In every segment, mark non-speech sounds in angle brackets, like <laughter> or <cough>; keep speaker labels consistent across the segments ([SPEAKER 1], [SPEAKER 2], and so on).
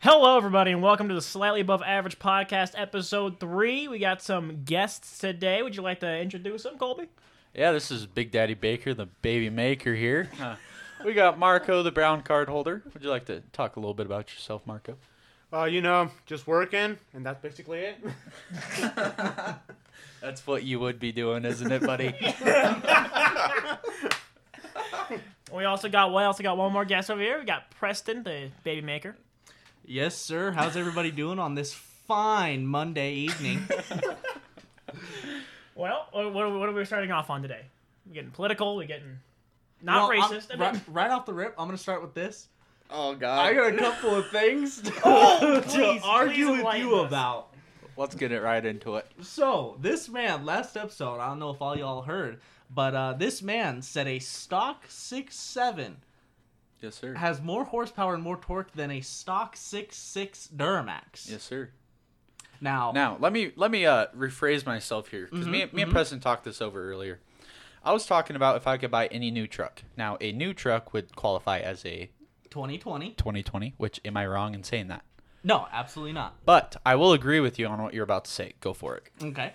[SPEAKER 1] Hello, everybody, and welcome to the Slightly Above Average Podcast, Episode 3. We got some guests today. Would you like to introduce them, Colby?
[SPEAKER 2] Yeah, this is Big Daddy Baker, the baby maker here. Uh, we got Marco, the brown card holder. Would you like to talk a little bit about yourself, Marco?
[SPEAKER 3] Uh, you know, just working, and that's basically it. <laughs>
[SPEAKER 2] That's what you would be doing, isn't it, buddy?
[SPEAKER 1] We also got we also got one more guest over here. We got Preston, the baby maker.
[SPEAKER 4] Yes, sir. How's everybody doing on this fine Monday evening?
[SPEAKER 1] Well, what, what are we- what are we starting off on today? We're getting political. We're getting <laughs> not
[SPEAKER 4] Well, I'm-
[SPEAKER 1] racist. I mean-
[SPEAKER 4] Right, right off the rip, I'm gonna start with this.
[SPEAKER 2] oh
[SPEAKER 4] I
[SPEAKER 2] God!
[SPEAKER 4] got a couple of
[SPEAKER 1] <laughs>
[SPEAKER 4] things to, <laughs> to
[SPEAKER 1] Oh, please
[SPEAKER 4] argue with
[SPEAKER 1] enlighten
[SPEAKER 4] you
[SPEAKER 1] us.
[SPEAKER 4] about.
[SPEAKER 2] Let's get it right into it.
[SPEAKER 4] So, this man, last episode, I don't know if all y'all heard, but uh, this man said a stock six seven
[SPEAKER 2] Yes, sir.
[SPEAKER 4] has more horsepower and more torque than a stock six six Duramax.
[SPEAKER 2] Yes, sir.
[SPEAKER 4] Now,
[SPEAKER 2] Now let me let me uh, rephrase myself here because me, me and Preston talked this over earlier. I was talking about if I could buy any new truck. Now a new truck would qualify as a
[SPEAKER 4] 2020?
[SPEAKER 2] 2020. Which am I wrong in saying that?
[SPEAKER 4] No, absolutely not.
[SPEAKER 2] But I will agree with you on what you're about to say. Go for it.
[SPEAKER 4] Okay.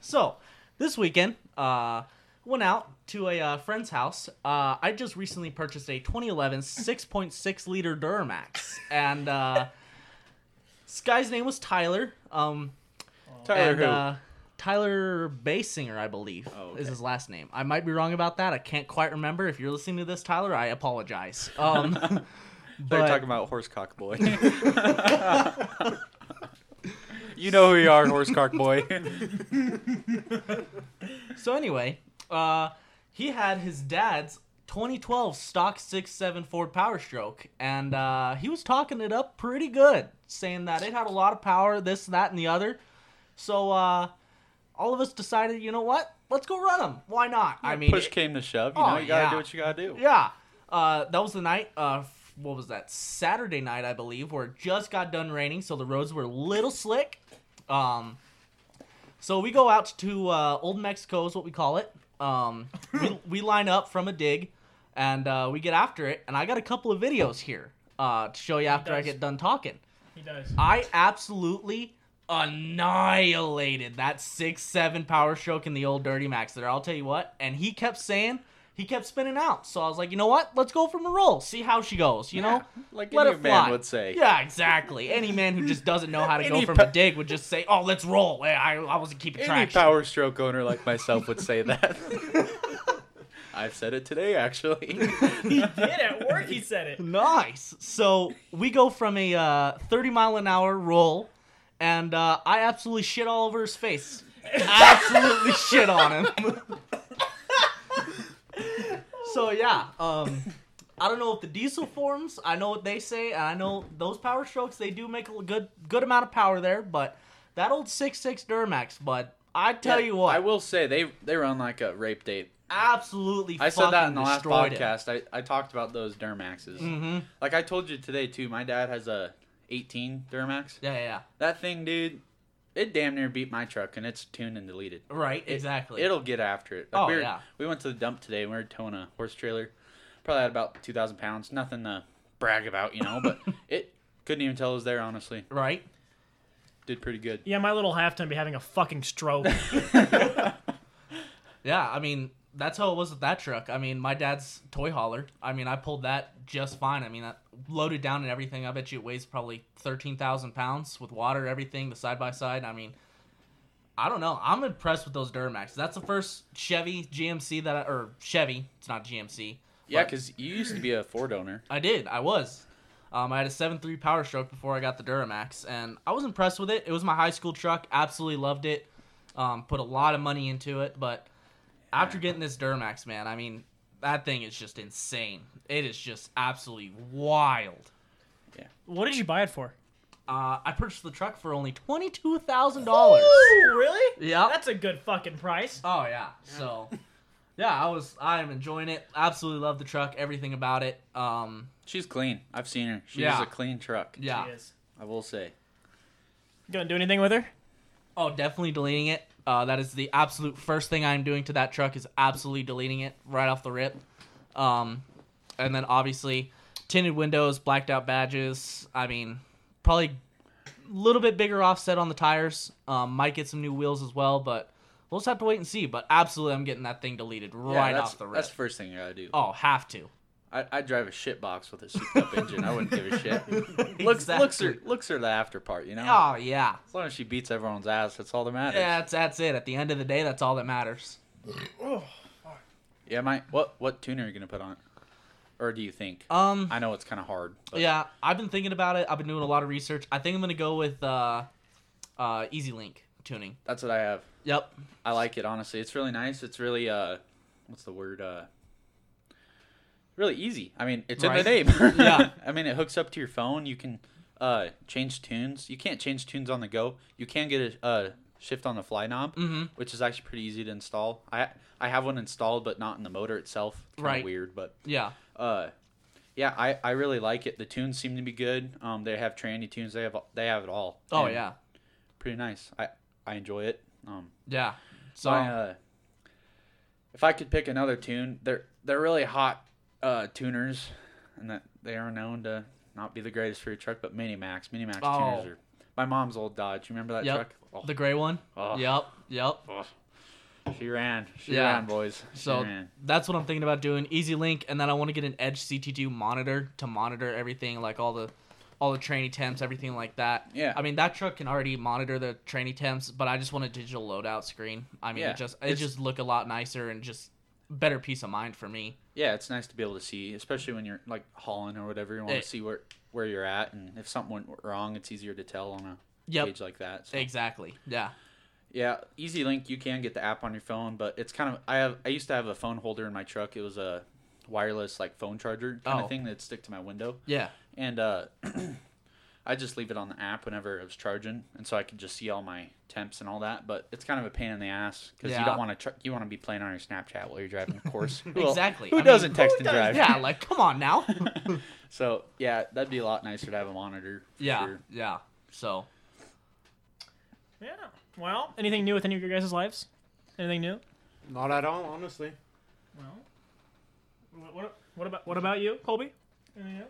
[SPEAKER 4] So this weekend, uh, went out to a uh, friend's house. Uh, I just recently purchased a 2011 6.6 liter Duramax, and uh, this guy's name was Tyler. Um,
[SPEAKER 2] Tyler,
[SPEAKER 4] and,
[SPEAKER 2] who? Oh,
[SPEAKER 4] Uh, Tyler Basinger, I believe,
[SPEAKER 2] okay.
[SPEAKER 4] is his last name. I might be wrong about that. I can't quite remember. If you're listening to this, Tyler, I apologize. Um,
[SPEAKER 2] <laughs> They're
[SPEAKER 4] but-
[SPEAKER 2] talking about horsecock boy. <laughs> you know who you are, horsecock boy.
[SPEAKER 4] So anyway, uh, he had his dad's 2012 stock 6.7 Ford Powerstroke, and uh, he was talking it up pretty good, saying that it had a lot of power, this, that, and the other. So uh, all of us decided, you know what? Let's go run them. Why not? <laughs> I mean,
[SPEAKER 2] push came to shove. You
[SPEAKER 4] Oh,
[SPEAKER 2] know, you gotta
[SPEAKER 4] yeah.
[SPEAKER 2] do what you gotta do.
[SPEAKER 4] yeah. Uh, that was the night. Uh, f- what was that? Saturday night, I believe, where it just got done raining, so the roads were a little slick. Um, so we go out to uh, Old Mexico, is what we call it. Um, we, we line up from a dig, and uh, we get after it. And I got a couple of videos here uh, to show you after I
[SPEAKER 1] does.
[SPEAKER 4] get done talking.
[SPEAKER 1] he does.
[SPEAKER 4] I absolutely annihilated that six seven power stroke in the old dirty max there. I'll tell you what. And he kept saying he kept spinning out. So I was like, you know what? Let's go from a roll. See how she goes. You know,
[SPEAKER 2] Yeah, like
[SPEAKER 4] let
[SPEAKER 2] any
[SPEAKER 4] it fly.
[SPEAKER 2] man would say.
[SPEAKER 4] Yeah, exactly. Any man who just doesn't know how
[SPEAKER 2] <laughs>
[SPEAKER 4] to go
[SPEAKER 2] Any
[SPEAKER 4] from
[SPEAKER 2] pa-
[SPEAKER 4] a dig would just say, oh, let's roll. Eh, I, I wasn't keeping
[SPEAKER 2] Any
[SPEAKER 4] track.
[SPEAKER 2] power stroke owner like myself would say
[SPEAKER 4] <laughs>
[SPEAKER 2] that. I've said it today, actually.
[SPEAKER 1] he did at work. He said it.
[SPEAKER 4] Nice. So we go from a uh, 30 mile an hour roll, and uh, I absolutely shit all over his face. absolutely <laughs> shit on him. <laughs> so yeah, um, I don't know if the diesel forms. I know what they say, and I know those power strokes. They do make a good good amount of power there, but that old six six Duramax, bud. I tell you what,
[SPEAKER 2] I will say they they run like a rape date.
[SPEAKER 4] absolutely.
[SPEAKER 2] I said that in
[SPEAKER 4] fucking
[SPEAKER 2] the last
[SPEAKER 4] destroyed it.
[SPEAKER 2] podcast. I, I talked about those Duramaxes.
[SPEAKER 4] Mhm.
[SPEAKER 2] Like I told you today too. My dad has a 18 Duramax.
[SPEAKER 4] Yeah, yeah, yeah.
[SPEAKER 2] That thing, dude, it damn near beat my truck, and it's tuned and deleted.
[SPEAKER 4] Right,
[SPEAKER 2] It-
[SPEAKER 4] exactly.
[SPEAKER 2] It'll get after it.
[SPEAKER 4] Oh,
[SPEAKER 2] we were-
[SPEAKER 4] yeah.
[SPEAKER 2] We went to the dump today and we were towing a horse trailer. Probably had about 2,000 pounds. Nothing to brag about, you
[SPEAKER 4] <laughs>
[SPEAKER 2] know, but it couldn't even tell it was there, honestly.
[SPEAKER 4] right.
[SPEAKER 2] Did pretty good.
[SPEAKER 1] Yeah, my little halftime be having a fucking
[SPEAKER 4] <laughs>
[SPEAKER 1] stroke.
[SPEAKER 4] Yeah, I mean, that's how it was with that truck. I mean, my dad's toy hauler. I mean, I pulled that just fine. I mean, I loaded down and everything. I bet you it weighs probably 13,000 pounds with water, everything, the side by side. I mean, I don't know. I'm impressed with those Duramax. That's the first Chevy GMC that I, or Chevy, it's not GMC.
[SPEAKER 2] Yeah,
[SPEAKER 4] but
[SPEAKER 2] because you used to be a Ford owner.
[SPEAKER 4] I did. I was. Um, I had a 7.3 power stroke before I got the Duramax, and I was impressed with it. It was my high school truck. Absolutely loved it. Um, put a lot of money into it, but after getting this Duramax, man, I mean, that thing is just insane. It is just absolutely wild.
[SPEAKER 1] what did you buy it for?
[SPEAKER 4] Uh, I purchased the truck for only twenty-two thousand dollars.
[SPEAKER 1] really?
[SPEAKER 4] Yeah.
[SPEAKER 1] That's a good fucking price.
[SPEAKER 4] Oh yeah. So, yeah, I was. I am enjoying it. Absolutely love the truck. Everything about it. Um,
[SPEAKER 2] She's clean. I've seen her. She's
[SPEAKER 4] Yeah.
[SPEAKER 2] a clean truck.
[SPEAKER 4] yeah.
[SPEAKER 1] She is.
[SPEAKER 2] I will say.
[SPEAKER 1] You gonna do anything with her?
[SPEAKER 4] Oh, definitely deleting it. Uh, that is the absolute first thing I'm doing to that truck is absolutely deleting it right off the rip. Um, and then obviously tinted windows, blacked out badges. I mean, probably a little bit bigger offset on the tires. Um, might get some new wheels as well, but we'll just have to wait and see. But absolutely, I'm getting that thing deleted right
[SPEAKER 2] that's,
[SPEAKER 4] off the
[SPEAKER 2] That's
[SPEAKER 4] rip.
[SPEAKER 2] the first thing I gotta do.
[SPEAKER 4] Oh, have to.
[SPEAKER 2] I, I drive a shit box with a souped
[SPEAKER 4] <laughs>
[SPEAKER 2] up engine. I wouldn't give a shit. <laughs> Looks looks
[SPEAKER 4] Exactly.
[SPEAKER 2] are looks are the after part, you know.
[SPEAKER 4] Oh yeah,
[SPEAKER 2] As long as she beats everyone's ass, that's all that matters.
[SPEAKER 4] that's that's it. At the end of the day, that's all that matters.
[SPEAKER 2] Yeah, my what what tuner are you gonna put on it, or do you think?
[SPEAKER 4] Um,
[SPEAKER 2] I know it's kind of hard. But
[SPEAKER 4] yeah, I've been thinking about it. I've been doing a lot of research. I think I'm gonna go with uh, uh, Easy Link tuning.
[SPEAKER 2] that's what I have.
[SPEAKER 4] Yep.
[SPEAKER 2] I like it honestly. It's really nice. It's really uh, what's the word? Uh, really easy. I mean, it's
[SPEAKER 4] Right.
[SPEAKER 2] in the name. <laughs>
[SPEAKER 4] Yeah.
[SPEAKER 2] I mean, it hooks up to your phone. You can uh change tunes. You can't change tunes on the go. You can get a uh, shift on the fly knob,
[SPEAKER 4] Mhm.
[SPEAKER 2] which is actually pretty easy to install. I I have one installed, but not in the motor itself. Kinda
[SPEAKER 4] Right.
[SPEAKER 2] Weird, but
[SPEAKER 4] Yeah.
[SPEAKER 2] uh yeah i i really like it the tunes seem to be good um they have tranny tunes they have they have it all
[SPEAKER 4] Oh
[SPEAKER 2] And
[SPEAKER 4] yeah.
[SPEAKER 2] pretty nice i i enjoy it um
[SPEAKER 4] Yeah.
[SPEAKER 2] so
[SPEAKER 4] So
[SPEAKER 2] uh if i could pick another tune they're they're really hot uh tuners and that they are known to not be the greatest for your truck but mini max mini max tuners
[SPEAKER 4] Oh.
[SPEAKER 2] are my mom's old dodge you remember that
[SPEAKER 4] Yep.
[SPEAKER 2] truck oh,
[SPEAKER 4] the gray one.
[SPEAKER 2] Oh.
[SPEAKER 4] Yep. Yep.
[SPEAKER 2] oh. she ran she
[SPEAKER 4] Yeah.
[SPEAKER 2] ran boys she
[SPEAKER 4] So
[SPEAKER 2] ran.
[SPEAKER 4] that's what I'm thinking about doing. Easy Link, and then I want to get an Edge CT2 monitor to monitor everything, like all the, all the training temps, everything like that.
[SPEAKER 2] Yeah.
[SPEAKER 4] I mean that truck can already monitor the training temps, but I just want a digital loadout screen. I mean,
[SPEAKER 2] Yeah,
[SPEAKER 4] it just it
[SPEAKER 2] it's-
[SPEAKER 4] just look a lot nicer and just better peace of mind for me.
[SPEAKER 2] yeah, it's nice to be able to see, especially when you're like hauling or whatever. You want
[SPEAKER 4] Eh.
[SPEAKER 2] to see where where you're at, and if something went wrong, it's easier to tell on a
[SPEAKER 4] Yep.
[SPEAKER 2] page like that. So,
[SPEAKER 4] Exactly. Yeah.
[SPEAKER 2] yeah, Easy Link, you can get the app on your phone, but it's kind of I have I used to have a phone holder in my truck. It was a wireless like phone charger kind
[SPEAKER 4] Oh.
[SPEAKER 2] of thing that'd stick to my window,
[SPEAKER 4] Yeah.
[SPEAKER 2] and uh, <clears throat> I just leave it on the app whenever I was charging, and so I could just see all my temps and all that. But it's kind of a pain in the ass because
[SPEAKER 4] Yeah.
[SPEAKER 2] you don't want to tr- you want to be playing on your Snapchat while you're driving, of
[SPEAKER 4] <laughs>
[SPEAKER 2] course. Who el-
[SPEAKER 4] Exactly.
[SPEAKER 2] Who
[SPEAKER 4] I mean,
[SPEAKER 2] doesn't
[SPEAKER 4] who
[SPEAKER 2] text and
[SPEAKER 1] does
[SPEAKER 2] drive?
[SPEAKER 4] Yeah. Like, come
[SPEAKER 2] <laughs>
[SPEAKER 4] on now.
[SPEAKER 2] So yeah, that'd be a lot nicer to have a monitor. For
[SPEAKER 4] yeah.
[SPEAKER 2] Sure.
[SPEAKER 4] Yeah. So
[SPEAKER 1] Yeah. Well, anything new with any of your guys' lives? Anything new?
[SPEAKER 3] Not at all, honestly.
[SPEAKER 1] Well, what, what, what about what about you, Colby? Anything new?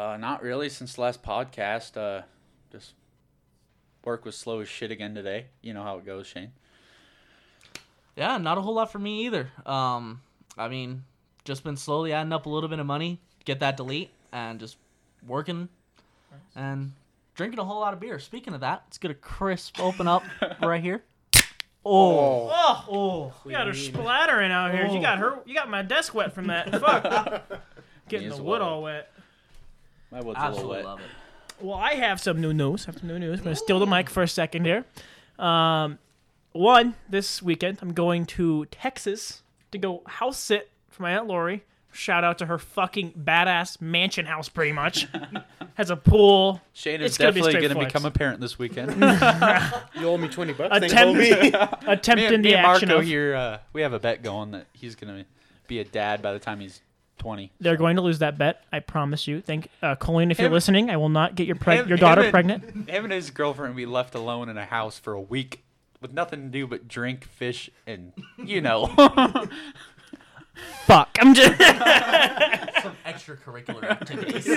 [SPEAKER 2] Uh, not really since the last podcast. Uh, just work was slow as shit again today. You know how it goes, Shane.
[SPEAKER 4] Yeah, not a whole lot for me either. Um, I mean, just been slowly adding up a little bit of money, get that delete, and just working and drinking a whole lot of beer. Speaking of that, let's get a crisp
[SPEAKER 2] <laughs>
[SPEAKER 4] open up right here. Oh,
[SPEAKER 1] Oh,
[SPEAKER 4] oh,
[SPEAKER 1] you got her splattering out here. You got her. You got my desk wet from that. Fuck. Getting
[SPEAKER 2] Me
[SPEAKER 1] the
[SPEAKER 2] as
[SPEAKER 1] wood
[SPEAKER 2] well.
[SPEAKER 1] all wet.
[SPEAKER 2] My wood's a little
[SPEAKER 4] absolutely
[SPEAKER 2] wet.
[SPEAKER 4] love it.
[SPEAKER 1] Well, I have some new news. I have some new news. I'm going to steal the mic for a second here. Um, one, this weekend, I'm going to Texas to go house sit for my Aunt Lori. Shout out to her fucking badass mansion house, pretty much. Has a pool.
[SPEAKER 2] Shane is
[SPEAKER 1] It's gonna be
[SPEAKER 2] definitely
[SPEAKER 1] straight
[SPEAKER 2] going to
[SPEAKER 1] flex.
[SPEAKER 2] become a parent
[SPEAKER 1] <laughs>
[SPEAKER 2] this weekend. me
[SPEAKER 3] You owe me 20 bucks. then,
[SPEAKER 1] Attempt,
[SPEAKER 3] Colby.
[SPEAKER 2] <laughs>
[SPEAKER 1] <laughs> attempt in
[SPEAKER 2] and, me
[SPEAKER 1] the
[SPEAKER 2] and
[SPEAKER 1] action.
[SPEAKER 2] Marco
[SPEAKER 1] of-
[SPEAKER 2] here, uh, we have a bet going that he's going to be a dad by the time he's 20.
[SPEAKER 1] They're going to lose that bet. I promise you. Thank uh, Colleen, if you're
[SPEAKER 2] Him-
[SPEAKER 1] listening, I will not get your preg-
[SPEAKER 2] him-
[SPEAKER 1] your daughter
[SPEAKER 2] him and-
[SPEAKER 1] pregnant.
[SPEAKER 2] Him and his girlfriend will be left alone in a house for a week with nothing to do but drink, fish, and, you know. <laughs>
[SPEAKER 1] Fuck. I'm just.
[SPEAKER 4] Some <laughs> extracurricular activities.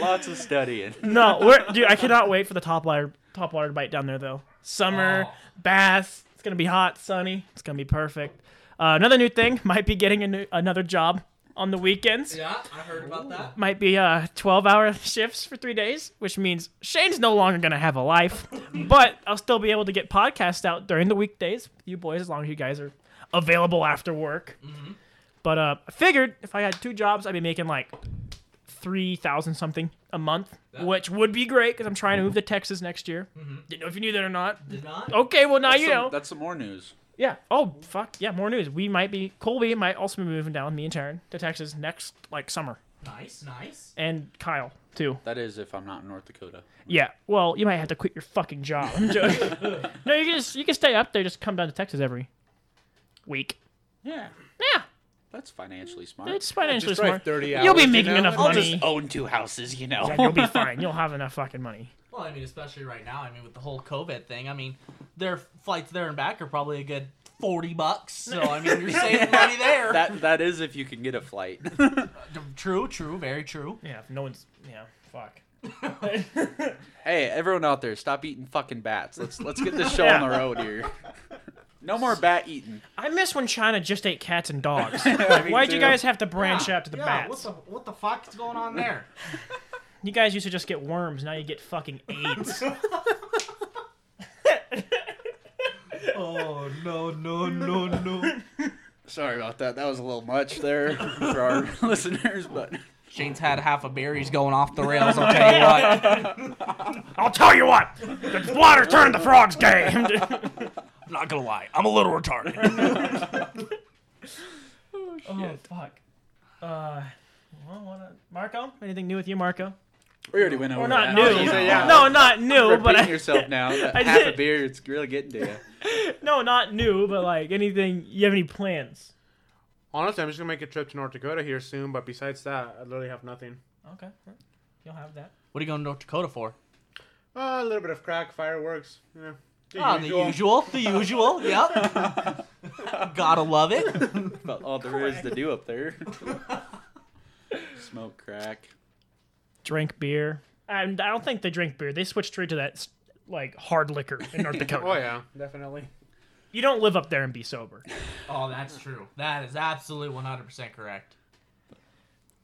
[SPEAKER 2] Lots of studying.
[SPEAKER 1] No, we're, dude, I cannot wait for the top water top water bite down there though. Summer
[SPEAKER 4] Oh.
[SPEAKER 1] bath. It's gonna be hot, sunny. It's gonna be perfect. Uh, another new thing <laughs> might be getting a new, another job on the weekends.
[SPEAKER 4] yeah, I heard about that.
[SPEAKER 1] Might be uh, twelve hour shifts for three days, which means Shane's no longer gonna have a life.
[SPEAKER 2] <laughs>
[SPEAKER 1] but I'll still be able to get podcasts out during the weekdays with you boys as long as you guys are available after work.
[SPEAKER 2] Mm-hmm.
[SPEAKER 1] But uh, I figured if I had two jobs, I'd be making like three thousand something a month, which would be great because I'm trying to move to Texas next year. Didn't know if you knew that or not.
[SPEAKER 4] Did not.
[SPEAKER 1] Okay, well now
[SPEAKER 2] Mm-hmm. That's
[SPEAKER 1] you
[SPEAKER 2] some-
[SPEAKER 1] know.
[SPEAKER 2] That's some more news.
[SPEAKER 1] Yeah. Oh fuck. Yeah. More news. We might be Colby might also be moving down with me and Taryn to Texas next like summer,
[SPEAKER 4] Nice, nice.
[SPEAKER 1] and Kyle too.
[SPEAKER 2] That is if I'm not in North Dakota.
[SPEAKER 1] Yeah. Well, you might have to quit your fucking job. I'm joking. no, you can just you can stay up there. Just come down to Texas every week.
[SPEAKER 2] Yeah.
[SPEAKER 1] Yeah.
[SPEAKER 2] That's financially smart.
[SPEAKER 1] It's financially
[SPEAKER 3] Just drive
[SPEAKER 1] smart.
[SPEAKER 3] 30 hours.
[SPEAKER 1] You'll be
[SPEAKER 3] you
[SPEAKER 1] making
[SPEAKER 3] know?
[SPEAKER 1] enough
[SPEAKER 2] I'll
[SPEAKER 1] money.
[SPEAKER 2] just own two houses, you know. <laughs>
[SPEAKER 1] Yeah, you'll be fine. You'll have enough fucking money.
[SPEAKER 4] Well, I mean, especially right now. I mean, with the whole COVID thing. I mean, their flights there and back are probably a good forty bucks. So I mean, you're <laughs> saving money there.
[SPEAKER 2] that that is if you can get a flight. <laughs>
[SPEAKER 4] True, true, very true.
[SPEAKER 1] Yeah, if no one's yeah, fuck.
[SPEAKER 2] Hey, everyone out there, stop eating fucking bats. Let's let's get this show
[SPEAKER 1] Yeah.
[SPEAKER 2] on the road here. <laughs> No more bat eating.
[SPEAKER 1] I miss when China just ate cats and dogs.
[SPEAKER 2] Me
[SPEAKER 1] <laughs> Why'd you
[SPEAKER 2] too.
[SPEAKER 1] guys have to branch out to the
[SPEAKER 4] yeah, What
[SPEAKER 1] bats?
[SPEAKER 4] the, what the fuck is going on there?
[SPEAKER 1] You guys used to just get worms. Now you get fucking AIDS.
[SPEAKER 4] <laughs> oh no no no no!
[SPEAKER 2] Sorry about that. That was a little much there for our <laughs> listeners, but
[SPEAKER 4] Shane's had half a beer. He's going off the rails. I'll tell you what.
[SPEAKER 1] I'll tell you what. The water turned the frogs gay. <laughs>
[SPEAKER 4] I'm not gonna lie. I'm a little retarded.
[SPEAKER 1] oh fuck. Uh, well, wanna- Marco, anything new with you, Marco?
[SPEAKER 2] we already went over.
[SPEAKER 1] Or not
[SPEAKER 2] that.
[SPEAKER 1] new?
[SPEAKER 2] I was gonna say, yeah.
[SPEAKER 1] No, not new.
[SPEAKER 2] Repeating
[SPEAKER 1] But I,
[SPEAKER 2] yourself now. That
[SPEAKER 1] I
[SPEAKER 2] half
[SPEAKER 1] did.
[SPEAKER 2] a beer, it's really getting to you.
[SPEAKER 1] <laughs> no, not new. But like anything, you have any plans?
[SPEAKER 3] Honestly, I'm just gonna make a trip to North Dakota here soon. But besides that, I literally have nothing.
[SPEAKER 1] Okay, you'll have that.
[SPEAKER 4] What are you going to North Dakota for?
[SPEAKER 3] Uh, a little bit of crack, fireworks. Yeah. The
[SPEAKER 4] Ah, the usual, the usual. Yep. <laughs> Gotta love it.
[SPEAKER 2] About all there is to do
[SPEAKER 1] <laughs>
[SPEAKER 2] up there. Smoke crack.
[SPEAKER 1] Drink beer. I, I don't think they drink beer. They switched straight to that like hard liquor in North Dakota.
[SPEAKER 3] Oh yeah,
[SPEAKER 1] <laughs>
[SPEAKER 3] definitely.
[SPEAKER 1] You don't live up there and be sober.
[SPEAKER 4] Oh, that's true. That is absolutely 100% correct.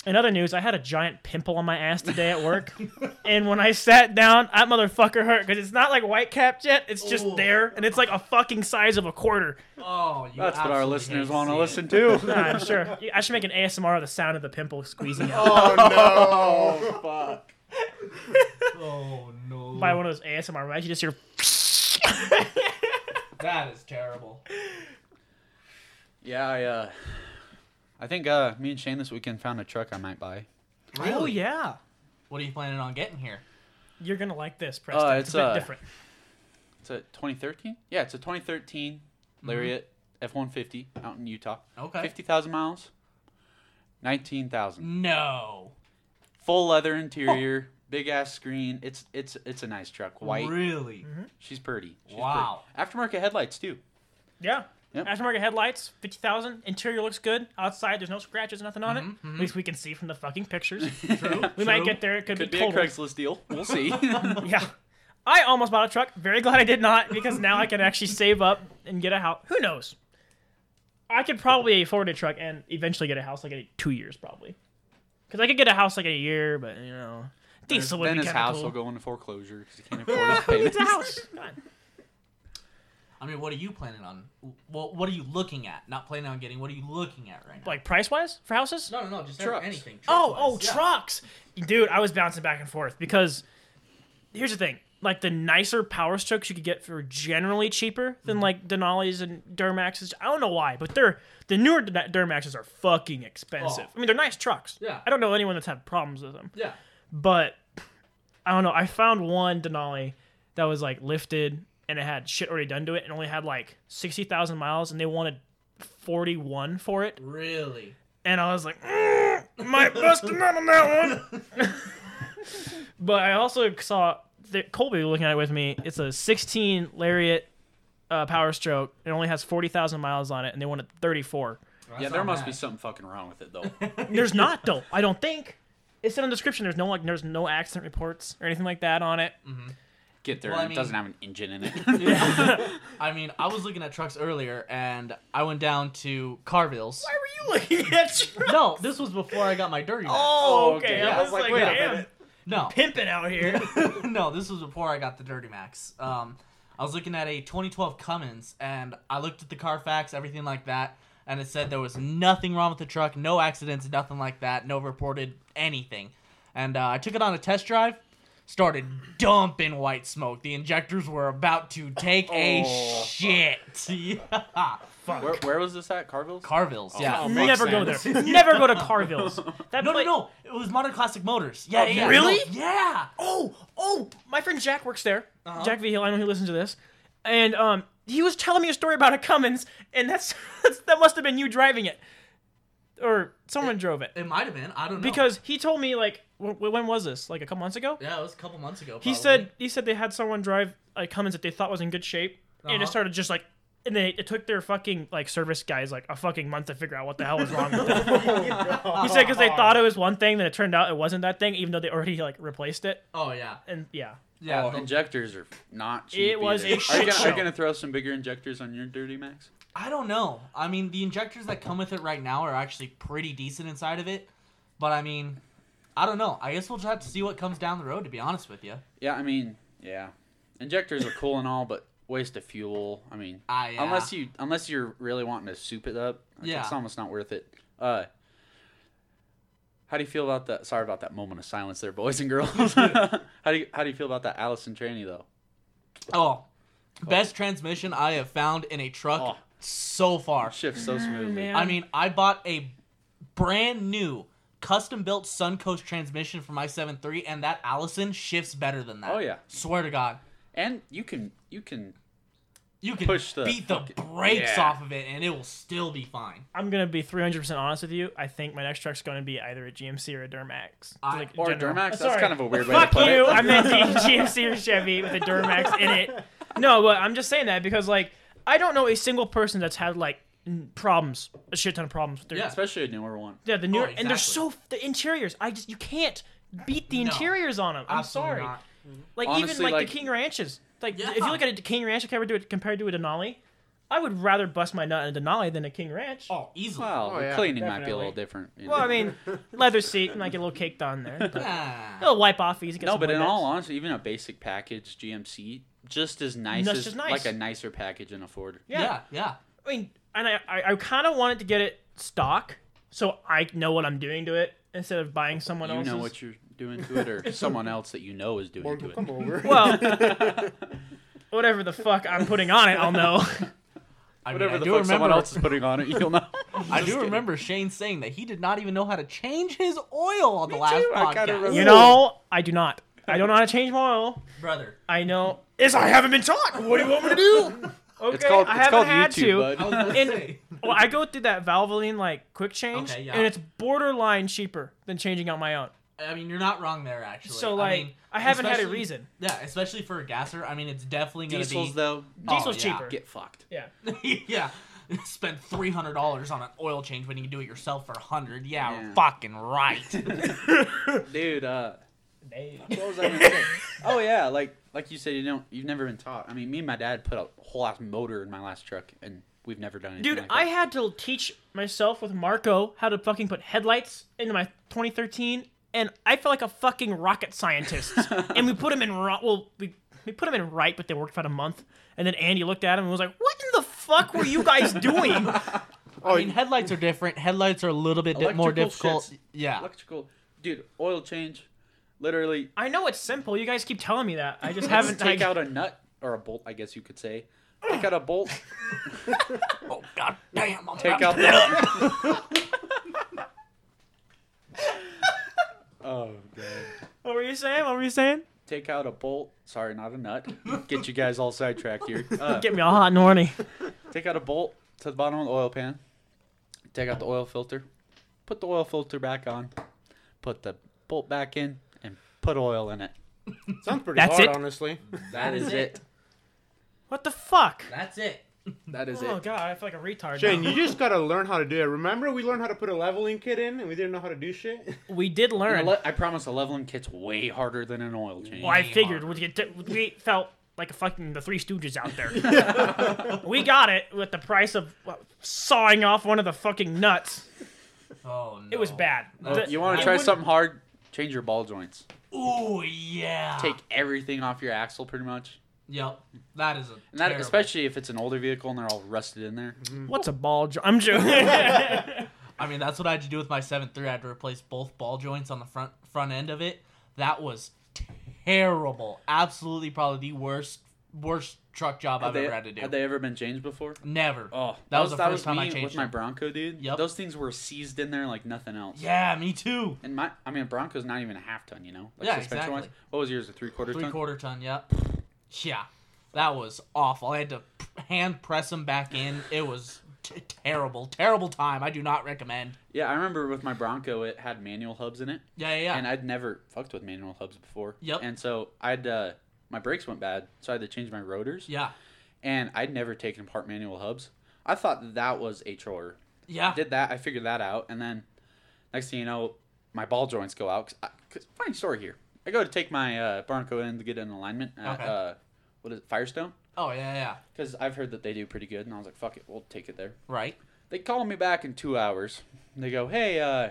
[SPEAKER 1] In other news, I had a giant pimple on my ass today at work, <laughs> and when I sat down, that motherfucker hurt because it's not like white cap yet; it's just
[SPEAKER 4] Ooh.
[SPEAKER 1] there, and it's like a fucking size of a quarter.
[SPEAKER 4] Oh, you
[SPEAKER 2] That's what our
[SPEAKER 4] absolutely hate
[SPEAKER 2] listeners
[SPEAKER 4] to
[SPEAKER 2] want to
[SPEAKER 4] see it.
[SPEAKER 2] listen to.
[SPEAKER 1] Nah, I'm sure I should make an ASMR of the sound of the pimple squeezing out
[SPEAKER 3] Oh no.
[SPEAKER 1] <laughs>
[SPEAKER 2] oh fuck!
[SPEAKER 4] Oh no.
[SPEAKER 1] by one of those ASMR mics. You just hear.
[SPEAKER 4] That
[SPEAKER 1] <laughs>
[SPEAKER 4] is terrible.
[SPEAKER 2] Yeah, I, uh, I think uh, me and Shane this weekend found a truck I might buy.
[SPEAKER 1] Oh yeah,
[SPEAKER 4] What are you planning on getting here?
[SPEAKER 1] you're gonna like this, Preston.
[SPEAKER 2] Uh,
[SPEAKER 1] it's,
[SPEAKER 2] it's,
[SPEAKER 1] a bit
[SPEAKER 2] uh,
[SPEAKER 1] different.
[SPEAKER 2] It's a 2013. Yeah, it's a 2013 Lariat F150 out in Utah.
[SPEAKER 4] Okay.
[SPEAKER 2] 50,000 miles. 19,000.
[SPEAKER 4] No.
[SPEAKER 2] Full leather interior, big ass screen. It's it's it's a nice truck. White.
[SPEAKER 4] Really?
[SPEAKER 1] Mm-hmm.
[SPEAKER 2] She's pretty. She's
[SPEAKER 4] Wow.
[SPEAKER 2] pretty. Aftermarket headlights too.
[SPEAKER 1] Yeah.
[SPEAKER 2] Yep.
[SPEAKER 1] Aftermarket headlights, fifty thousand. Interior looks good. Outside, there's no scratches, nothing on
[SPEAKER 4] Mhm,
[SPEAKER 1] it.
[SPEAKER 4] mhm.
[SPEAKER 1] At least we can see from the fucking pictures.
[SPEAKER 4] True.
[SPEAKER 1] we might get there. It could,
[SPEAKER 2] Could
[SPEAKER 1] be
[SPEAKER 2] be a
[SPEAKER 1] total.
[SPEAKER 2] Craigslist deal. We'll see.
[SPEAKER 1] Yeah. I almost bought a truck. Very glad I did not because now I can actually save up and get a house. Who knows? I could probably afford a truck and eventually get a house like in two years probably. Because I could get a house like in a year, but you know, diesel would
[SPEAKER 2] then
[SPEAKER 1] be
[SPEAKER 2] his
[SPEAKER 1] kind
[SPEAKER 2] house
[SPEAKER 1] of cool.
[SPEAKER 2] will go into foreclosure because he can't afford his
[SPEAKER 1] It's
[SPEAKER 2] payments.
[SPEAKER 1] a house. <laughs> Come on.
[SPEAKER 4] I mean, what are you planning on? Well, what are you looking at? Not planning on getting. What are you looking at right now?
[SPEAKER 1] Like price wise for houses?
[SPEAKER 4] no, no, no. Just
[SPEAKER 2] Trucks.
[SPEAKER 4] anything.
[SPEAKER 1] Oh, oh,
[SPEAKER 4] truck-wise. Yeah.
[SPEAKER 1] trucks, dude! I was bouncing back and forth because here's the thing: like the nicer Power Strokes you could get for generally cheaper than
[SPEAKER 4] Mm-hmm.
[SPEAKER 1] like Denali's and Duramaxes. I don't know why, but they're the newer D- Duramaxes are fucking expensive.
[SPEAKER 4] Oh.
[SPEAKER 1] I mean, they're nice trucks.
[SPEAKER 4] Yeah.
[SPEAKER 1] I don't know anyone that's had problems with them,
[SPEAKER 4] Yeah.
[SPEAKER 1] but I don't know. I found one Denali that was like lifted and it had shit already done to it, and only had like sixty thousand miles, and they wanted forty one for it,
[SPEAKER 4] Really?
[SPEAKER 1] and I was like, "Mm, might bust a nut on that one. <laughs> but I also saw that Colby was looking at it with me. It's a 16 Lariat uh, Power Stroke. It only has 40,000 miles on it, and they wanted 34.
[SPEAKER 2] yeah, there must be
[SPEAKER 4] <laughs>
[SPEAKER 2] something fucking wrong with it though.
[SPEAKER 1] <laughs> There's not though. I don't think. It said in the description there's no like there's no accident reports or anything like that on it.
[SPEAKER 2] Get there,
[SPEAKER 4] Well, I
[SPEAKER 2] and it doesn't
[SPEAKER 4] mean-
[SPEAKER 2] have an engine in
[SPEAKER 4] <laughs>
[SPEAKER 2] it. <laughs>
[SPEAKER 1] <laughs>
[SPEAKER 4] I mean, I was looking at trucks earlier, and I went down to Carville's.
[SPEAKER 1] Why were you looking at? <laughs> Truck?
[SPEAKER 4] No, this was before I got my dirty. Back.
[SPEAKER 1] Oh, okay.
[SPEAKER 2] okay.
[SPEAKER 1] I,
[SPEAKER 2] Yeah,
[SPEAKER 1] was like, wait
[SPEAKER 2] a
[SPEAKER 1] damn,
[SPEAKER 2] minute.
[SPEAKER 4] no,
[SPEAKER 1] pimping out here.
[SPEAKER 4] <laughs> no, this was before I got the Dirty Max. Um, I was looking at a 2012 Cummins, and I looked at the Carfax, everything like that, and it said there was nothing wrong with the truck, no accidents, nothing like that, no reported anything. And uh, I took it on a test drive, started dumping white smoke. The injectors were about to take a
[SPEAKER 2] Oh,
[SPEAKER 4] shit. <laughs> Yeah.
[SPEAKER 2] where, where was this at? Carville's.
[SPEAKER 4] Carville's, yeah.
[SPEAKER 2] Oh,
[SPEAKER 1] <laughs>
[SPEAKER 2] makes
[SPEAKER 1] Never go
[SPEAKER 2] sense.
[SPEAKER 1] there. Never go to <laughs> Carville's. That
[SPEAKER 4] No, no,
[SPEAKER 1] place-
[SPEAKER 4] no. It was Modern Classic Motors. Yeah, yeah. yeah.
[SPEAKER 1] Really?
[SPEAKER 4] No, yeah.
[SPEAKER 1] Oh, oh, my friend Jack works there.
[SPEAKER 4] Uh-huh.
[SPEAKER 1] Jack V Hill, I know he listens to this. And um he was telling me a story about a Cummins and that's, <laughs> that's that must have been you driving it. Or someone drove it.
[SPEAKER 4] It might have been. I don't know.
[SPEAKER 1] Because he told me like when, when was this? Like a couple months ago?
[SPEAKER 4] yeah, it was a couple months ago.
[SPEAKER 1] He
[SPEAKER 4] probably.
[SPEAKER 1] said he said they had someone drive a Cummins that they thought was in good shape and
[SPEAKER 4] Uh-huh.
[SPEAKER 1] it started just like and they it took their fucking like service guys like a fucking month to figure out what the hell was wrong with it.
[SPEAKER 4] <laughs>
[SPEAKER 3] <laughs>
[SPEAKER 1] he said because they thought it was one thing, then it turned out it wasn't that thing, even though they already like replaced it.
[SPEAKER 4] Oh yeah,
[SPEAKER 1] And yeah,
[SPEAKER 4] yeah.
[SPEAKER 2] oh,
[SPEAKER 4] the-
[SPEAKER 2] injectors are not cheap.
[SPEAKER 1] It was
[SPEAKER 2] either.
[SPEAKER 1] a shit
[SPEAKER 2] are you gonna, Are
[SPEAKER 1] show.
[SPEAKER 2] you gonna throw some bigger injectors on your dirty Max?
[SPEAKER 4] I don't know. I mean, the injectors that come with it right now are actually pretty decent inside of it, but I mean, I don't know. I guess we'll just have to see what comes down the road. To be honest with you,
[SPEAKER 2] Yeah, I mean, yeah, injectors are cool and all, but waste of fuel. I mean,
[SPEAKER 1] Ah,
[SPEAKER 4] I uh, yeah.
[SPEAKER 2] unless you unless you're really wanting to soup it up, like,
[SPEAKER 4] Yeah.
[SPEAKER 2] it's almost not worth it. Uh, how do you feel about that? Sorry about that moment of silence there, boys and
[SPEAKER 1] <laughs>
[SPEAKER 2] girls. <laughs> how do you how do you feel about that Allison Tranny though?
[SPEAKER 4] oh, best transmission I have found in a truck
[SPEAKER 2] Oh.
[SPEAKER 4] so far.
[SPEAKER 2] Shifts so smoothly.
[SPEAKER 1] man.
[SPEAKER 4] I mean, I bought a brand new custom built Suncoast transmission for my 7.3, and that Allison shifts better than that.
[SPEAKER 2] Oh, yeah.
[SPEAKER 4] Swear to God.
[SPEAKER 2] And you can you can
[SPEAKER 4] You can
[SPEAKER 2] Push the
[SPEAKER 4] beat the
[SPEAKER 2] fucking-
[SPEAKER 4] brakes
[SPEAKER 2] Yeah.
[SPEAKER 4] off of it, and it will still be fine.
[SPEAKER 1] I'm gonna be 300 percent honest with you. I think my next truck's gonna be either a GMC or a Duramax.
[SPEAKER 4] I-
[SPEAKER 1] Like,
[SPEAKER 2] or
[SPEAKER 1] general-
[SPEAKER 2] Duramax.
[SPEAKER 1] Oh,
[SPEAKER 2] That's
[SPEAKER 1] sorry.
[SPEAKER 2] kind of a weird way to
[SPEAKER 1] Fuck
[SPEAKER 2] put
[SPEAKER 1] you.
[SPEAKER 2] it.
[SPEAKER 1] I meant the <laughs> GMC or Chevy with a Duramax in it. No, but I'm just saying that because like I don't know a single person that's had like n- problems, a shit ton of problems. With their,
[SPEAKER 4] Yeah.
[SPEAKER 2] Especially a newer one.
[SPEAKER 1] yeah, the new
[SPEAKER 4] Oh,
[SPEAKER 1] and they're
[SPEAKER 4] exactly.
[SPEAKER 1] so the interiors. I just you can't beat the
[SPEAKER 4] No.
[SPEAKER 1] interiors on them. I'm
[SPEAKER 4] Absolutely
[SPEAKER 1] sorry.
[SPEAKER 4] not.
[SPEAKER 1] Like even
[SPEAKER 2] Honestly,
[SPEAKER 1] like,
[SPEAKER 2] like-
[SPEAKER 1] the King Ranches. Like
[SPEAKER 4] Yeah.
[SPEAKER 1] if you look at a King Ranch compared to a, compared to a Denali, I would rather bust my nut in a Denali than a King Ranch.
[SPEAKER 4] Oh, easily.
[SPEAKER 2] Well,
[SPEAKER 3] Oh,
[SPEAKER 2] the
[SPEAKER 3] yeah,
[SPEAKER 2] cleaning might be a
[SPEAKER 1] definitely.
[SPEAKER 2] little different. you
[SPEAKER 1] Well,
[SPEAKER 2] know.
[SPEAKER 1] I mean, leather seat and I get a little caked on there. but
[SPEAKER 2] <laughs>
[SPEAKER 4] Ah.
[SPEAKER 1] It'll wipe off easy. get
[SPEAKER 2] no,
[SPEAKER 1] some
[SPEAKER 2] but in
[SPEAKER 1] Windex.
[SPEAKER 2] all honesty, even a basic package GMC just as nice
[SPEAKER 1] That's
[SPEAKER 2] as
[SPEAKER 1] just nice.
[SPEAKER 2] like a nicer package in a Ford.
[SPEAKER 1] yeah.
[SPEAKER 4] yeah, yeah.
[SPEAKER 1] I mean, and I, I, I kind of wanted to get it stock so I know what I'm doing to it instead of buying someone
[SPEAKER 2] you
[SPEAKER 1] else's.
[SPEAKER 2] know what you're doing to it,
[SPEAKER 1] <laughs>
[SPEAKER 2] or someone else that you know is doing
[SPEAKER 3] Won't
[SPEAKER 2] to
[SPEAKER 3] you
[SPEAKER 2] it.
[SPEAKER 3] come over.
[SPEAKER 1] well,
[SPEAKER 2] <laughs>
[SPEAKER 1] whatever the fuck I'm putting on it, I'll
[SPEAKER 4] <laughs>
[SPEAKER 1] know.
[SPEAKER 4] I mean,
[SPEAKER 2] Whatever
[SPEAKER 4] I
[SPEAKER 2] the
[SPEAKER 4] do
[SPEAKER 2] fuck
[SPEAKER 4] remember,
[SPEAKER 2] someone else is putting on it,
[SPEAKER 1] <laughs>
[SPEAKER 2] you'll know.
[SPEAKER 4] I do remember Shane saying that he did not even know how to change his oil on the last
[SPEAKER 2] too, I
[SPEAKER 4] podcast.
[SPEAKER 2] kinda remember.
[SPEAKER 1] you know, I do not. I don't know how to change my oil.
[SPEAKER 4] Brother,
[SPEAKER 1] I know. Is I haven't been taught. What do you want me to
[SPEAKER 4] <laughs>
[SPEAKER 1] do? Okay,
[SPEAKER 2] It's called
[SPEAKER 1] I haven't
[SPEAKER 2] it's called
[SPEAKER 1] had to.
[SPEAKER 2] YouTube,
[SPEAKER 1] <laughs>
[SPEAKER 2] bud.
[SPEAKER 4] I was gonna
[SPEAKER 1] And-
[SPEAKER 4] say.
[SPEAKER 1] Well, I go through that Valvoline like quick change,
[SPEAKER 4] Okay, yeah.
[SPEAKER 1] and it's borderline cheaper than changing out my own.
[SPEAKER 4] I mean, you're not wrong there, actually.
[SPEAKER 1] So
[SPEAKER 4] I
[SPEAKER 1] like, I,
[SPEAKER 4] mean,
[SPEAKER 1] haven't had a
[SPEAKER 4] especially-
[SPEAKER 1] reason.
[SPEAKER 4] Yeah, especially for a gasser. I mean, it's definitely going to be.
[SPEAKER 2] Diesels though,
[SPEAKER 1] Diesel's
[SPEAKER 4] Oh, yeah.
[SPEAKER 1] cheaper.
[SPEAKER 2] get fucked.
[SPEAKER 1] Yeah.
[SPEAKER 4] <laughs> yeah. Spend three hundred dollars on an oil change when you can do it yourself for a hundred. Yeah,
[SPEAKER 2] Yeah. <laughs>
[SPEAKER 4] fucking right.
[SPEAKER 2] Dude, uh, <laughs> what was I gonna say? oh yeah, like like you said, you don't you've never been taught. I mean, me and my dad put a whole ass motor in my last truck, and we've never done anything.
[SPEAKER 1] Dude,
[SPEAKER 2] like
[SPEAKER 1] I
[SPEAKER 2] that.
[SPEAKER 1] had to teach myself with Marco how to fucking put headlights into my 2013, and I felt like a fucking rocket scientist.
[SPEAKER 2] <laughs>
[SPEAKER 1] and we put him in ro- well, we we put him in right, but they worked for about a month. And then Andy looked at him and was like, "What in the fuck were you
[SPEAKER 2] <laughs>
[SPEAKER 1] guys doing?"
[SPEAKER 4] I mean, headlights are different. Headlights are a little bit di- more
[SPEAKER 2] Electrical
[SPEAKER 4] difficult.
[SPEAKER 2] shit's-
[SPEAKER 4] Yeah,
[SPEAKER 2] electrical. Dude, oil change, literally
[SPEAKER 1] I know it's simple. You guys keep telling me that. I just
[SPEAKER 2] haven't
[SPEAKER 1] haven't.
[SPEAKER 2] take
[SPEAKER 1] I,
[SPEAKER 2] out a nut or a bolt, I guess you could say. Take out
[SPEAKER 1] <laughs>
[SPEAKER 2] a bolt.
[SPEAKER 4] Oh god damn! I'm
[SPEAKER 2] Take
[SPEAKER 4] about
[SPEAKER 2] out
[SPEAKER 4] to- <laughs>
[SPEAKER 2] the. <laughs> oh god.
[SPEAKER 1] What were you saying? What were you saying?
[SPEAKER 2] Take out a bolt. Sorry, not a nut. Get you guys all sidetracked here. Uh,
[SPEAKER 1] Get me all hot and horny.
[SPEAKER 2] take out a bolt to the bottom of the oil pan. Take out the oil filter. Put the oil filter back on. Put the bolt back in and put oil in it.
[SPEAKER 3] Sounds pretty
[SPEAKER 1] That's
[SPEAKER 3] hard,
[SPEAKER 1] it?
[SPEAKER 3] honestly.
[SPEAKER 2] That is it.
[SPEAKER 1] What the fuck?
[SPEAKER 4] That's it.
[SPEAKER 2] That is
[SPEAKER 1] Oh
[SPEAKER 2] it.
[SPEAKER 1] god, I feel like a retard.
[SPEAKER 3] Shane,
[SPEAKER 1] now.
[SPEAKER 3] you just gotta learn how to do it. Remember, we learned how to put a leveling kit in, and we didn't know how to do shit.
[SPEAKER 1] <laughs> we did
[SPEAKER 2] You know,
[SPEAKER 1] learn.
[SPEAKER 2] le- I promise a leveling kit's way harder than an oil change.
[SPEAKER 1] Well, I
[SPEAKER 4] Way
[SPEAKER 1] figured
[SPEAKER 4] harder.
[SPEAKER 1] we get we felt like fucking the Three Stooges out
[SPEAKER 4] <laughs>
[SPEAKER 1] there. we got it with the price of uh, sawing off one of the fucking nuts.
[SPEAKER 4] Oh no!
[SPEAKER 1] It was bad. The-
[SPEAKER 2] You want
[SPEAKER 1] I
[SPEAKER 2] to try
[SPEAKER 1] wouldn't-
[SPEAKER 2] something hard? Change your ball joints.
[SPEAKER 4] Ooh yeah.
[SPEAKER 2] Take everything off your axle, pretty much.
[SPEAKER 4] Yep. That is a.
[SPEAKER 2] And that,
[SPEAKER 4] terrible- Mm-hmm.
[SPEAKER 2] especially if it's an older vehicle and they're all rusted in there.
[SPEAKER 1] What's a ball? Jo- I'm
[SPEAKER 2] <laughs>
[SPEAKER 1] joking.
[SPEAKER 4] I mean, that's what I had to do with my 7.3. I had to replace both ball joints on the front front end of it. That was terrible. Absolutely, probably the worst worst truck job
[SPEAKER 2] Had
[SPEAKER 4] I've
[SPEAKER 2] they-
[SPEAKER 4] ever had to do.
[SPEAKER 2] Had they ever been changed before?
[SPEAKER 4] Never.
[SPEAKER 2] Oh,
[SPEAKER 4] that, was the
[SPEAKER 2] that was
[SPEAKER 4] first time
[SPEAKER 2] me
[SPEAKER 4] I changed.
[SPEAKER 2] with my
[SPEAKER 4] them.
[SPEAKER 2] Bronco, dude.
[SPEAKER 4] Yep.
[SPEAKER 2] Those things were seized in there like nothing else.
[SPEAKER 4] yeah, me too.
[SPEAKER 2] And my, I mean, Bronco's not even a half ton, you know? Like
[SPEAKER 4] Yeah,
[SPEAKER 2] suspension-wise.
[SPEAKER 4] exactly.
[SPEAKER 2] What was yours, a three quarter
[SPEAKER 4] Three
[SPEAKER 2] ton?
[SPEAKER 4] quarter ton. Yep. Yeah, that was awful. I had to p- hand press them back in. It was t- terrible, terrible time. I do not recommend.
[SPEAKER 2] Yeah, I remember with my Bronco, it had manual hubs in it.
[SPEAKER 4] Yeah, yeah, yeah.
[SPEAKER 2] and I'd never fucked with manual hubs before.
[SPEAKER 4] Ah. Yep.
[SPEAKER 2] And so I'd uh, my brakes went bad, so I had to change my rotors.
[SPEAKER 4] yeah.
[SPEAKER 2] and I'd never taken apart manual hubs. I thought that, that was a chore. I
[SPEAKER 4] Yeah.
[SPEAKER 2] did that. I figured that out, and then next thing you know, my ball joints go out. Cause I, cause funny story here. I go to take my uh, Barnaco in to get an alignment at
[SPEAKER 4] Okay.
[SPEAKER 2] uh, what is it, Firestone?
[SPEAKER 4] Oh yeah, yeah.
[SPEAKER 2] Because I've heard that they do pretty good, and I was like, "Fuck it, we'll take it there."
[SPEAKER 4] Right.
[SPEAKER 2] They call me back in two hours. They go, "Hey, uh,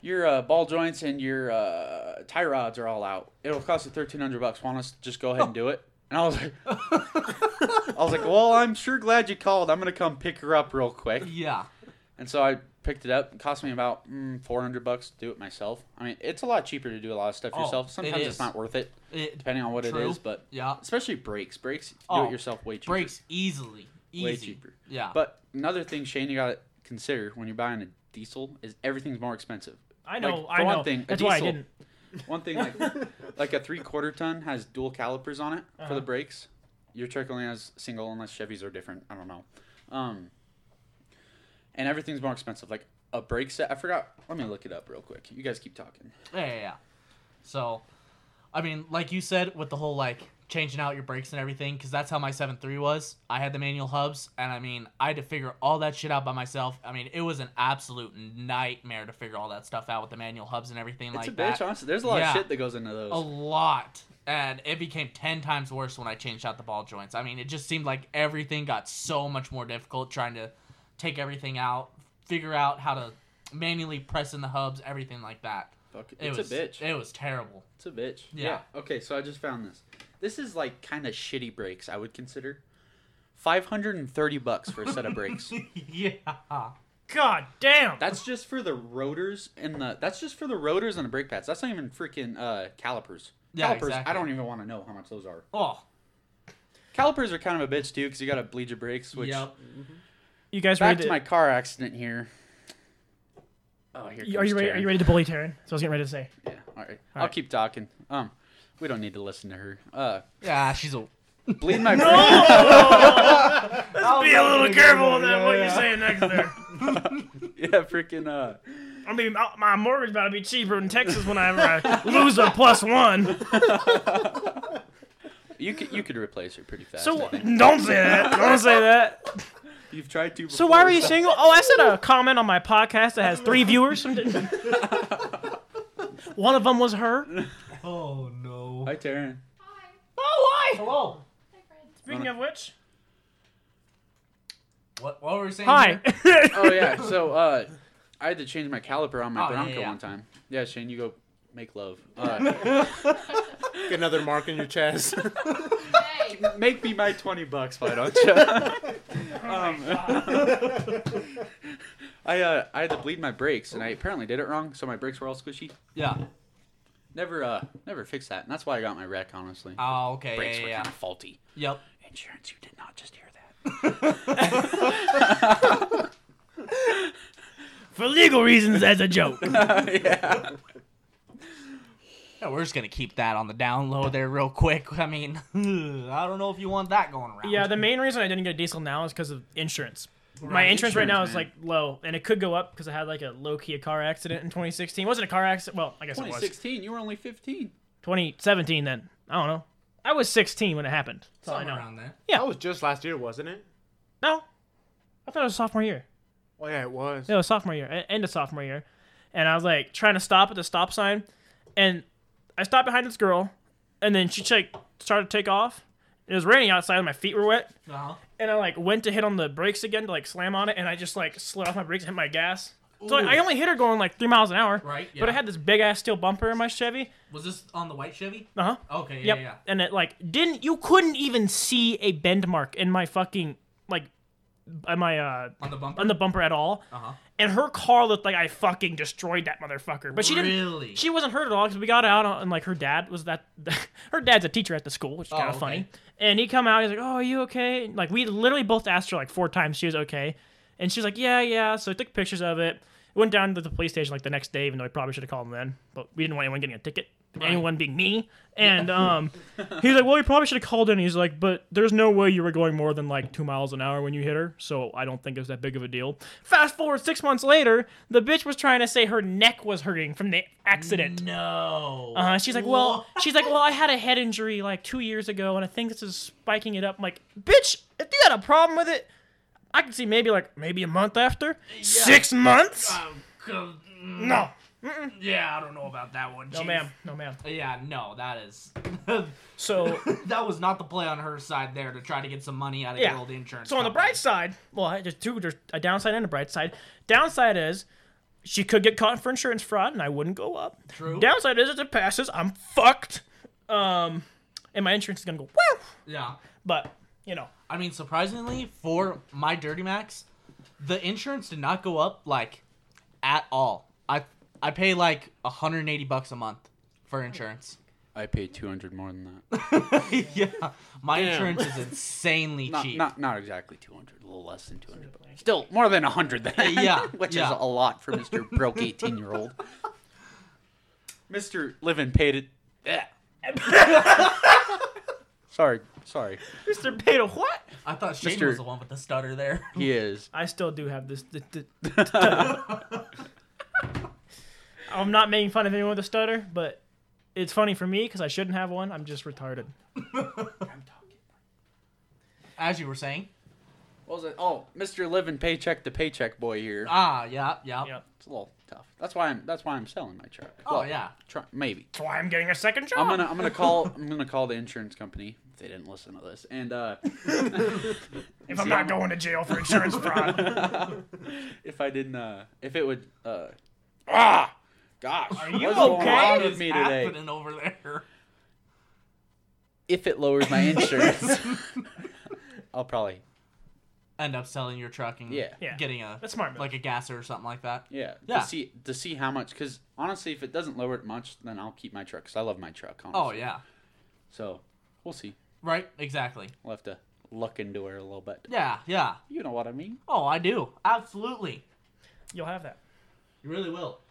[SPEAKER 2] your uh, ball joints and your uh, tie rods are all out. It'll cost you thirteen hundred bucks. Want us to just go ahead and do it?" And I was like, <laughs> "I was like, well, I'm sure glad you called. I'm gonna come pick her up real quick."
[SPEAKER 4] Yeah.
[SPEAKER 2] And so I picked it up. It cost me about mm, four hundred bucks to do it myself. I mean, it's a lot cheaper to do a lot of stuff
[SPEAKER 4] Oh,
[SPEAKER 2] yourself.
[SPEAKER 4] it
[SPEAKER 2] Sometimes
[SPEAKER 4] is.
[SPEAKER 2] it's not worth it,
[SPEAKER 4] It,
[SPEAKER 2] depending on what
[SPEAKER 4] True.
[SPEAKER 2] it is. But
[SPEAKER 4] yeah.
[SPEAKER 2] especially brakes, brakes, you do
[SPEAKER 4] Oh,
[SPEAKER 2] it yourself way cheaper.
[SPEAKER 4] Breaks easily. Easy.
[SPEAKER 2] Way cheaper.
[SPEAKER 4] Yeah.
[SPEAKER 2] But another thing, Shane, you gotta consider when you're buying a diesel is everything's more expensive.
[SPEAKER 1] I know.
[SPEAKER 2] Like,
[SPEAKER 1] I
[SPEAKER 2] for
[SPEAKER 1] know.
[SPEAKER 2] one thing, a
[SPEAKER 1] That's why I
[SPEAKER 2] diesel-
[SPEAKER 1] didn't.
[SPEAKER 2] One thing,
[SPEAKER 4] <laughs>
[SPEAKER 2] like like a three quarter ton has dual calipers on it for
[SPEAKER 1] Uh-huh.
[SPEAKER 2] the brakes. Your Turk only has single, unless Chevys are different. I don't know. Um, and everything's more expensive. Like a brake set, I forgot. Let me look it up real quick. You guys keep talking.
[SPEAKER 4] Yeah, yeah, yeah. So, I mean, like you said, with the whole like changing out your brakes and everything, because that's how my 7.3 was. I had the manual hubs, and I mean, I had to figure all that shit out by myself. I mean, it was an absolute nightmare to figure all that stuff out with the manual hubs and everything
[SPEAKER 2] It's
[SPEAKER 4] like
[SPEAKER 2] a bitch,
[SPEAKER 4] that.
[SPEAKER 2] honestly. There's a lot
[SPEAKER 4] Yeah.
[SPEAKER 2] of shit that goes into those.
[SPEAKER 4] a lot. And it became 10 times worse when I changed out the ball joints. I mean, it just seemed like everything got so much more difficult trying to take everything out, figure out how to manually press in the hubs, everything like that.
[SPEAKER 2] Fuck it.
[SPEAKER 4] It
[SPEAKER 2] It's
[SPEAKER 4] was
[SPEAKER 2] a bitch.
[SPEAKER 4] It was terrible. <laughs>
[SPEAKER 2] It's a bitch.
[SPEAKER 4] Yeah.
[SPEAKER 2] Okay, so I just found this. This is like kind of shitty brakes, I would consider. 530 bucks for a set of
[SPEAKER 1] <laughs>
[SPEAKER 2] brakes.
[SPEAKER 4] yeah.
[SPEAKER 1] God damn.
[SPEAKER 2] That's just for the rotors and the that's just for the rotors and the brake pads. That's not even freaking uh calipers.
[SPEAKER 4] Yeah,
[SPEAKER 2] calipers,
[SPEAKER 4] exactly.
[SPEAKER 2] I don't even want to know how much those are.
[SPEAKER 4] Oh.
[SPEAKER 2] Calipers are kind of a bitch too cuz you got to bleed your brakes, which
[SPEAKER 4] Yep.
[SPEAKER 1] you guys
[SPEAKER 2] back
[SPEAKER 1] ready
[SPEAKER 2] to
[SPEAKER 1] to?
[SPEAKER 2] my car accident here. Oh, here comes
[SPEAKER 1] are you ready? Are
[SPEAKER 2] Taryn.
[SPEAKER 1] you ready to bully Taryn? So I was getting ready to say.
[SPEAKER 2] Yeah. All right. I'll
[SPEAKER 1] right.
[SPEAKER 2] keep talking. Um we don't need to listen to her. Uh
[SPEAKER 4] Yeah, she's a.
[SPEAKER 1] <laughs>
[SPEAKER 2] bleed my
[SPEAKER 4] I'll
[SPEAKER 1] Be a little careful with that, what
[SPEAKER 4] Oh, yeah.
[SPEAKER 1] you're saying next
[SPEAKER 4] <laughs>
[SPEAKER 1] there.
[SPEAKER 2] brakes. <laughs> yeah, freaking uh
[SPEAKER 1] I mean, my- my mortgage about to be cheaper in Texas whenever I lose a plus
[SPEAKER 2] <laughs>
[SPEAKER 1] one.
[SPEAKER 2] You could you could replace her pretty fast.
[SPEAKER 1] So <laughs>
[SPEAKER 2] I think.
[SPEAKER 1] don't say that. Don't say that.
[SPEAKER 2] you've tried to.
[SPEAKER 1] So why were you single? Oh, I said a comment on my podcast that has three
[SPEAKER 4] <laughs>
[SPEAKER 1] viewers. One of them was her.
[SPEAKER 4] Oh no.
[SPEAKER 2] Hi, Taryn.
[SPEAKER 5] Hi.
[SPEAKER 1] Oh, why?
[SPEAKER 4] Hello.
[SPEAKER 5] Hi, friends.
[SPEAKER 1] Speaking of which,
[SPEAKER 4] What? What were we saying?
[SPEAKER 1] hi.
[SPEAKER 4] here?
[SPEAKER 2] Oh yeah. So uh, I had to change my caliper on my
[SPEAKER 4] Oh, yeah,
[SPEAKER 2] Bronco
[SPEAKER 4] yeah.
[SPEAKER 2] one time. Yeah, Shane, you go make love. Uh,
[SPEAKER 3] Get another mark in your <laughs> chest.
[SPEAKER 5] Hey.
[SPEAKER 2] <laughs> make me my twenty bucks, why don't <laughs> you? um, I uh, I had to bleed my brakes, and I apparently did it wrong, so my brakes were all squishy.
[SPEAKER 4] Yeah.
[SPEAKER 2] Never uh, never fixed that, and that's why I got my wreck. Honestly,
[SPEAKER 4] Oh, okay.
[SPEAKER 2] brakes
[SPEAKER 4] yeah,
[SPEAKER 2] were
[SPEAKER 4] yeah,
[SPEAKER 2] kind of faulty.
[SPEAKER 4] yeah.
[SPEAKER 2] Insurance, you did not just hear that.
[SPEAKER 1] <laughs> For legal reasons, that's a joke.
[SPEAKER 2] yeah.
[SPEAKER 4] Yep. Yeah, we're just gonna keep that on the down low there, real quick. <laughs> I mean, I don't know if you want that going around.
[SPEAKER 1] <laughs> Yeah, the main reason I didn't get a diesel now is because of insurance. My
[SPEAKER 4] Right,
[SPEAKER 1] insurance right now
[SPEAKER 2] insurance,
[SPEAKER 1] is
[SPEAKER 2] man.
[SPEAKER 1] like low, and it could go up because I had like a low key car accident in 2016. wasn't a car accident. Well, I guess it was
[SPEAKER 2] 2016, you were only 15.
[SPEAKER 1] 2017. Then I don't know. I was 16 when it happened. That's all I
[SPEAKER 4] Somewhere
[SPEAKER 1] know.
[SPEAKER 4] around there.
[SPEAKER 1] Yeah.
[SPEAKER 3] That was just last year, wasn't it?
[SPEAKER 1] No, I thought it was sophomore year.
[SPEAKER 3] Oh yeah, it was.
[SPEAKER 1] No, sophomore year, e- end of sophomore year, and I was like trying to stop at the stop sign, and I stopped behind this girl, and then she like started to take off. It was raining outside, and my feet were wet,
[SPEAKER 4] Uh-huh.
[SPEAKER 1] and I like went to hit on the brakes again to like slam on it, and I just like slid off my brakes and hit my gas. So like,
[SPEAKER 4] Ooh.
[SPEAKER 1] I only hit her going like three miles an hour,
[SPEAKER 4] Right,
[SPEAKER 1] But
[SPEAKER 4] yeah.
[SPEAKER 1] I had this big ass steel bumper in my Chevy.
[SPEAKER 4] Was this on the white Chevy?
[SPEAKER 1] Uh huh.
[SPEAKER 4] Okay. Oh, Yeah.
[SPEAKER 1] Yep.
[SPEAKER 4] Yeah.
[SPEAKER 1] And it like didn't you couldn't even see a bend mark in my fucking like on my uh
[SPEAKER 4] On the bumper.
[SPEAKER 1] on the bumper at all.
[SPEAKER 4] Uh huh.
[SPEAKER 1] and her car looked like I fucking destroyed that motherfucker. But she didn't.
[SPEAKER 4] Really?
[SPEAKER 1] She wasn't hurt at all because we got out uh, and like her dad was that. <laughs> her dad's a teacher at the school, which is
[SPEAKER 4] Oh,
[SPEAKER 1] kind of
[SPEAKER 4] okay.
[SPEAKER 1] funny. And he come out, he's like, "Oh, are you okay?" And, like we literally both asked her like four times she was okay, and she was like, "Yeah, yeah." So I took pictures of it. Went down to the police station like the next day, even though I probably should have called them then. But we didn't want anyone getting a ticket. anyone being me. And um,
[SPEAKER 4] <laughs>
[SPEAKER 1] he's like, well, you probably should have called in. He's like, but there's no way you were going more than like two miles an hour when you hit her, so I don't think it was that big of a deal. Fast forward six months later, the bitch was trying to say her neck was hurting from the accident.
[SPEAKER 4] No.
[SPEAKER 1] Uh, she's like, well, she's like, well, I had a head injury like two years ago, and I think this is spiking it up. I'm like, bitch, if you had a problem with it, I can see maybe like maybe a month after, six months.
[SPEAKER 4] no.
[SPEAKER 1] Uh-huh. No,
[SPEAKER 4] Um, mm, Yeah, I don't know about that one. Uh,
[SPEAKER 1] no, ma'am, no, ma'am.
[SPEAKER 4] Yeah, no, that is. <laughs>
[SPEAKER 1] So,
[SPEAKER 4] that was not the play on her side there to try to get some money out of
[SPEAKER 1] Yeah.
[SPEAKER 4] your old insurance.
[SPEAKER 1] so on the
[SPEAKER 4] company.
[SPEAKER 1] bright side, well, there's two, there's a downside and a bright side. Downside is. She could get caught for insurance fraud, and I wouldn't go up.
[SPEAKER 4] True.
[SPEAKER 1] Downside is if it passes, I'm fucked. Um, and my insurance is gonna go woo.
[SPEAKER 4] Yeah.
[SPEAKER 1] But you know,
[SPEAKER 4] I mean, surprisingly, for my Dirty Max, the insurance did not go up like at all. I I pay like 180 bucks a month for insurance. <laughs>
[SPEAKER 2] I paid 200 more than that.
[SPEAKER 4] yeah, my
[SPEAKER 3] Damn.
[SPEAKER 4] insurance is insanely
[SPEAKER 2] Not,
[SPEAKER 4] cheap.
[SPEAKER 2] not not exactly 200, a little less than 200, but still more than 100 then.
[SPEAKER 4] Yeah,
[SPEAKER 2] <laughs> which
[SPEAKER 4] yeah.
[SPEAKER 2] is a lot for Mr. broke 18 year <laughs> old. Mr. Livin paid it. Yeah. <laughs> sorry, sorry.
[SPEAKER 1] Mister Beta, what?
[SPEAKER 4] I thought Shane
[SPEAKER 2] Mr.
[SPEAKER 4] was the one with the stutter there.
[SPEAKER 2] He is.
[SPEAKER 1] I still do have this. th- th- <laughs> I'm not making fun of anyone with a stutter, but it's funny for me because I shouldn't have one. I'm just retarded.
[SPEAKER 4] As you were saying.
[SPEAKER 2] What was it? Oh, Mr. Livin paycheck to paycheck boy here.
[SPEAKER 4] Ah, yeah, yeah.
[SPEAKER 1] Yeah.
[SPEAKER 2] Uh, It's a little tough. That's why I'm that's why I'm selling my truck.
[SPEAKER 4] Oh
[SPEAKER 2] Well,
[SPEAKER 4] yeah.
[SPEAKER 2] try, maybe.
[SPEAKER 1] That's why I'm getting a second job.
[SPEAKER 2] I'm gonna I'm gonna call I'm gonna call the insurance company if they didn't listen to this and uh
[SPEAKER 1] if I'm not going to jail for
[SPEAKER 4] <laughs>
[SPEAKER 1] insurance fraud.
[SPEAKER 2] <laughs> if I didn't uh if it would uh ah gosh
[SPEAKER 4] Are you
[SPEAKER 2] what's
[SPEAKER 1] okay?
[SPEAKER 2] going on
[SPEAKER 4] What
[SPEAKER 2] with
[SPEAKER 4] is
[SPEAKER 2] me today
[SPEAKER 4] happening over there? <laughs>
[SPEAKER 2] if it lowers my
[SPEAKER 4] <laughs>
[SPEAKER 2] insurance <laughs> I'll probably
[SPEAKER 4] End up selling your truck and
[SPEAKER 2] Yeah.
[SPEAKER 1] Yeah.
[SPEAKER 4] getting a
[SPEAKER 1] That's smart.
[SPEAKER 4] like a gasser or something like that.
[SPEAKER 2] yeah,
[SPEAKER 4] Yeah.
[SPEAKER 2] to see to see how much because honestly if it doesn't lower it much then I'll keep my truck because I love my truck honestly.
[SPEAKER 4] Oh yeah.
[SPEAKER 2] so we'll see
[SPEAKER 4] Right. Exactly.
[SPEAKER 2] we'll have to look into her a little bit
[SPEAKER 4] Yeah. Yeah.
[SPEAKER 2] you know what I mean
[SPEAKER 4] Oh, I do. Absolutely.
[SPEAKER 1] You'll have that.
[SPEAKER 4] You really will.
[SPEAKER 1] <sighs>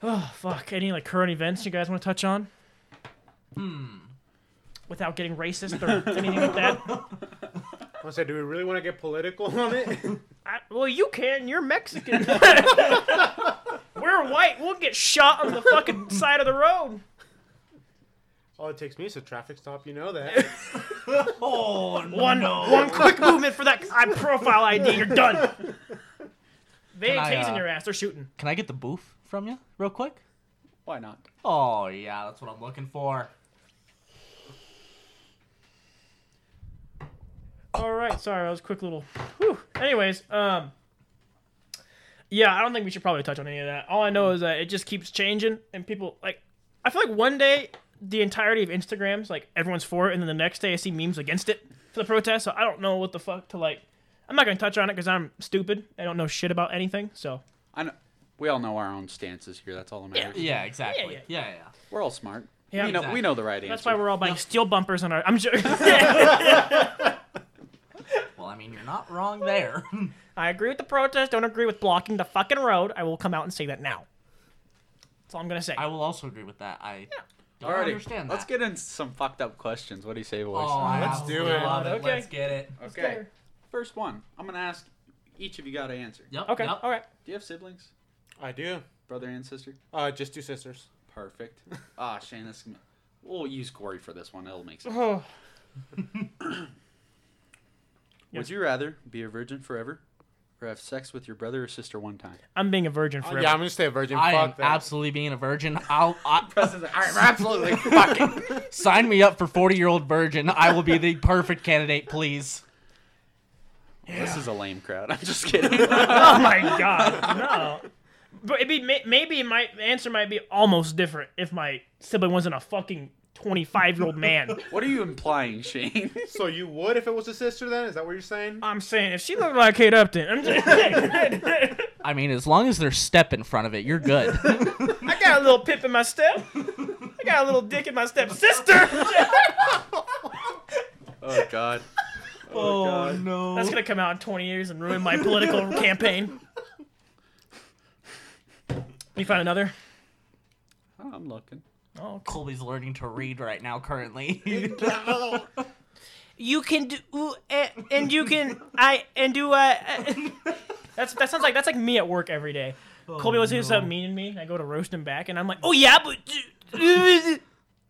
[SPEAKER 1] Oh fuck! Any like current events you guys want to touch on
[SPEAKER 4] Hmm.
[SPEAKER 1] without getting racist or <laughs> anything like that?
[SPEAKER 3] I said, do we really want to get political on it? <laughs>
[SPEAKER 1] I, well, you can. You're <laughs> Mexican. We're white. We'll get shot on the <laughs> fucking side of the road.
[SPEAKER 3] All it takes me is a traffic stop. You know that.
[SPEAKER 4] Oh no.
[SPEAKER 1] One one quick movement for that I profile ID, you're done. <laughs> They ain't
[SPEAKER 4] Can I,
[SPEAKER 1] tasing
[SPEAKER 4] uh,
[SPEAKER 1] your ass, they're shooting.
[SPEAKER 4] Can I get the boof from you real quick?
[SPEAKER 2] why not
[SPEAKER 4] Oh yeah, that's what I'm looking for.
[SPEAKER 1] All right, sorry, that was a quick little. Whew. Anyways, um, yeah, I don't think we should probably touch on any of that. All I know is that it just keeps changing, and people like, I feel like one day the entirety of Instagrams like everyone's for it, and then the next day I see memes against it for the protest. So I don't know what the fuck to like. I'm not gonna touch on it because I'm stupid. I don't know shit about anything. So
[SPEAKER 2] I know we all know our own stances here that's all that matters
[SPEAKER 4] Yeah, exactly.
[SPEAKER 1] yeah,
[SPEAKER 4] Yeah, yeah.
[SPEAKER 2] we're all smart
[SPEAKER 1] Yeah,
[SPEAKER 2] we know
[SPEAKER 4] exactly.
[SPEAKER 2] we know the right answer
[SPEAKER 1] that's why we're all buying
[SPEAKER 4] Yeah.
[SPEAKER 1] steel bumpers on our. I'm
[SPEAKER 4] <laughs>
[SPEAKER 1] joking.
[SPEAKER 4] Well, I mean, you're not wrong there. <laughs>
[SPEAKER 1] I agree with the protest. Don't agree with blocking the fucking road. I will come out and say that now. That's all I'm gonna say.
[SPEAKER 4] I will also agree with that. I don't
[SPEAKER 2] Alrighty,
[SPEAKER 4] understand that.
[SPEAKER 2] Let's get into some fucked up questions. What do you say, boys?
[SPEAKER 4] Oh, I
[SPEAKER 3] Let's
[SPEAKER 4] absolutely
[SPEAKER 3] do it.
[SPEAKER 4] Love it.
[SPEAKER 1] Okay.
[SPEAKER 4] Let's get it.
[SPEAKER 2] okay. First one. I'm gonna ask each of you got to answer.
[SPEAKER 4] Yep.
[SPEAKER 1] Okay.
[SPEAKER 4] Yep.
[SPEAKER 1] All right.
[SPEAKER 2] Do you have siblings?
[SPEAKER 3] I do.
[SPEAKER 2] Brother and sister?
[SPEAKER 3] Uh, just two sisters.
[SPEAKER 2] <laughs> Perfect. Ah, Shane, this. We'll use Corey for this one. It'll make sense.
[SPEAKER 1] Oh,
[SPEAKER 2] Would you rather be a virgin forever, or have sex with your brother or sister one time?
[SPEAKER 1] I'm being a virgin
[SPEAKER 3] Uh,
[SPEAKER 1] forever.
[SPEAKER 3] yeah, I'm gonna stay a virgin.
[SPEAKER 4] I am
[SPEAKER 3] Fuck that.
[SPEAKER 4] absolutely being a virgin. I'll I,
[SPEAKER 2] absolutely fucking.
[SPEAKER 4] sign me up for forty-year-old virgin. I will be the perfect candidate, please.
[SPEAKER 2] <laughs> This is a lame crowd. I'm just kidding. <laughs>
[SPEAKER 1] oh my god, no. But it'd be may- maybe my answer might be almost different if my sibling wasn't a fucking 25 year old man.
[SPEAKER 2] what are you implying, Shane?
[SPEAKER 3] so you would if it was a sister? Then is that what you're saying?
[SPEAKER 1] I'm saying if she looked like Kate Upton, I'm just I
[SPEAKER 4] I mean, as long as there's step in front of it, you're good. <laughs>
[SPEAKER 1] got a little pip in my step. I got a little dick in my step sister.
[SPEAKER 2] oh God. Oh, God.
[SPEAKER 4] no.
[SPEAKER 1] That's gonna come out in 20 years and ruin my political campaign. You find another?
[SPEAKER 2] Oh, I'm looking.
[SPEAKER 1] Oh, okay.
[SPEAKER 4] Colby's learning to read right now. Currently,
[SPEAKER 1] You can do ooh, eh, and you can I and do uh, eh. That's that sounds like that's like me at work every day.
[SPEAKER 4] Oh,
[SPEAKER 1] Colby always hears something mean to me. and I go to roast him back, and I'm like, oh yeah, but
[SPEAKER 4] <laughs>
[SPEAKER 1] <laughs>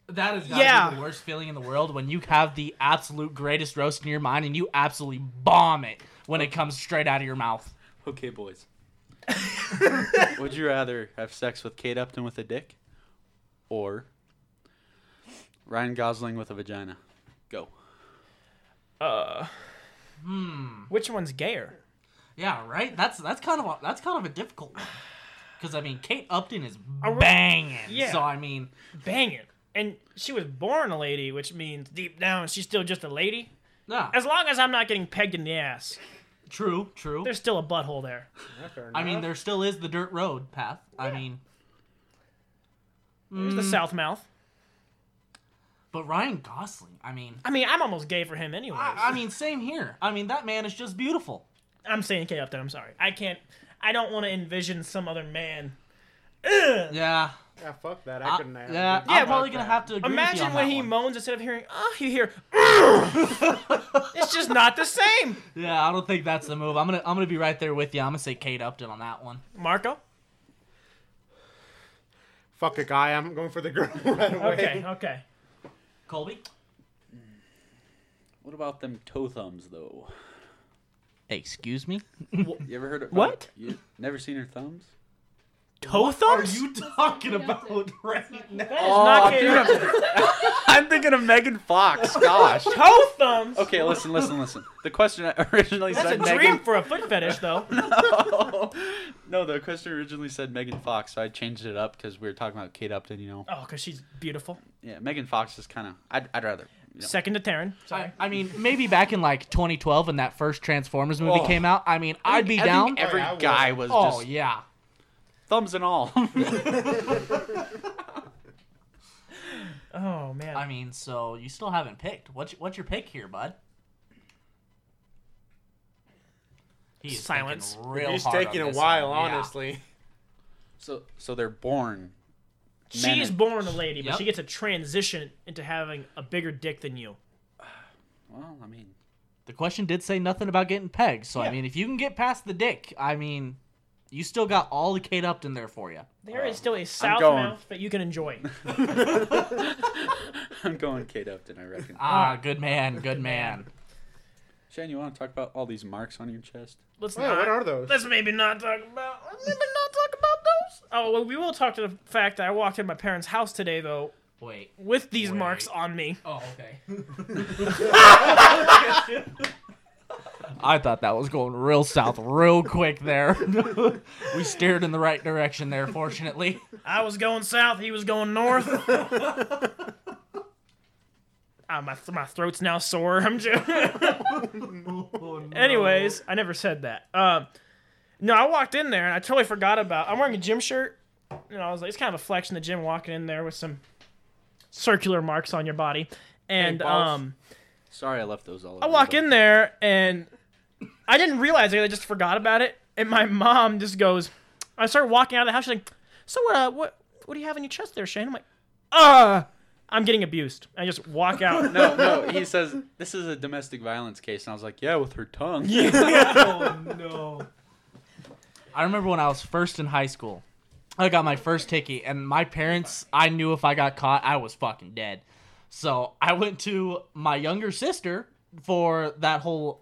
[SPEAKER 4] that is
[SPEAKER 1] Yeah.
[SPEAKER 4] yeah. the worst feeling in the world when you have the absolute greatest roast in your mind and you absolutely bomb it when it comes straight out of your mouth.
[SPEAKER 2] Okay, boys. <laughs> Would you rather have sex with Kate Upton with a dick or Ryan Gosling with a vagina? Go.
[SPEAKER 1] uh,
[SPEAKER 4] Hmm.
[SPEAKER 1] which one's gayer?
[SPEAKER 4] Yeah. Right. That's that's kind of a, that's kind of a difficult one. Because I mean, Kate Upton is
[SPEAKER 1] Are we-
[SPEAKER 4] banging.
[SPEAKER 1] Yeah.
[SPEAKER 4] So I mean,
[SPEAKER 1] Bang it! And she was born a lady, which means deep down she's still just a lady.
[SPEAKER 4] yeah.
[SPEAKER 1] As long as I'm not getting pegged in the ass,
[SPEAKER 4] True. True.
[SPEAKER 1] there's still a butthole there.
[SPEAKER 3] Yeah, fair
[SPEAKER 4] I mean,
[SPEAKER 3] enough.
[SPEAKER 4] there still is the dirt road path. I mean,
[SPEAKER 1] There's the south mouth.
[SPEAKER 4] but Ryan Gosling. I mean,
[SPEAKER 1] I mean, I'm almost gay for him anyway.
[SPEAKER 2] Ah.
[SPEAKER 4] I, I mean, same here. I mean, that man is just beautiful.
[SPEAKER 1] I'm saying Kate Upton. I'm sorry. I can't. I don't want to envision some other man. Ugh.
[SPEAKER 4] Yeah.
[SPEAKER 3] yeah, fuck that. I,
[SPEAKER 4] I,
[SPEAKER 3] couldn't.
[SPEAKER 4] yeah.
[SPEAKER 3] have-
[SPEAKER 1] Yeah,
[SPEAKER 4] I'm
[SPEAKER 1] well,
[SPEAKER 4] probably gonna have to agree with you
[SPEAKER 1] Imagine
[SPEAKER 4] on
[SPEAKER 1] when
[SPEAKER 4] that
[SPEAKER 1] he
[SPEAKER 4] one.
[SPEAKER 1] moans instead of hearing "ah," you hear "Ugh." it's just not the same.
[SPEAKER 4] Yeah, I don't think that's the move. I'm gonna I'm gonna be right there with you. I'm gonna say Kate Upton on that one.
[SPEAKER 1] Marco.
[SPEAKER 3] Fuck a guy. I'm going for the girl <laughs> right away.
[SPEAKER 1] Okay, okay.
[SPEAKER 4] Colby.
[SPEAKER 2] What about them toe thumbs though?
[SPEAKER 4] Excuse me.
[SPEAKER 2] You ever heard of uh,
[SPEAKER 1] What?
[SPEAKER 2] You never seen her <laughs> thumbs?
[SPEAKER 1] Toe
[SPEAKER 4] Are
[SPEAKER 1] thumbs.
[SPEAKER 4] you talking about
[SPEAKER 5] about
[SPEAKER 4] right now?
[SPEAKER 1] That is not Kate
[SPEAKER 2] Oh, I'm,
[SPEAKER 1] Upton.
[SPEAKER 2] thinking of, <laughs> I'm thinking of Megan Fox. Gosh.
[SPEAKER 1] Toe thumbs.
[SPEAKER 2] Okay, listen, listen, listen. The question I originally
[SPEAKER 1] That's a
[SPEAKER 2] said
[SPEAKER 1] dream
[SPEAKER 2] Megan.
[SPEAKER 1] for a foot fetish, though.
[SPEAKER 2] No. <laughs> no, the question originally said Megan Fox, so I changed it up because we were talking about Kate Upton. You know,
[SPEAKER 1] Oh, because she's beautiful.
[SPEAKER 2] yeah, Megan Fox is kind of. I'd, I'd rather. You know.
[SPEAKER 1] Second to Taryn.
[SPEAKER 4] I, I mean, maybe back in like 2012 when that first Transformers movie
[SPEAKER 2] Oh.
[SPEAKER 4] came out. I mean, I'd be
[SPEAKER 2] I think
[SPEAKER 4] down.
[SPEAKER 2] Every
[SPEAKER 3] Oh, yeah, I would.
[SPEAKER 2] guy was
[SPEAKER 4] Oh
[SPEAKER 2] just
[SPEAKER 4] yeah.
[SPEAKER 2] thumbs and all.
[SPEAKER 1] Oh man.
[SPEAKER 4] I mean, so you still haven't picked. What's what's your pick here, bud? He's thinking
[SPEAKER 1] Silence.
[SPEAKER 4] Real
[SPEAKER 3] He's
[SPEAKER 4] hard on
[SPEAKER 3] taking a
[SPEAKER 4] this
[SPEAKER 3] while,
[SPEAKER 4] one, yeah.
[SPEAKER 3] honestly.
[SPEAKER 2] so, so they're born. men
[SPEAKER 1] she's
[SPEAKER 2] and-
[SPEAKER 1] born a lady, but
[SPEAKER 4] Yep.
[SPEAKER 1] she gets a transition into having a bigger dick than you.
[SPEAKER 2] Well, I mean, <laughs>
[SPEAKER 4] The question did say nothing about getting pegged, so I
[SPEAKER 1] Yeah.
[SPEAKER 4] mean, if you can get past the dick, I mean, you still got all the Kate Upton there for you.
[SPEAKER 1] There is still a south
[SPEAKER 2] going.
[SPEAKER 1] mouth that you can enjoy.
[SPEAKER 2] I'm going Kate Upton. I reckon.
[SPEAKER 4] Ah, good man, good man.
[SPEAKER 2] Shane, you want to talk about all these marks on your chest?
[SPEAKER 1] Let's
[SPEAKER 3] Yeah,
[SPEAKER 1] not.
[SPEAKER 3] what are those?
[SPEAKER 1] Let's maybe not talk about. Let's maybe not talk about those. Oh well, we will talk to the fact that I walked in my parents' house today though
[SPEAKER 4] Wait.
[SPEAKER 1] with these
[SPEAKER 4] Wait.
[SPEAKER 1] marks on me.
[SPEAKER 4] Oh, okay. <laughs> I thought that was going real south real quick there. <laughs> we steered in the right direction there, fortunately.
[SPEAKER 1] I was going south, he was going
[SPEAKER 4] <laughs>
[SPEAKER 1] north. <laughs> Ah, my my throat's now sore. I'm
[SPEAKER 4] <laughs>
[SPEAKER 1] just. <laughs> Anyways, I never said that. Um, no, I walked in there and I totally forgot about. I'm wearing a gym shirt, and I was like, it's kind of a flex in the gym walking in there with some circular marks on your body, and
[SPEAKER 3] balls.
[SPEAKER 1] um.
[SPEAKER 2] Sorry, I left those all.
[SPEAKER 1] I walk in there and I didn't realize it. I just forgot about it. And my mom just goes, I started walking out of the house. She's like, "So uh, what? What do you have in your chest there, Shane?" I'm like, "Uh, I'm getting abused." I just walk out.
[SPEAKER 2] <laughs> No, no. He says this is a domestic violence case, and I was like, yeah, with her tongue.
[SPEAKER 4] oh no. I remember when I was first in high school. I got my first ticket, and my parents, I knew if I got caught, I was fucking dead. So I went to my younger sister for that whole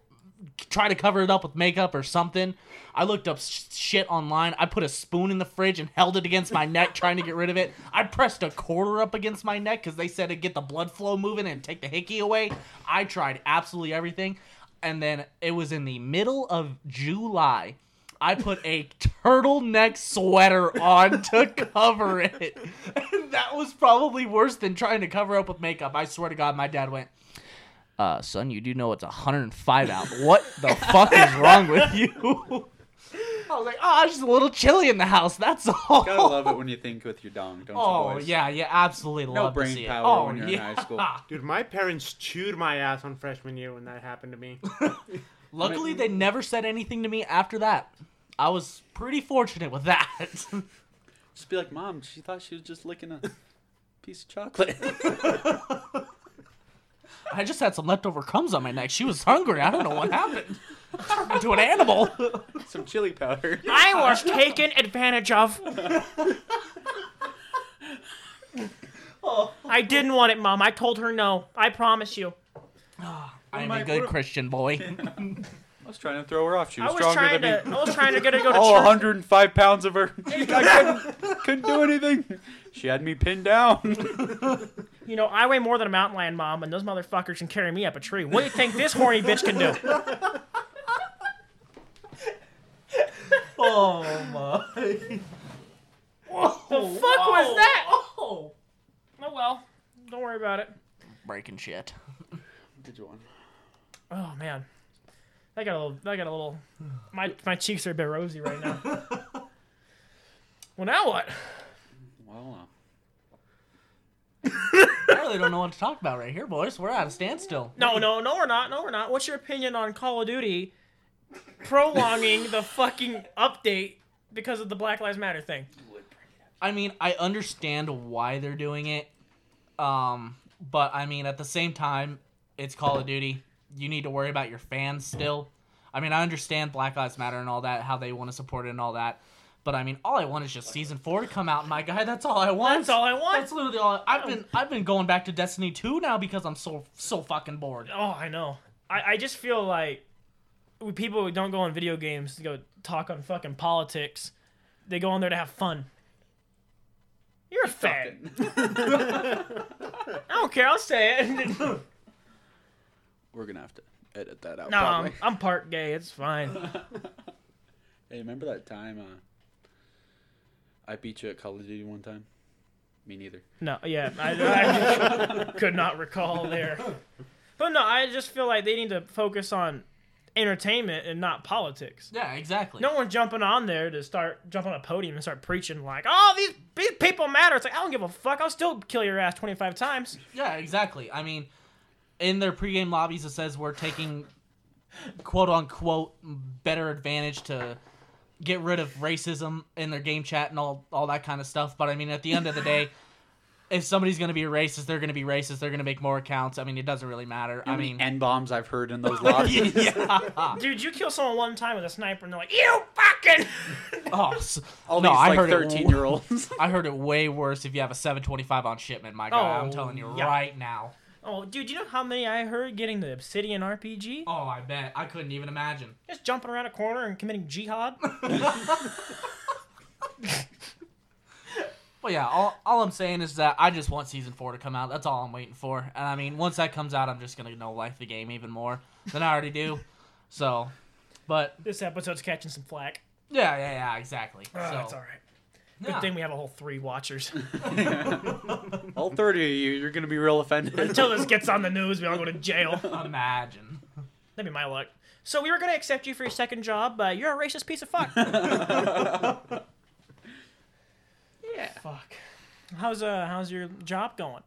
[SPEAKER 4] try to cover it up with makeup or something. I looked up sh- shit online. I put a spoon in the fridge and held it against my neck, trying to get rid of it. I pressed a quarter up against my neck because they said it'd get the blood flow moving and take the hickey away. I tried absolutely everything. And then it was in the middle of July. I put a turtleneck sweater on to cover it. <laughs> And that was probably worse than trying to cover up with makeup. I swear to God, my dad went, uh, son, you do know it's 105 out. What the fuck is wrong with you? <laughs> I was like, oh, it's just a little chilly in the house. That's all.
[SPEAKER 2] Gotta love it when you think with your dong, don't you,
[SPEAKER 4] <laughs> oh
[SPEAKER 2] boys?
[SPEAKER 4] yeah, yeah, absolutely
[SPEAKER 2] No
[SPEAKER 4] love to
[SPEAKER 2] brain
[SPEAKER 4] see
[SPEAKER 2] power
[SPEAKER 4] it. Oh
[SPEAKER 2] when you're
[SPEAKER 4] yeah.
[SPEAKER 2] in high school.
[SPEAKER 3] Dude, my parents chewed my ass on freshman year when that happened to me.
[SPEAKER 4] <laughs> Luckily, they never said anything to me after that. I was pretty fortunate with that. <laughs>
[SPEAKER 2] Just be like, mom. She thought she was just licking a piece of chocolate. <laughs>
[SPEAKER 4] I just had some leftover crumbs on my neck. She was hungry. I don't know what happened. <laughs> Turned into
[SPEAKER 2] <laughs>
[SPEAKER 4] an animal.
[SPEAKER 2] Some chili powder.
[SPEAKER 1] I was taken advantage of. I didn't want it, Mom. I told her no. I promise you.
[SPEAKER 4] I'm
[SPEAKER 2] my-
[SPEAKER 4] a good Christian
[SPEAKER 2] <laughs>
[SPEAKER 4] boy. <laughs>
[SPEAKER 2] I was trying to throw her off. She was,
[SPEAKER 1] I was
[SPEAKER 2] stronger Oh.
[SPEAKER 1] trying
[SPEAKER 2] than
[SPEAKER 1] to.
[SPEAKER 2] me.
[SPEAKER 1] I was trying to get her to go
[SPEAKER 2] <laughs>
[SPEAKER 1] to
[SPEAKER 2] All
[SPEAKER 1] church.
[SPEAKER 2] 105 pounds of her. <laughs> I couldn't, couldn't do anything. She had me pinned down.
[SPEAKER 1] You know, I weigh more than a mountain lion, Mom, and those motherfuckers can carry me up a tree. What do you think this horny bitch can do?
[SPEAKER 4] Oh my. Whoa,
[SPEAKER 1] The fuck was that?
[SPEAKER 4] whoa.
[SPEAKER 1] Oh well, don't worry about it.
[SPEAKER 4] Breaking shit.
[SPEAKER 2] Did you want?
[SPEAKER 1] Oh man, I got a little. I got a little. My my cheeks are a bit rosy right now. well, now what?
[SPEAKER 2] <laughs> Well, uh,
[SPEAKER 4] I really don't know what to talk about right here, boys. We're at a standstill.
[SPEAKER 1] No, no, no, we're not. No, we're not. What's your opinion on Call of Duty prolonging the fucking update because of the Black Lives Matter thing?
[SPEAKER 4] I mean, I understand why they're doing it. Um, but I mean, at the same time, it's Call of Duty. You need to worry about your fans still. I mean, I understand Black Lives Matter and all that, how they want to support it and all that. But I mean, all I want is just season four to come out, my guy. That's all I want.
[SPEAKER 1] That's all I want.
[SPEAKER 4] That's literally all. I, have been I've been going back to Destiny two now because I'm so so fucking bored.
[SPEAKER 1] Oh, I know. I, I just feel like we- people who don't go on video games to go talk on fucking politics. They go on there to have fun. You're a fag. I don't care. I'll say it. no,
[SPEAKER 2] we're gonna have to edit that out.
[SPEAKER 1] I'm,
[SPEAKER 2] probably.
[SPEAKER 1] I'm part gay. It's fine.
[SPEAKER 2] Hey, remember that time uh, I beat you at Call of Duty one time? Me neither.
[SPEAKER 1] No, yeah, I, I could not recall there. But no, I just feel like they need to focus on entertainment and not politics.
[SPEAKER 4] Yeah, exactly.
[SPEAKER 1] No one jumping on there to start jump on a podium and start preaching like, "Oh, these these people matter." It's like I don't give a fuck. I'll still kill your ass twenty five times.
[SPEAKER 4] Yeah, exactly. I mean, in their pregame lobbies, it says we're taking quote unquote better advantage to get rid of racism in their game chat and all, all that kind of stuff. But I mean, at the end of the day, <laughs> if somebody's going to be a racist, they're going to be racist. They're going to make more accounts. I mean, it doesn't really matter. I mean,
[SPEAKER 2] N bombs I've heard in <laughs> those lobbies.
[SPEAKER 4] yeah.
[SPEAKER 1] Dude, you kill someone one time with a sniper and they're like, "You fucking." <laughs>
[SPEAKER 4] Oh, s-
[SPEAKER 2] <laughs> All
[SPEAKER 4] no,
[SPEAKER 2] these
[SPEAKER 4] I
[SPEAKER 2] like
[SPEAKER 4] heard it.
[SPEAKER 2] thirteen
[SPEAKER 4] w-
[SPEAKER 2] year olds.
[SPEAKER 4] <laughs> I heard it way worse if you have a 725 on shipment, my guy.
[SPEAKER 1] Oh,
[SPEAKER 4] I'm telling you
[SPEAKER 1] yeah.
[SPEAKER 4] right now.
[SPEAKER 1] Oh, dude, you know how many I heard getting the Obsidian RPG?
[SPEAKER 4] Oh, I bet. I couldn't even imagine.
[SPEAKER 1] Just jumping around a corner and committing jihad. <laughs>
[SPEAKER 4] Well, yeah. All, all I'm saying is that I just want season four to come out. That's all I'm waiting for. And I mean, once that comes out, I'm just gonna know life the game even more than I
[SPEAKER 1] <laughs>
[SPEAKER 4] already do. So, but
[SPEAKER 1] this episode's catching some flack.
[SPEAKER 4] yeah, yeah, yeah, exactly.
[SPEAKER 1] Oh,
[SPEAKER 4] so,
[SPEAKER 1] that's all right. Good
[SPEAKER 4] yeah.
[SPEAKER 1] thing we have a whole three watchers.
[SPEAKER 2] <laughs>
[SPEAKER 1] <laughs>
[SPEAKER 2] All thirty of you, you're gonna be real offended.
[SPEAKER 1] Until this gets on the news, we all go to jail.
[SPEAKER 4] Imagine.
[SPEAKER 1] That'd be my luck. So we were gonna accept you for your second job, but you're a racist piece of
[SPEAKER 4] <laughs>
[SPEAKER 1] fuck. <laughs> yeah. Fuck. How's uh how's your job going?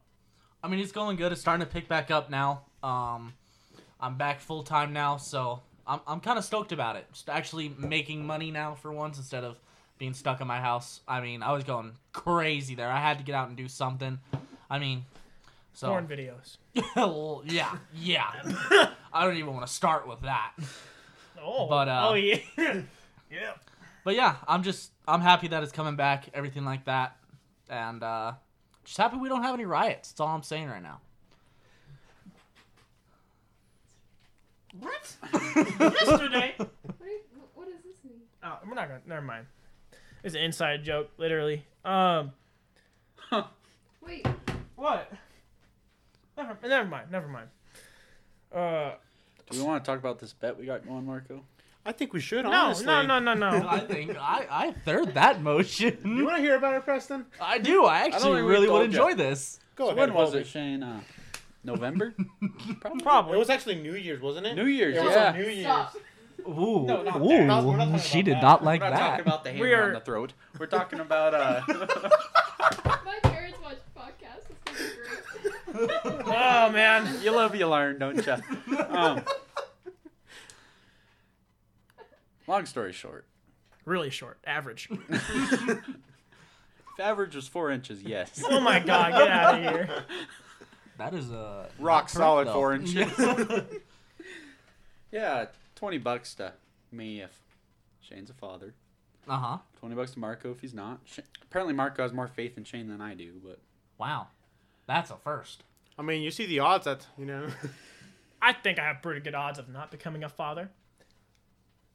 [SPEAKER 4] I mean, it's going good. It's starting to pick back up now. Um, I'm back full time now, so I'm I'm kind of stoked about it. Just actually making money now for once instead of being stuck in my house. I mean, I was going crazy there. I had to get out and do something. I mean, so
[SPEAKER 1] Porn videos.
[SPEAKER 4] Well, yeah, yeah. I don't even want to start with that.
[SPEAKER 1] Oh.
[SPEAKER 4] But, uh,
[SPEAKER 1] oh yeah. <laughs>
[SPEAKER 4] <laughs>
[SPEAKER 1] yeah.
[SPEAKER 4] But yeah, I'm just I'm happy that it's coming back, everything like that, and uh, just happy we don't have any riots. That's all I'm saying right now.
[SPEAKER 1] What? Yesterday. <laughs>
[SPEAKER 5] What, is, what does this mean?
[SPEAKER 1] Oh, we're not gonna. Never mind. It's an inside joke, literally. Um.
[SPEAKER 5] Wait,
[SPEAKER 1] What? Never. Never mind. Never mind. Uh.
[SPEAKER 2] <laughs> Do we want to talk about this bet we got going, Marco?
[SPEAKER 3] I think we should.
[SPEAKER 1] No.
[SPEAKER 3] honestly.
[SPEAKER 1] No. No. No. No.
[SPEAKER 4] <laughs> I think I I third that
[SPEAKER 3] You
[SPEAKER 4] motion.
[SPEAKER 3] want to hear about it, Preston?
[SPEAKER 4] I do. I actually
[SPEAKER 2] think we
[SPEAKER 4] really would
[SPEAKER 2] told ya.
[SPEAKER 4] enjoy this.
[SPEAKER 3] Go
[SPEAKER 2] So
[SPEAKER 3] ahead.
[SPEAKER 2] when was
[SPEAKER 3] Colby.
[SPEAKER 2] it, Shane? Uh, <laughs> November? Probably.
[SPEAKER 1] Probably.
[SPEAKER 3] It was actually New Year's, wasn't it? <laughs>
[SPEAKER 2] New <laughs> Year's.
[SPEAKER 3] It was
[SPEAKER 2] yeah.
[SPEAKER 3] on New Year's.
[SPEAKER 5] stop.
[SPEAKER 4] Ooh,
[SPEAKER 2] No, not that.
[SPEAKER 3] Not- we're not talking
[SPEAKER 4] she
[SPEAKER 3] about
[SPEAKER 4] did
[SPEAKER 3] that.
[SPEAKER 4] not
[SPEAKER 2] We're
[SPEAKER 4] like
[SPEAKER 2] not talking
[SPEAKER 4] that.
[SPEAKER 2] about the hammer
[SPEAKER 1] We are-
[SPEAKER 2] on the throat. We're talking about uh.
[SPEAKER 5] My parents watch podcasts. It's gonna be great.
[SPEAKER 1] Oh man.
[SPEAKER 2] you love you learn, don't you? Um, long story short,
[SPEAKER 1] Really short. Average.
[SPEAKER 2] average was four inches. Yes.
[SPEAKER 1] Oh my god, get out of here.
[SPEAKER 4] That is
[SPEAKER 2] <laughs>
[SPEAKER 4] a Uh-huh.
[SPEAKER 2] Rock solid four
[SPEAKER 4] four
[SPEAKER 2] <laughs> inches. yeah, twenty bucks to me if Shane's a father.
[SPEAKER 4] uh huh.
[SPEAKER 2] Twenty bucks to Marco if he's not. Sh- Apparently, Marco has more faith in Shane than I do, but
[SPEAKER 4] Wow, that's a first.
[SPEAKER 3] I mean, you see the odds at you <laughs> know.
[SPEAKER 1] I think I have pretty good odds of not becoming a father.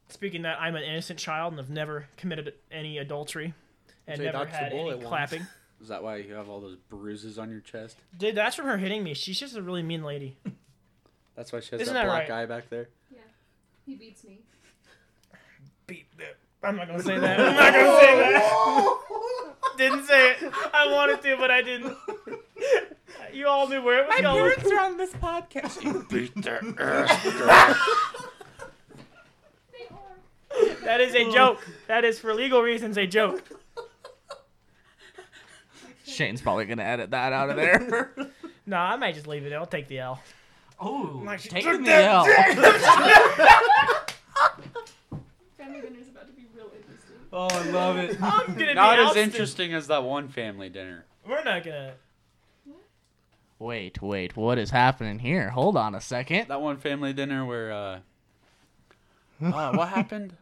[SPEAKER 1] Speaking of that, I'm an innocent child and have never committed any adultery and
[SPEAKER 3] So you
[SPEAKER 1] never
[SPEAKER 3] dodged the
[SPEAKER 1] had any
[SPEAKER 3] bullet once.
[SPEAKER 1] clapping.
[SPEAKER 2] is that why you have all those bruises on your chest?
[SPEAKER 1] Dude, that's from her hitting me. She's just a really mean lady.
[SPEAKER 2] That's why she has
[SPEAKER 1] Isn't
[SPEAKER 2] that
[SPEAKER 1] that
[SPEAKER 2] black
[SPEAKER 1] right?
[SPEAKER 2] eye back there.
[SPEAKER 5] He beats me.
[SPEAKER 1] Beat that. I'm <laughs> not gonna say that. I'm not gonna say that. <laughs>
[SPEAKER 4] <laughs>
[SPEAKER 1] Didn't say it. I wanted to, but I didn't. You all knew where it was going.
[SPEAKER 4] are on this podcast.
[SPEAKER 2] Beat <laughs> their ass,
[SPEAKER 5] They are.
[SPEAKER 1] <laughs> That is a joke. That is for legal reasons a joke.
[SPEAKER 4] Shane's probably gonna edit that out of there. <laughs>
[SPEAKER 1] Nah, I might just leave it. I'll take the L.
[SPEAKER 4] oh,
[SPEAKER 1] Like,
[SPEAKER 4] taking the L.
[SPEAKER 5] Family dinner is about to be real interesting.
[SPEAKER 4] Oh, I love it.
[SPEAKER 1] I'm gonna
[SPEAKER 2] Not
[SPEAKER 1] be
[SPEAKER 2] as
[SPEAKER 1] ousted.
[SPEAKER 2] interesting as that one family dinner.
[SPEAKER 1] We're not gonna.
[SPEAKER 4] Wait, wait, what is happening here? Hold on a second.
[SPEAKER 2] That one family dinner where. uh uh, <laughs> what happened?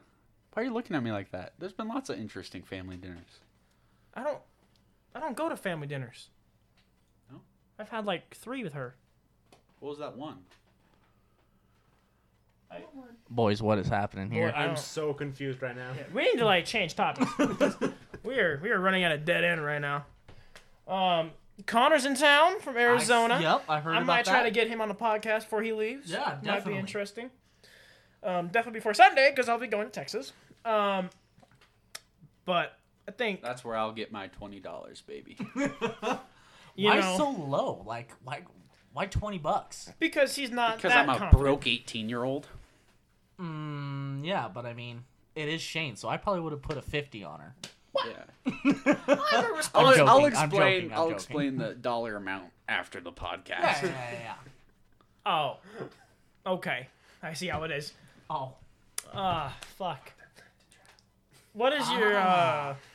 [SPEAKER 2] Why are you looking at me like that? There's been lots of interesting family dinners.
[SPEAKER 1] I don't. I don't go to family dinners.
[SPEAKER 2] No?
[SPEAKER 1] I've had like three with her.
[SPEAKER 2] What was that one?
[SPEAKER 4] Boys, what is happening
[SPEAKER 3] Boy,
[SPEAKER 4] here?
[SPEAKER 1] don't-
[SPEAKER 3] I'm so confused right now.
[SPEAKER 1] We need to like change
[SPEAKER 4] <laughs>
[SPEAKER 1] topics. we are we are running at a dead end right now. Um, Connor's in town from Arizona.
[SPEAKER 4] I, yep, I heard
[SPEAKER 1] I
[SPEAKER 4] about
[SPEAKER 1] might
[SPEAKER 4] that.
[SPEAKER 1] try to get him on the podcast before he leaves.
[SPEAKER 4] Yeah,
[SPEAKER 1] Might be
[SPEAKER 4] definitely.
[SPEAKER 1] interesting. Um, definitely before Sunday because I'll be going to Texas. Um, but I think
[SPEAKER 2] That's where I'll get my twenty dollars, baby.
[SPEAKER 1] you
[SPEAKER 4] why
[SPEAKER 1] know
[SPEAKER 4] so low? Like, why, why twenty bucks?
[SPEAKER 1] because he's not
[SPEAKER 2] Because
[SPEAKER 1] that
[SPEAKER 2] I'm a
[SPEAKER 1] confident.
[SPEAKER 2] broke eighteen-year-old.
[SPEAKER 4] Mm, yeah, but I mean, it is Shane, so I probably would have put a fifty on her.
[SPEAKER 2] Yeah.
[SPEAKER 1] I'm a
[SPEAKER 2] I'll,
[SPEAKER 4] joking,
[SPEAKER 2] I'll
[SPEAKER 4] I'm
[SPEAKER 2] explain.
[SPEAKER 4] joking, I'm
[SPEAKER 2] will
[SPEAKER 4] joking.
[SPEAKER 2] explain the dollar amount after the podcast.
[SPEAKER 4] Yeah, yeah, yeah. yeah.
[SPEAKER 1] Oh, okay. I see how it is.
[SPEAKER 4] <laughs> Oh,
[SPEAKER 1] Ah, fuck. What is your uh? <laughs>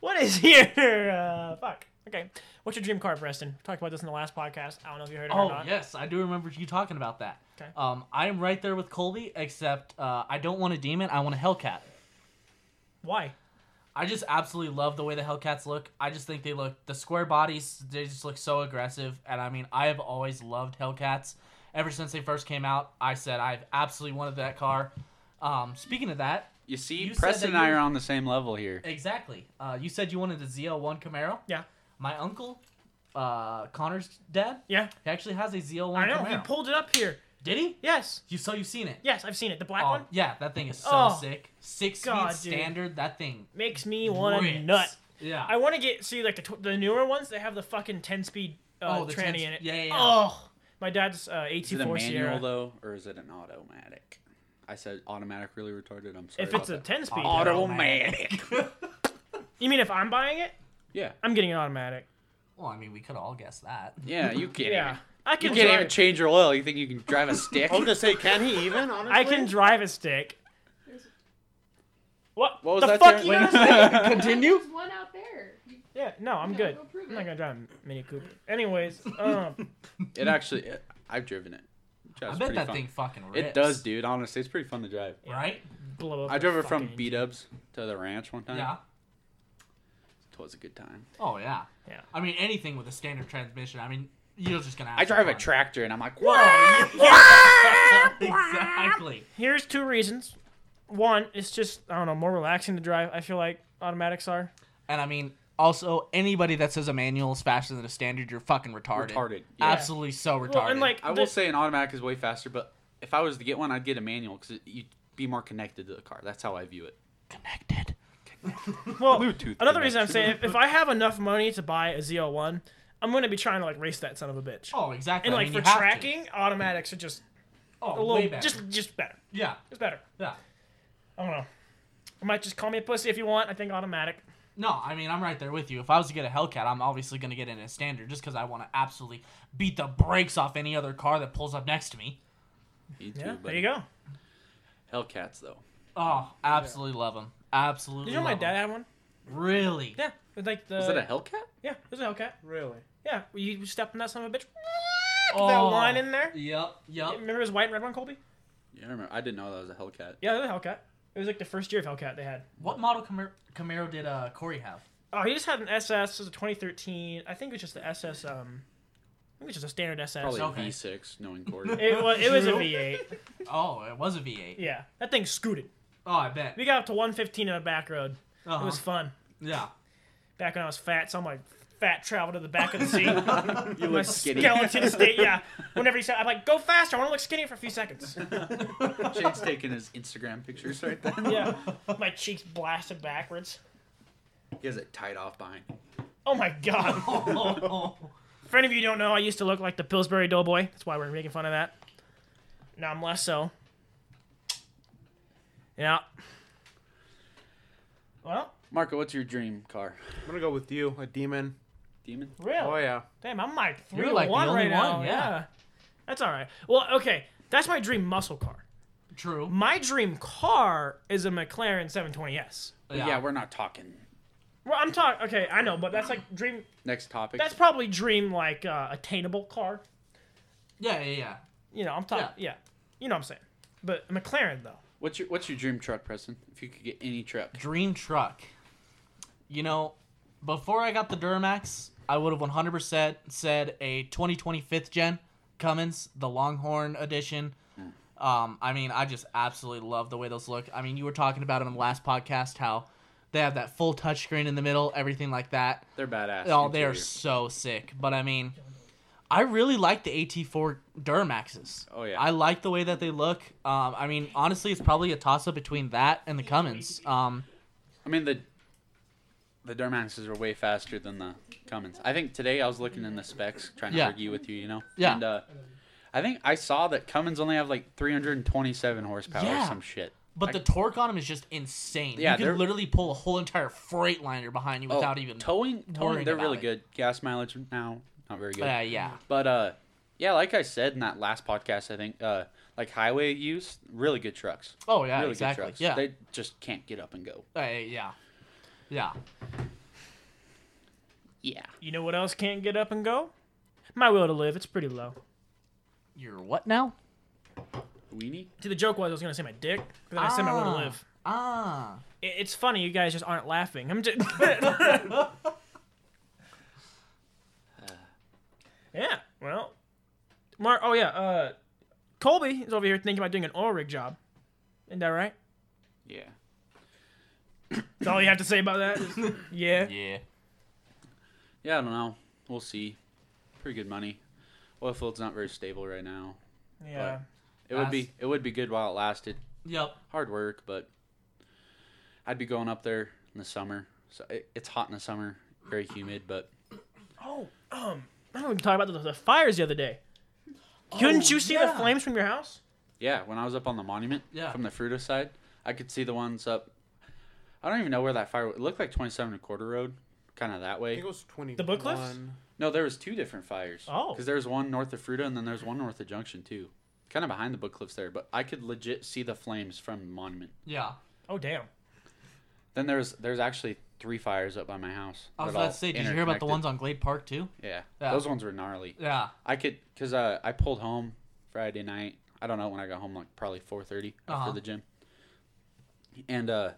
[SPEAKER 1] what is your uh? Fuck. Okay. What's your dream car, Preston? We talked about this in the last podcast. I don't know if you heard it or
[SPEAKER 4] oh
[SPEAKER 1] not.
[SPEAKER 4] yes, I do remember you talking about that.
[SPEAKER 1] Okay.
[SPEAKER 4] Um, I am right there with Colby, except uh, I don't want a demon. I want a Hellcat.
[SPEAKER 1] Why?
[SPEAKER 4] I just absolutely love the way the Hellcats look. I just think they look the square bodies. They just look so aggressive, and I mean, I have always loved Hellcats. Ever since they first came out, I said I've absolutely wanted that car. Um, speaking of that,
[SPEAKER 2] You see,
[SPEAKER 4] You said
[SPEAKER 2] Preston
[SPEAKER 4] that
[SPEAKER 2] and I
[SPEAKER 4] you-
[SPEAKER 2] are on the same level here.
[SPEAKER 4] Exactly. Uh, you said you wanted a ZL1 Camaro.
[SPEAKER 1] Yeah.
[SPEAKER 4] My uncle, uh, Connor's dad,
[SPEAKER 1] Yeah.
[SPEAKER 4] he actually has a ZL1
[SPEAKER 1] I know.
[SPEAKER 4] Camaro.
[SPEAKER 1] He pulled it up here.
[SPEAKER 4] Did he?
[SPEAKER 1] Yes.
[SPEAKER 4] You so you've seen it.
[SPEAKER 1] Yes, I've seen it. The black
[SPEAKER 4] Oh,
[SPEAKER 1] one
[SPEAKER 4] yeah, that thing is so
[SPEAKER 1] Oh,
[SPEAKER 4] sick. Six
[SPEAKER 1] God,
[SPEAKER 4] speed
[SPEAKER 1] dude.
[SPEAKER 4] standard. That thing.
[SPEAKER 1] makes me want to
[SPEAKER 4] rips.
[SPEAKER 1] nut.
[SPEAKER 4] Yeah.
[SPEAKER 1] I want to get see like the tw- the newer ones. They have the fucking ten speed uh,
[SPEAKER 4] Oh, the
[SPEAKER 1] tranny
[SPEAKER 4] 10
[SPEAKER 1] in it.
[SPEAKER 4] yeah, yeah, yeah.
[SPEAKER 1] Oh, my dad's uh,
[SPEAKER 2] Is it a
[SPEAKER 1] eighty-four
[SPEAKER 2] manual
[SPEAKER 1] Sierra.
[SPEAKER 2] though, or is it an automatic? I said automatic, really retarded. I'm sorry.
[SPEAKER 1] If it's a
[SPEAKER 2] about that.
[SPEAKER 1] ten speed,
[SPEAKER 2] Auto-
[SPEAKER 1] you mean if I'm buying it,
[SPEAKER 2] yeah,
[SPEAKER 1] I'm getting an automatic.
[SPEAKER 4] well, I mean, we could all guess that.
[SPEAKER 2] yeah, you can't.
[SPEAKER 1] Yeah,
[SPEAKER 2] Even,
[SPEAKER 1] I
[SPEAKER 2] you
[SPEAKER 1] can.
[SPEAKER 2] can't
[SPEAKER 1] drive.
[SPEAKER 2] even change your oil. You think you can drive a stick?
[SPEAKER 3] I was gonna say, can he <laughs> even? Honestly,
[SPEAKER 1] I can drive a stick.
[SPEAKER 5] There's,
[SPEAKER 1] What?
[SPEAKER 2] What was
[SPEAKER 1] the
[SPEAKER 2] that?
[SPEAKER 1] fuck
[SPEAKER 2] Terry?
[SPEAKER 1] you gonna say?
[SPEAKER 4] Continue.
[SPEAKER 5] there's one out there. You,
[SPEAKER 1] Yeah, no, I'm
[SPEAKER 5] No,
[SPEAKER 1] good.
[SPEAKER 5] go prove
[SPEAKER 1] I'm not
[SPEAKER 5] it.
[SPEAKER 1] gonna drive a Mini Cooper. Anyways,
[SPEAKER 4] <laughs>
[SPEAKER 1] um,
[SPEAKER 2] it actually, it, I've driven it. It's
[SPEAKER 4] I
[SPEAKER 2] pretty
[SPEAKER 4] bet that
[SPEAKER 2] fun.
[SPEAKER 4] thing fucking rips.
[SPEAKER 2] It does, dude. Honestly, it's pretty fun to drive.
[SPEAKER 4] Right?
[SPEAKER 1] blow up.
[SPEAKER 2] I
[SPEAKER 1] the
[SPEAKER 2] drove it from
[SPEAKER 1] fucking-
[SPEAKER 2] B Dubs to the ranch one time.
[SPEAKER 4] Yeah.
[SPEAKER 2] it was a good time.
[SPEAKER 4] Oh yeah.
[SPEAKER 1] Yeah.
[SPEAKER 4] I mean, anything with a standard transmission. I mean, you're just gonna. Have
[SPEAKER 2] I
[SPEAKER 4] some
[SPEAKER 2] drive a
[SPEAKER 4] fun.
[SPEAKER 2] tractor, and I'm like,
[SPEAKER 1] Well,
[SPEAKER 2] whoa.
[SPEAKER 4] <laughs> exactly.
[SPEAKER 1] Here's two reasons. One, it's just I don't know, more relaxing to drive. I feel like automatics are.
[SPEAKER 4] And I mean, also anybody that says a manual is faster than a standard, you're fucking retarded.
[SPEAKER 2] Retarded, yeah.
[SPEAKER 4] Absolutely so retarded.
[SPEAKER 1] Well, and like
[SPEAKER 2] I
[SPEAKER 1] the-
[SPEAKER 2] will say an automatic is way faster, but if I was to get one, I'd get a manual because you'd be more connected to the car. That's how I view it.
[SPEAKER 4] connected.
[SPEAKER 1] well,
[SPEAKER 2] Bluetooth
[SPEAKER 1] Another reason I'm saying
[SPEAKER 2] connection.
[SPEAKER 1] if, if I have enough money to buy a ZL1, I'm gonna be trying to like race that son of a bitch.
[SPEAKER 4] Oh, exactly.
[SPEAKER 1] and
[SPEAKER 4] I
[SPEAKER 1] like
[SPEAKER 4] mean,
[SPEAKER 1] for
[SPEAKER 4] you have to.
[SPEAKER 1] tracking, automatics are just a
[SPEAKER 4] oh,
[SPEAKER 1] little
[SPEAKER 4] way better.
[SPEAKER 1] just just better.
[SPEAKER 4] yeah,
[SPEAKER 1] It's better.
[SPEAKER 4] yeah.
[SPEAKER 1] I don't know. You might just call me a pussy if you want. I think automatic.
[SPEAKER 4] No, I mean, I'm right there with you. If I was to get a Hellcat, I'm obviously gonna get in a standard just because I want to absolutely beat the brakes off any other car that pulls up next to me.
[SPEAKER 2] You too,
[SPEAKER 1] Yeah, there
[SPEAKER 2] buddy.
[SPEAKER 1] you go.
[SPEAKER 2] Hellcats though.
[SPEAKER 4] Oh, absolutely love 'em. love them. Absolutely.
[SPEAKER 1] Did you know my
[SPEAKER 4] love
[SPEAKER 1] dad had
[SPEAKER 4] 'em.
[SPEAKER 1] one?
[SPEAKER 4] Really?
[SPEAKER 1] Yeah, it's like the
[SPEAKER 2] Was that a Hellcat?
[SPEAKER 1] yeah, it was a Hellcat.
[SPEAKER 3] Really?
[SPEAKER 1] Yeah, you stepped on that son of a bitch.
[SPEAKER 4] Oh.
[SPEAKER 1] That line in there.
[SPEAKER 4] Yep. Yep.
[SPEAKER 1] Remember his white and red one, Colby?
[SPEAKER 2] Yeah, I remember. I didn't know that was a Hellcat.
[SPEAKER 1] Yeah, it was a Hellcat. It was like the first year of Hellcat they had.
[SPEAKER 4] What model Camaro, Camaro did uh, Corey have?
[SPEAKER 1] Oh, he just had an SS. It was a 2013. I think it was just the SS. Um, I think it was just a standard SS.
[SPEAKER 2] Probably
[SPEAKER 4] Okay.
[SPEAKER 2] a V6, knowing Corey.
[SPEAKER 1] It was. It was a
[SPEAKER 4] True.
[SPEAKER 1] V8.
[SPEAKER 4] Oh, it was a V8.
[SPEAKER 1] Yeah, that thing scooted.
[SPEAKER 4] Oh, I bet.
[SPEAKER 1] We got up to 115 on a back road.
[SPEAKER 4] Uh-huh.
[SPEAKER 1] It was fun.
[SPEAKER 4] yeah.
[SPEAKER 1] Back when I was fat, so my fat traveled to the back of
[SPEAKER 2] <laughs>
[SPEAKER 1] the seat.
[SPEAKER 2] you
[SPEAKER 1] my
[SPEAKER 2] look skinny.
[SPEAKER 1] skeleton
[SPEAKER 2] <laughs>
[SPEAKER 1] state. Yeah. Whenever he said, I'm like, go faster. I want to look skinny for a few seconds.
[SPEAKER 2] Shade's taking his Instagram pictures right then.
[SPEAKER 1] Yeah. my cheeks blasted backwards.
[SPEAKER 2] He has it tied off behind.
[SPEAKER 1] <laughs> Oh my god. For any of you who don't know, I used to look like the Pillsbury Doughboy. That's why we're making fun of that. Now I'm less so. Yeah. Well,
[SPEAKER 2] Marco, what's your dream car?
[SPEAKER 3] I'm gonna go with you, a demon.
[SPEAKER 2] Demon?
[SPEAKER 1] really?
[SPEAKER 3] Oh yeah.
[SPEAKER 1] Damn, I'm like
[SPEAKER 4] You're
[SPEAKER 1] three to
[SPEAKER 4] like the
[SPEAKER 1] one
[SPEAKER 4] only
[SPEAKER 1] right now.
[SPEAKER 4] one,
[SPEAKER 1] Yeah.
[SPEAKER 4] yeah.
[SPEAKER 1] That's all right. Well, okay, that's my dream muscle car.
[SPEAKER 4] True.
[SPEAKER 1] My dream car is a McLaren 720S.
[SPEAKER 2] Yeah. we're not talking.
[SPEAKER 1] Well, I'm talking. Okay, I know, but that's like dream.
[SPEAKER 2] Next topic.
[SPEAKER 1] That's probably dream like uh, attainable car.
[SPEAKER 4] Yeah, yeah, yeah.
[SPEAKER 1] You know, I'm talking. Yeah. you know what I'm saying. But a McLaren though.
[SPEAKER 2] What's your What's your dream truck, Preston? If you could get any truck,
[SPEAKER 4] Dream truck. You know, before I got the Duramax, I would have 100% said a 2025th gen Cummins, the Longhorn edition. Um, I mean, I just absolutely love the way those look. I mean, you were talking about them in the last podcast how they have that full touchscreen in the middle, everything like that.
[SPEAKER 2] they're badass.
[SPEAKER 4] Oh, they are
[SPEAKER 2] interior.
[SPEAKER 4] so sick. But I mean, I really like the AT4 Duramaxes.
[SPEAKER 2] Oh, yeah.
[SPEAKER 4] I like the way that they look. Um, I mean, honestly, it's probably a toss up between that and the Cummins. Um,
[SPEAKER 2] I mean the the Duramaxes are way faster than the Cummins. I think today I was looking in the specs, trying to
[SPEAKER 4] Yeah.
[SPEAKER 2] argue with you. You know.
[SPEAKER 4] Yeah.
[SPEAKER 2] And uh, I think I saw that Cummins only have like 327 horsepower
[SPEAKER 4] Yeah.
[SPEAKER 2] or some shit.
[SPEAKER 4] but the torque on them is just insane.
[SPEAKER 2] Yeah,
[SPEAKER 4] you
[SPEAKER 2] they're-
[SPEAKER 4] can literally pull a whole entire freight liner behind you
[SPEAKER 2] Oh,
[SPEAKER 4] without even.
[SPEAKER 2] towing.
[SPEAKER 4] worrying
[SPEAKER 2] Towing. They're
[SPEAKER 4] about
[SPEAKER 2] really
[SPEAKER 4] it. Oh,
[SPEAKER 2] good. Gas mileage now not very good.
[SPEAKER 4] Yeah, yeah.
[SPEAKER 2] But uh, yeah, like I said in that last podcast, I think uh, like highway use, really good trucks.
[SPEAKER 4] Oh yeah,
[SPEAKER 2] really good
[SPEAKER 4] exactly.
[SPEAKER 2] trucks.
[SPEAKER 4] Yeah,
[SPEAKER 2] They just can't get up and go.
[SPEAKER 4] Uh, yeah, yeah.
[SPEAKER 2] Yeah.
[SPEAKER 1] You know what else can't get up and go? My will to live. It's pretty low.
[SPEAKER 4] You're what now?
[SPEAKER 2] Weenie.
[SPEAKER 1] See, the joke was I was gonna say my dick, but then I said my will to
[SPEAKER 4] Ah.
[SPEAKER 1] live.
[SPEAKER 4] Ah,
[SPEAKER 1] It- It's funny, you guys just aren't laughing. I'm <laughs> just. yeah. Well, Mark. Oh yeah. Uh, Colby is over here thinking about doing an oil rig job. Isn't that right?
[SPEAKER 2] Yeah.
[SPEAKER 1] That's all you have to say about <laughs> that. is, yeah.
[SPEAKER 4] yeah.
[SPEAKER 2] Yeah, I don't know. We'll see. Pretty good money. Oil field's not very stable right now.
[SPEAKER 1] Yeah.
[SPEAKER 2] It would be
[SPEAKER 4] Last-
[SPEAKER 2] it would be good while it lasted.
[SPEAKER 4] Yep.
[SPEAKER 2] Hard work, but I'd be going up there in the summer. So it, it's hot in the summer, very humid, but
[SPEAKER 1] Oh. Um. I don't even talk about the, the fires the other day. Couldn't you see the
[SPEAKER 4] Oh, yeah.
[SPEAKER 1] flames from your house?
[SPEAKER 2] yeah, when I was up on the monument
[SPEAKER 4] Yeah.
[SPEAKER 2] from the Fruta side, I could see the ones up I don't even know where that fire it looked like 27 and a quarter road, kind of that
[SPEAKER 3] I
[SPEAKER 2] way.
[SPEAKER 3] think it was twenty.
[SPEAKER 1] The book list?
[SPEAKER 3] Oh,
[SPEAKER 2] No, there was two different fires.
[SPEAKER 1] Oh.
[SPEAKER 2] because there was one north of Fruta and then there's one north of Junction too, kind of behind the book cliffs there. But I could legit see the flames from the monument.
[SPEAKER 4] Yeah.
[SPEAKER 1] Oh damn.
[SPEAKER 2] Then there's there's actually three fires up by my house.
[SPEAKER 4] I was
[SPEAKER 2] They're all
[SPEAKER 4] about to say, did you hear about the
[SPEAKER 2] interconnected.
[SPEAKER 4] ones on Glade Park too?
[SPEAKER 2] Yeah,
[SPEAKER 4] Yeah.
[SPEAKER 2] those ones were gnarly.
[SPEAKER 4] Yeah.
[SPEAKER 2] I could because uh, I pulled home Friday night. I don't know when I got home, like probably four thirty
[SPEAKER 4] Uh-huh.
[SPEAKER 2] after the gym. And uh,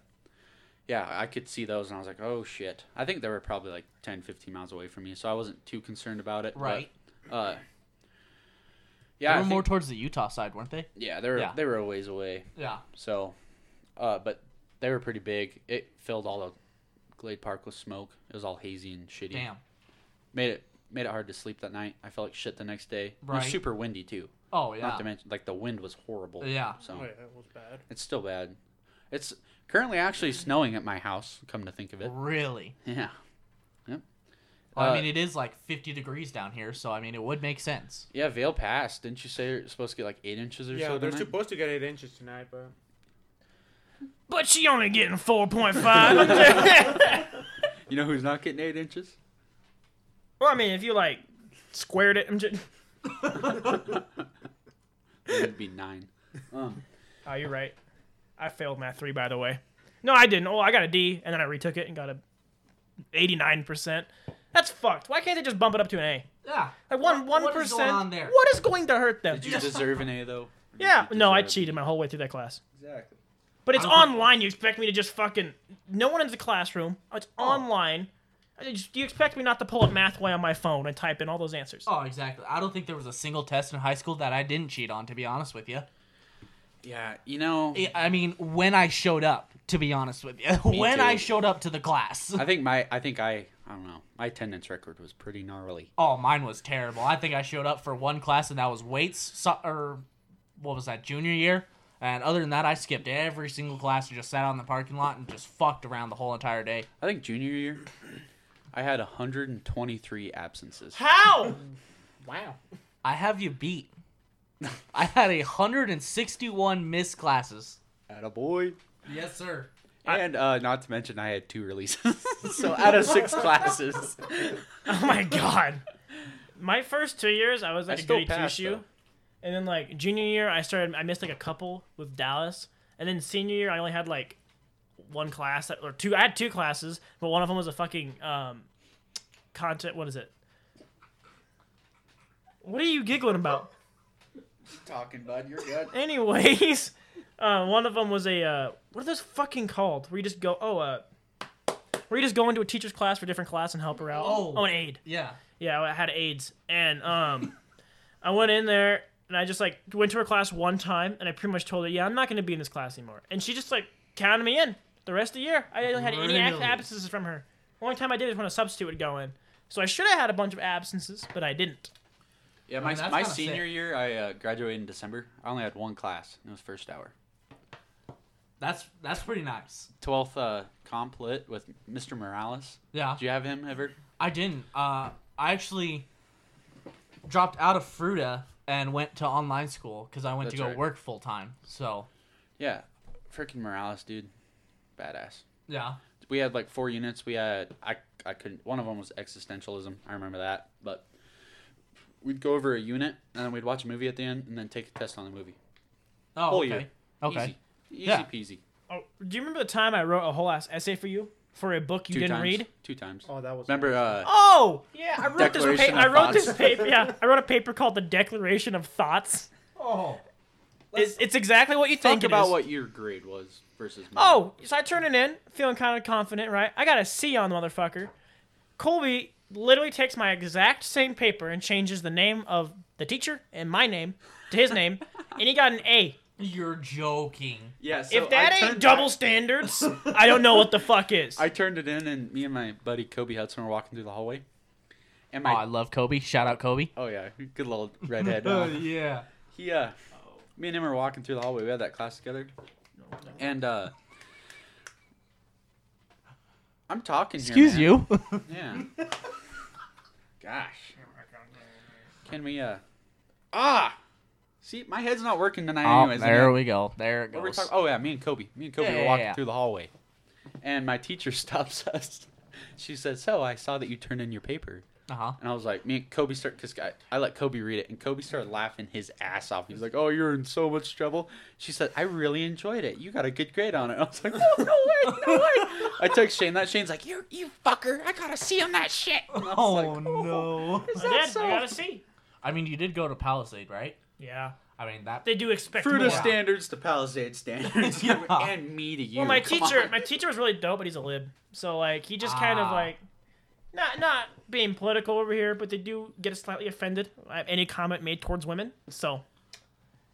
[SPEAKER 2] yeah, I could see those, and I was like, oh shit. I think they were probably like 10, 15 miles away from me, so I wasn't too concerned about it. but,
[SPEAKER 4] Right.
[SPEAKER 2] uh,
[SPEAKER 4] They
[SPEAKER 2] yeah, I
[SPEAKER 4] were more
[SPEAKER 2] think-
[SPEAKER 4] towards the Utah side, weren't they?
[SPEAKER 2] yeah, they were
[SPEAKER 4] yeah.
[SPEAKER 2] they were a ways away.
[SPEAKER 4] Yeah.
[SPEAKER 2] So, uh, but they were pretty big. It filled all of Glade Park with smoke. It was all hazy and shitty.
[SPEAKER 4] Damn.
[SPEAKER 2] Made it made it hard to sleep that night. I felt like shit the next day. It
[SPEAKER 4] Right.
[SPEAKER 2] was super windy too.
[SPEAKER 4] Oh yeah.
[SPEAKER 2] Not to mention like the wind was horrible.
[SPEAKER 4] Yeah.
[SPEAKER 2] So
[SPEAKER 3] Oh yeah, that was bad.
[SPEAKER 2] it's still bad. It's currently actually snowing at my house. Come to think <laughs> of it.
[SPEAKER 4] Really?
[SPEAKER 2] Yeah.
[SPEAKER 4] Well,
[SPEAKER 2] Uh,
[SPEAKER 4] I mean, it is like 50 degrees down here, so I mean, it would make sense.
[SPEAKER 2] Yeah. Vale Pass. Didn't you say you're supposed to get like eight inches or
[SPEAKER 3] Yeah,
[SPEAKER 2] so
[SPEAKER 3] they're
[SPEAKER 2] tonight?
[SPEAKER 3] supposed to get eight inches tonight, but
[SPEAKER 1] But she only getting four point <laughs> five.
[SPEAKER 2] You know who's not getting eight inches?
[SPEAKER 1] Well, I mean, if you like squared it, I'm just.
[SPEAKER 2] It'd be nine. Um,
[SPEAKER 1] Oh, you're right. I failed math three, by the way. No, I didn't. Well, I got a D, and then I retook it and got a 89%. That's fucked. Why can't they just bump it up to an A?
[SPEAKER 4] Yeah.
[SPEAKER 1] Like one one
[SPEAKER 4] What- what is going on there?
[SPEAKER 1] What is going to hurt them?
[SPEAKER 2] <laughs> Did you deserve an A though? Or did
[SPEAKER 1] yeah.
[SPEAKER 2] you
[SPEAKER 1] No, I
[SPEAKER 2] deserve-
[SPEAKER 1] cheated my whole way through that class.
[SPEAKER 2] Exactly.
[SPEAKER 1] But it's
[SPEAKER 4] I don't-
[SPEAKER 1] online. You expect me to just fucking no one in the classroom. It's
[SPEAKER 2] Oh.
[SPEAKER 1] online. I just- you expect me not to pull up Mathway on my phone and type in all those answers?
[SPEAKER 4] Oh, exactly. I don't think there was a single test in high school that I didn't cheat on. To be honest with you,
[SPEAKER 2] Yeah, you know,
[SPEAKER 4] I- I mean, when I showed up, to be honest with you, <laughs> when
[SPEAKER 2] too.
[SPEAKER 4] I showed up to the class.
[SPEAKER 2] I think my, I think I, I don't know, my attendance record was pretty gnarly.
[SPEAKER 4] <laughs> Oh, mine was terrible. I think I showed up for one class, and that was weights, so, or what was that, junior year? And other than that, I skipped every single class and just sat out in the parking lot and just fucked around the whole entire day.
[SPEAKER 2] I think junior year, I had 123 absences.
[SPEAKER 1] How?
[SPEAKER 4] Wow. I have you beat. I had 161 missed classes.
[SPEAKER 2] At a boy.
[SPEAKER 4] Yes, sir.
[SPEAKER 2] And uh, not to mention, I had two releases. <laughs> so out of six classes,
[SPEAKER 1] <laughs> Oh
[SPEAKER 2] <laughs>
[SPEAKER 1] my god. My first two years, I was like
[SPEAKER 2] I
[SPEAKER 1] a
[SPEAKER 2] still
[SPEAKER 1] goody two
[SPEAKER 2] passed,
[SPEAKER 1] shoe,
[SPEAKER 2] though.
[SPEAKER 1] and then like junior year, I started. I missed like a couple with Dallas, and then senior year, I only had like one class that- or two. I had two classes, but one of them was a fucking um, content. What is it? What are you giggling about?
[SPEAKER 2] talking, bud, you're good.
[SPEAKER 1] Anyways, <laughs> uh, one of them was a uh, what are those fucking called? Where you just go, oh, uh, where you just go into a teacher's class for different class and help her out.
[SPEAKER 4] Oh.
[SPEAKER 1] oh an aide.
[SPEAKER 4] Yeah.
[SPEAKER 1] Yeah, I had AIDS, and um, <laughs> I went in there and I just like went to her class one time, and I pretty much told her, yeah, I'm not gonna be in this class anymore, and she just like counted me in the rest of the year. I didn't had any ab-
[SPEAKER 4] Really?
[SPEAKER 1] absences from her. Only time I did was when a substitute would go in. So I should have had a bunch of absences, but I didn't.
[SPEAKER 2] Yeah,
[SPEAKER 4] I mean,
[SPEAKER 2] my,
[SPEAKER 4] Oh, that's
[SPEAKER 2] my
[SPEAKER 4] kinda
[SPEAKER 2] senior
[SPEAKER 4] sick.
[SPEAKER 2] year, I uh, graduated in December. I only had one class, and it was first hour.
[SPEAKER 4] That's that's pretty nice.
[SPEAKER 2] 12th uh, comp lit with Mr. Morales.
[SPEAKER 4] Yeah.
[SPEAKER 2] Do you have him ever?
[SPEAKER 4] I didn't. Uh, I actually dropped out of Fruta and went to online school because I went
[SPEAKER 2] That's
[SPEAKER 4] to go
[SPEAKER 2] right.
[SPEAKER 4] work full time. So
[SPEAKER 2] Yeah, freaking Morales, dude, badass.
[SPEAKER 4] yeah,
[SPEAKER 2] We had like four units. We had I I couldn't. One of them was existentialism. I remember that, but we'd go over a unit and then we'd watch a movie at the end and then take a test on the movie.
[SPEAKER 4] oh
[SPEAKER 2] Whole
[SPEAKER 4] okay,
[SPEAKER 2] year.
[SPEAKER 4] okay.
[SPEAKER 2] Easy, easy
[SPEAKER 4] Yeah.
[SPEAKER 2] peasy.
[SPEAKER 1] Oh, do you remember the time I wrote a whole ass essay for you for a book you
[SPEAKER 2] Two
[SPEAKER 1] didn't
[SPEAKER 2] times.
[SPEAKER 1] read?
[SPEAKER 2] Two times.
[SPEAKER 3] Oh, that was.
[SPEAKER 2] Remember? Uh,
[SPEAKER 1] Oh, yeah, I wrote this.
[SPEAKER 2] Declaration
[SPEAKER 1] Pa-
[SPEAKER 2] of
[SPEAKER 1] I wrote this
[SPEAKER 2] Thoughts.
[SPEAKER 1] paper. Yeah, I wrote a paper called "The Declaration of Thoughts."
[SPEAKER 4] Oh,
[SPEAKER 1] It's, it's exactly what you think
[SPEAKER 2] think
[SPEAKER 1] it
[SPEAKER 2] about
[SPEAKER 1] is.
[SPEAKER 2] what your grade was versus mine.
[SPEAKER 1] Oh, so I turn it in, feeling kind of confident, right? I got a C on the motherfucker. Colby literally takes my exact same paper and changes the name of the teacher and my name to his name, and he got an A.
[SPEAKER 4] you're joking.
[SPEAKER 2] yeah. So
[SPEAKER 1] if that
[SPEAKER 2] I
[SPEAKER 1] ain't
[SPEAKER 2] turned-
[SPEAKER 1] double
[SPEAKER 2] <laughs>
[SPEAKER 1] standards, I don't know what the fuck is.
[SPEAKER 2] I turned it in, and me and my buddy Kobe Hudson were walking through the hallway. And
[SPEAKER 4] Oh, I
[SPEAKER 2] my
[SPEAKER 4] love Kobe. Shout out Kobe.
[SPEAKER 2] oh, yeah, good
[SPEAKER 4] <laughs>
[SPEAKER 2] little redhead. uh,
[SPEAKER 4] yeah.
[SPEAKER 2] he uh, me and him were walking through the hallway. We had that class together, and uh, I'm talking. here,
[SPEAKER 4] Excuse
[SPEAKER 2] man.
[SPEAKER 4] you.
[SPEAKER 2] Yeah. Gosh. Can we uh? Ah. See, my head's not working tonight. <laughs>
[SPEAKER 4] oh,
[SPEAKER 2] anyways,
[SPEAKER 4] there
[SPEAKER 2] man.
[SPEAKER 4] we go. There it
[SPEAKER 2] What were we
[SPEAKER 4] goes.
[SPEAKER 2] talking- Oh yeah, me and Kobe. Me and Kobe
[SPEAKER 4] Yeah,
[SPEAKER 2] were
[SPEAKER 4] yeah,
[SPEAKER 2] walking
[SPEAKER 4] yeah.
[SPEAKER 2] through the hallway, and my teacher <laughs> stops us. She said, "So I saw that you turned in your paper,"
[SPEAKER 4] Uh huh.
[SPEAKER 2] and I was like, "Me and Kobe start because I, I let Kobe read it, and Kobe started laughing his ass off. He's like, "Oh, you're in so much trouble." She said, "I really enjoyed it. You got a good grade on it." <laughs> I was like, "No, no way, no way!" I text Shane that. Shane's like, "You, you fucker! I gotta see on that shit." And I was
[SPEAKER 4] Oh
[SPEAKER 2] like, <laughs>
[SPEAKER 4] no.
[SPEAKER 2] Is
[SPEAKER 1] I
[SPEAKER 2] that
[SPEAKER 1] did.
[SPEAKER 2] so?
[SPEAKER 1] I got a C.
[SPEAKER 4] I mean, you did go to Palisade, right?
[SPEAKER 1] Yeah,
[SPEAKER 4] I mean that.
[SPEAKER 1] they do expect
[SPEAKER 2] Fruit
[SPEAKER 1] more.
[SPEAKER 2] of standards to Palisade
[SPEAKER 4] <laughs>
[SPEAKER 2] standards,
[SPEAKER 4] Yeah.
[SPEAKER 2] and me to you.
[SPEAKER 1] Well, my
[SPEAKER 2] Come
[SPEAKER 1] teacher,
[SPEAKER 2] on. <laughs>
[SPEAKER 1] my teacher was really dope, but he's a lib. So like, he just kind of
[SPEAKER 4] Ah.
[SPEAKER 1] like, not not being political over here, but they do get slightly offended at any comment made towards women. So,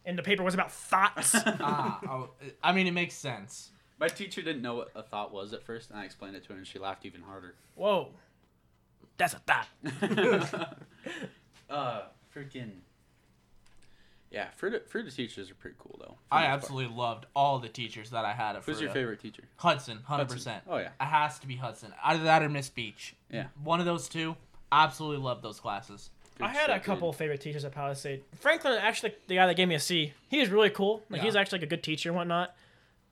[SPEAKER 1] and the paper was about
[SPEAKER 2] <laughs>
[SPEAKER 1] thoughts.
[SPEAKER 4] ah, oh, I mean it makes sense.
[SPEAKER 2] My teacher didn't know what a thought was at first, and I explained it to her, and she laughed
[SPEAKER 1] <laughs>
[SPEAKER 2] even harder. <laughs>
[SPEAKER 1] Whoa, that's a thought.
[SPEAKER 2] uh, freaking. Yeah, Fruta, Fruta teachers are pretty cool, though.
[SPEAKER 4] I absolutely loved all the teachers that I had at
[SPEAKER 2] Who's your
[SPEAKER 4] Fruta.
[SPEAKER 2] favorite teacher?
[SPEAKER 4] Hudson, hundred
[SPEAKER 2] Hudson.
[SPEAKER 4] percent.
[SPEAKER 2] Oh, yeah.
[SPEAKER 4] It has to be Hudson. Either that or Miss Beach.
[SPEAKER 2] Yeah.
[SPEAKER 4] One of those two. Absolutely love those classes.
[SPEAKER 2] Good
[SPEAKER 1] I had a
[SPEAKER 2] shit,
[SPEAKER 1] couple of favorite teachers at Palisade. Franklin, actually, the guy that gave me a C, he was really cool. Like, he
[SPEAKER 4] Yeah.
[SPEAKER 1] was actually like, a good teacher and whatnot.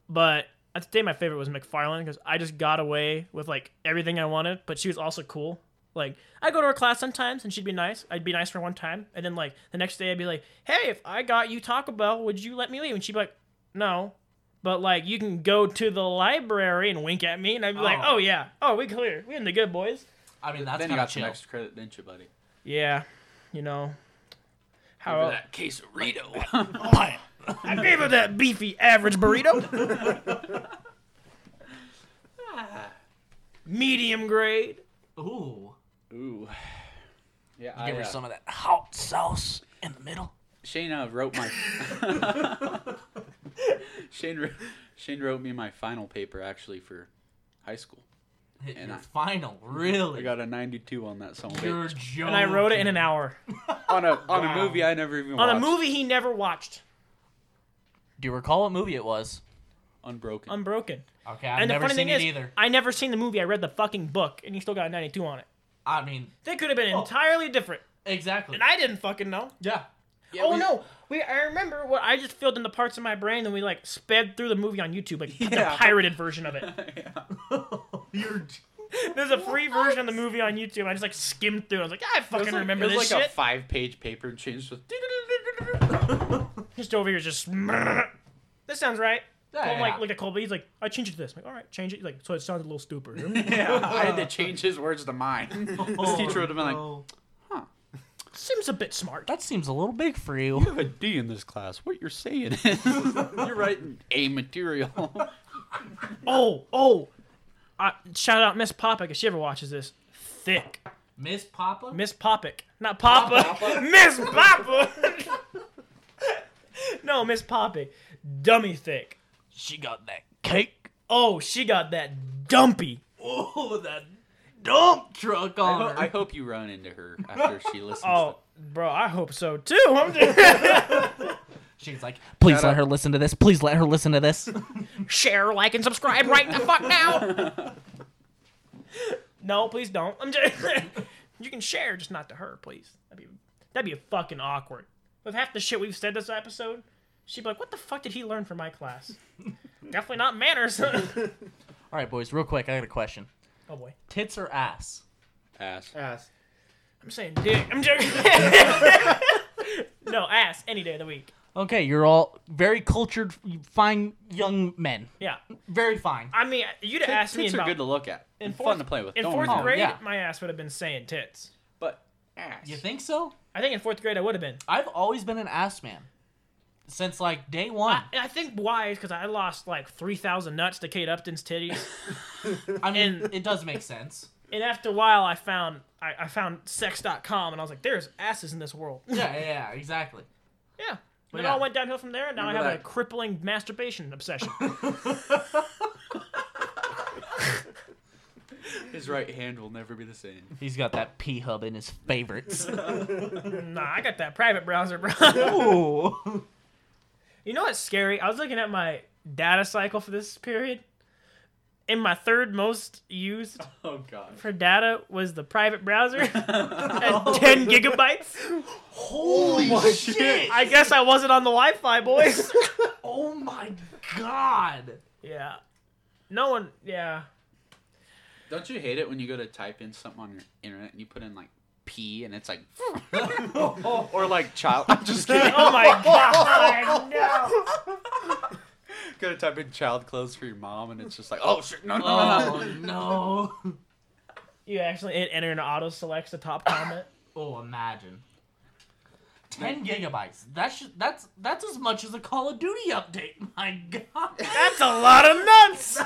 [SPEAKER 1] But I'd say my favorite was McFarlane because I just got away with like everything I wanted, but she was also cool. Like, I'd go to her class sometimes and she'd be nice. I'd be nice for one time. And then, like, the next day I'd be like, hey, if I got you Taco Bell, would you let me leave? And she'd be like, no. But like you can go to the library and wink at me, and I'd be like,
[SPEAKER 4] Oh.
[SPEAKER 1] "Oh yeah, oh we clear, we in the good boys."
[SPEAKER 4] I mean, that's
[SPEAKER 2] then you
[SPEAKER 4] kind of
[SPEAKER 2] got some
[SPEAKER 4] chill.
[SPEAKER 2] extra credit, didn't you, buddy?
[SPEAKER 1] Yeah, you know.
[SPEAKER 2] Over
[SPEAKER 1] How
[SPEAKER 2] that <laughs> quesarito.
[SPEAKER 1] I gave her that beefy average burrito. Medium grade.
[SPEAKER 4] Ooh,
[SPEAKER 2] Ooh. Yeah,
[SPEAKER 4] give
[SPEAKER 2] I,
[SPEAKER 4] her
[SPEAKER 2] uh,
[SPEAKER 4] some of that hot sauce in the middle.
[SPEAKER 2] Shane uh, wrote
[SPEAKER 4] <laughs>
[SPEAKER 2] my. <laughs> Shane, wr- Shane wrote me my final paper actually for high school.
[SPEAKER 4] Hit
[SPEAKER 2] And
[SPEAKER 4] your
[SPEAKER 2] I-
[SPEAKER 4] final, really.
[SPEAKER 2] I got a 92 on that song
[SPEAKER 4] You're joking.
[SPEAKER 1] And I wrote it in an hour.
[SPEAKER 2] on a on
[SPEAKER 3] Wow.
[SPEAKER 2] a movie I never even
[SPEAKER 1] On
[SPEAKER 2] watched.
[SPEAKER 1] a movie he never watched.
[SPEAKER 4] Do you recall what movie it was?
[SPEAKER 2] Unbroken.
[SPEAKER 1] Unbroken.
[SPEAKER 4] Okay, I've
[SPEAKER 1] and the
[SPEAKER 4] never
[SPEAKER 1] funny
[SPEAKER 4] seen
[SPEAKER 1] thing
[SPEAKER 4] it
[SPEAKER 1] is,
[SPEAKER 4] either.
[SPEAKER 1] I never seen the movie. I read the fucking book, and he still got a 92 on it.
[SPEAKER 4] I mean,
[SPEAKER 1] They could have been
[SPEAKER 4] Oh.
[SPEAKER 1] entirely different,
[SPEAKER 4] exactly.
[SPEAKER 1] and I didn't fucking know.
[SPEAKER 4] yeah.
[SPEAKER 1] oh no, we I remember what I just filled in the parts of my brain, and we like sped through the movie on YouTube, like the
[SPEAKER 2] Yeah.
[SPEAKER 1] pirated version of it.
[SPEAKER 2] <laughs>
[SPEAKER 4] <laughs>
[SPEAKER 2] yeah.
[SPEAKER 4] <laughs> You're
[SPEAKER 1] There's a free version of the movie on YouTube. I just like skimmed through. I was like, I
[SPEAKER 2] It
[SPEAKER 1] fucking
[SPEAKER 2] was like,
[SPEAKER 1] remember
[SPEAKER 2] it was
[SPEAKER 1] this
[SPEAKER 2] like
[SPEAKER 1] shit.
[SPEAKER 2] a five page paper and changed <laughs> with.
[SPEAKER 1] just over here, just <laughs> this sounds right.
[SPEAKER 4] Yeah,
[SPEAKER 1] Colin,
[SPEAKER 4] yeah, yeah.
[SPEAKER 1] like look at Colby. He's like, I changed it to this. I'm like, all right, change it. He's like, so it sounded a little
[SPEAKER 4] <laughs>
[SPEAKER 1] stupid.
[SPEAKER 2] yeah, I had to change his words to mine. <laughs> This teacher would have been like,
[SPEAKER 4] oh, no.
[SPEAKER 1] Seems a bit smart.
[SPEAKER 4] that seems a little big for
[SPEAKER 2] "You
[SPEAKER 4] you.
[SPEAKER 2] have a D in this class. What you're saying is <laughs> you're writing A
[SPEAKER 1] <laughs>
[SPEAKER 2] material."
[SPEAKER 1] Oh, oh. I, shout out Miss Popick if she ever watches this. Thick.
[SPEAKER 4] <laughs> Miss Papa?
[SPEAKER 1] Miss Popick. Not Papa. <laughs>
[SPEAKER 4] Papa.
[SPEAKER 1] Miss Papa. <laughs> no, Miss Popick. Dummy thick.
[SPEAKER 4] she got that cake.
[SPEAKER 1] Oh, she got that dumpy.
[SPEAKER 4] Oh, that dump truck
[SPEAKER 2] I,
[SPEAKER 4] on
[SPEAKER 2] ho-
[SPEAKER 4] her.
[SPEAKER 2] I hope you run into her after
[SPEAKER 1] <laughs>
[SPEAKER 2] she listens.
[SPEAKER 1] Oh, bro, I hope so too. I'm
[SPEAKER 4] She's like, please
[SPEAKER 2] Shut
[SPEAKER 4] let
[SPEAKER 2] up.
[SPEAKER 4] her listen to this. Please let her listen to this. <laughs>
[SPEAKER 1] share, like, and subscribe right the fuck now. <laughs> no, please don't. I'm just <laughs> you can share, just not to her, please. That'd be that'd be fucking awkward. With half the shit we've said this episode, she'd be like, "What the fuck did he learn from my class? Definitely not manners." <laughs> oh
[SPEAKER 4] All right, boys, real quick, I got a question.
[SPEAKER 1] boy,
[SPEAKER 4] Tits or ass?
[SPEAKER 2] to ass.
[SPEAKER 3] Ass.
[SPEAKER 1] I'm saying dick. I'm joking. <laughs> no ass any day of the week.
[SPEAKER 4] Okay, you're all very cultured, fine young men.
[SPEAKER 1] Yeah,
[SPEAKER 4] Very fine.
[SPEAKER 1] I mean, you'd have asked me
[SPEAKER 2] Tits are
[SPEAKER 1] about
[SPEAKER 2] good to look at.
[SPEAKER 1] in
[SPEAKER 2] And
[SPEAKER 1] fourth-
[SPEAKER 2] fun to play with.
[SPEAKER 1] in
[SPEAKER 2] Don't
[SPEAKER 1] fourth
[SPEAKER 2] wrong.
[SPEAKER 1] grade.
[SPEAKER 4] yeah.
[SPEAKER 1] My ass would have been saying tits.
[SPEAKER 2] but ass.
[SPEAKER 4] You think so?
[SPEAKER 1] I think in fourth grade I would have been.
[SPEAKER 4] I've always been an ass man since like day one.
[SPEAKER 1] And I think why is because I lost like three thousand nuts to Kate Upton's titties, <laughs>
[SPEAKER 4] I mean,
[SPEAKER 1] and-
[SPEAKER 4] it does make sense.
[SPEAKER 1] and after a while, I found I, I found sex.com, and I was like, "There's asses in this world." yeah,
[SPEAKER 4] Yeah, yeah, yeah, exactly.
[SPEAKER 1] and it
[SPEAKER 4] Yeah.
[SPEAKER 1] all went downhill from there. And now I have
[SPEAKER 2] Remember
[SPEAKER 1] a
[SPEAKER 2] that-
[SPEAKER 1] crippling masturbation
[SPEAKER 2] <laughs>
[SPEAKER 1] obsession.
[SPEAKER 2] His right hand will never be the same.
[SPEAKER 4] He's got that P hub in his <laughs> favorites.
[SPEAKER 1] nah, I got that private browser, bro.
[SPEAKER 2] <laughs>
[SPEAKER 4] Ooh.
[SPEAKER 1] you know what's scary? I was looking at my data cycle for this period, and my third most used
[SPEAKER 2] Oh god. <laughs>
[SPEAKER 1] for data was the private browser
[SPEAKER 2] Oh.
[SPEAKER 1] at ten gigabytes.
[SPEAKER 4] Holy shit!
[SPEAKER 1] I guess I wasn't on the Wi-Fi,
[SPEAKER 2] <laughs>
[SPEAKER 1] boys.
[SPEAKER 4] oh my god!
[SPEAKER 1] yeah, no one. Yeah.
[SPEAKER 2] Don't you hate it when you go to type in something on your internet and you put in like P and it's like <laughs> or like child I'm <laughs> just kidding.
[SPEAKER 1] <laughs> Oh my god! No.
[SPEAKER 2] Go to type in child clothes for your mom and it's just like oh shit no no no, <laughs> no.
[SPEAKER 4] Oh no!
[SPEAKER 1] You actually hit enter and auto selects the top comment.
[SPEAKER 4] Oh, imagine. Ten gigabytes. That's that's that's as much as a Call of Duty update. <laughs> My god.
[SPEAKER 1] That's a lot of nuts.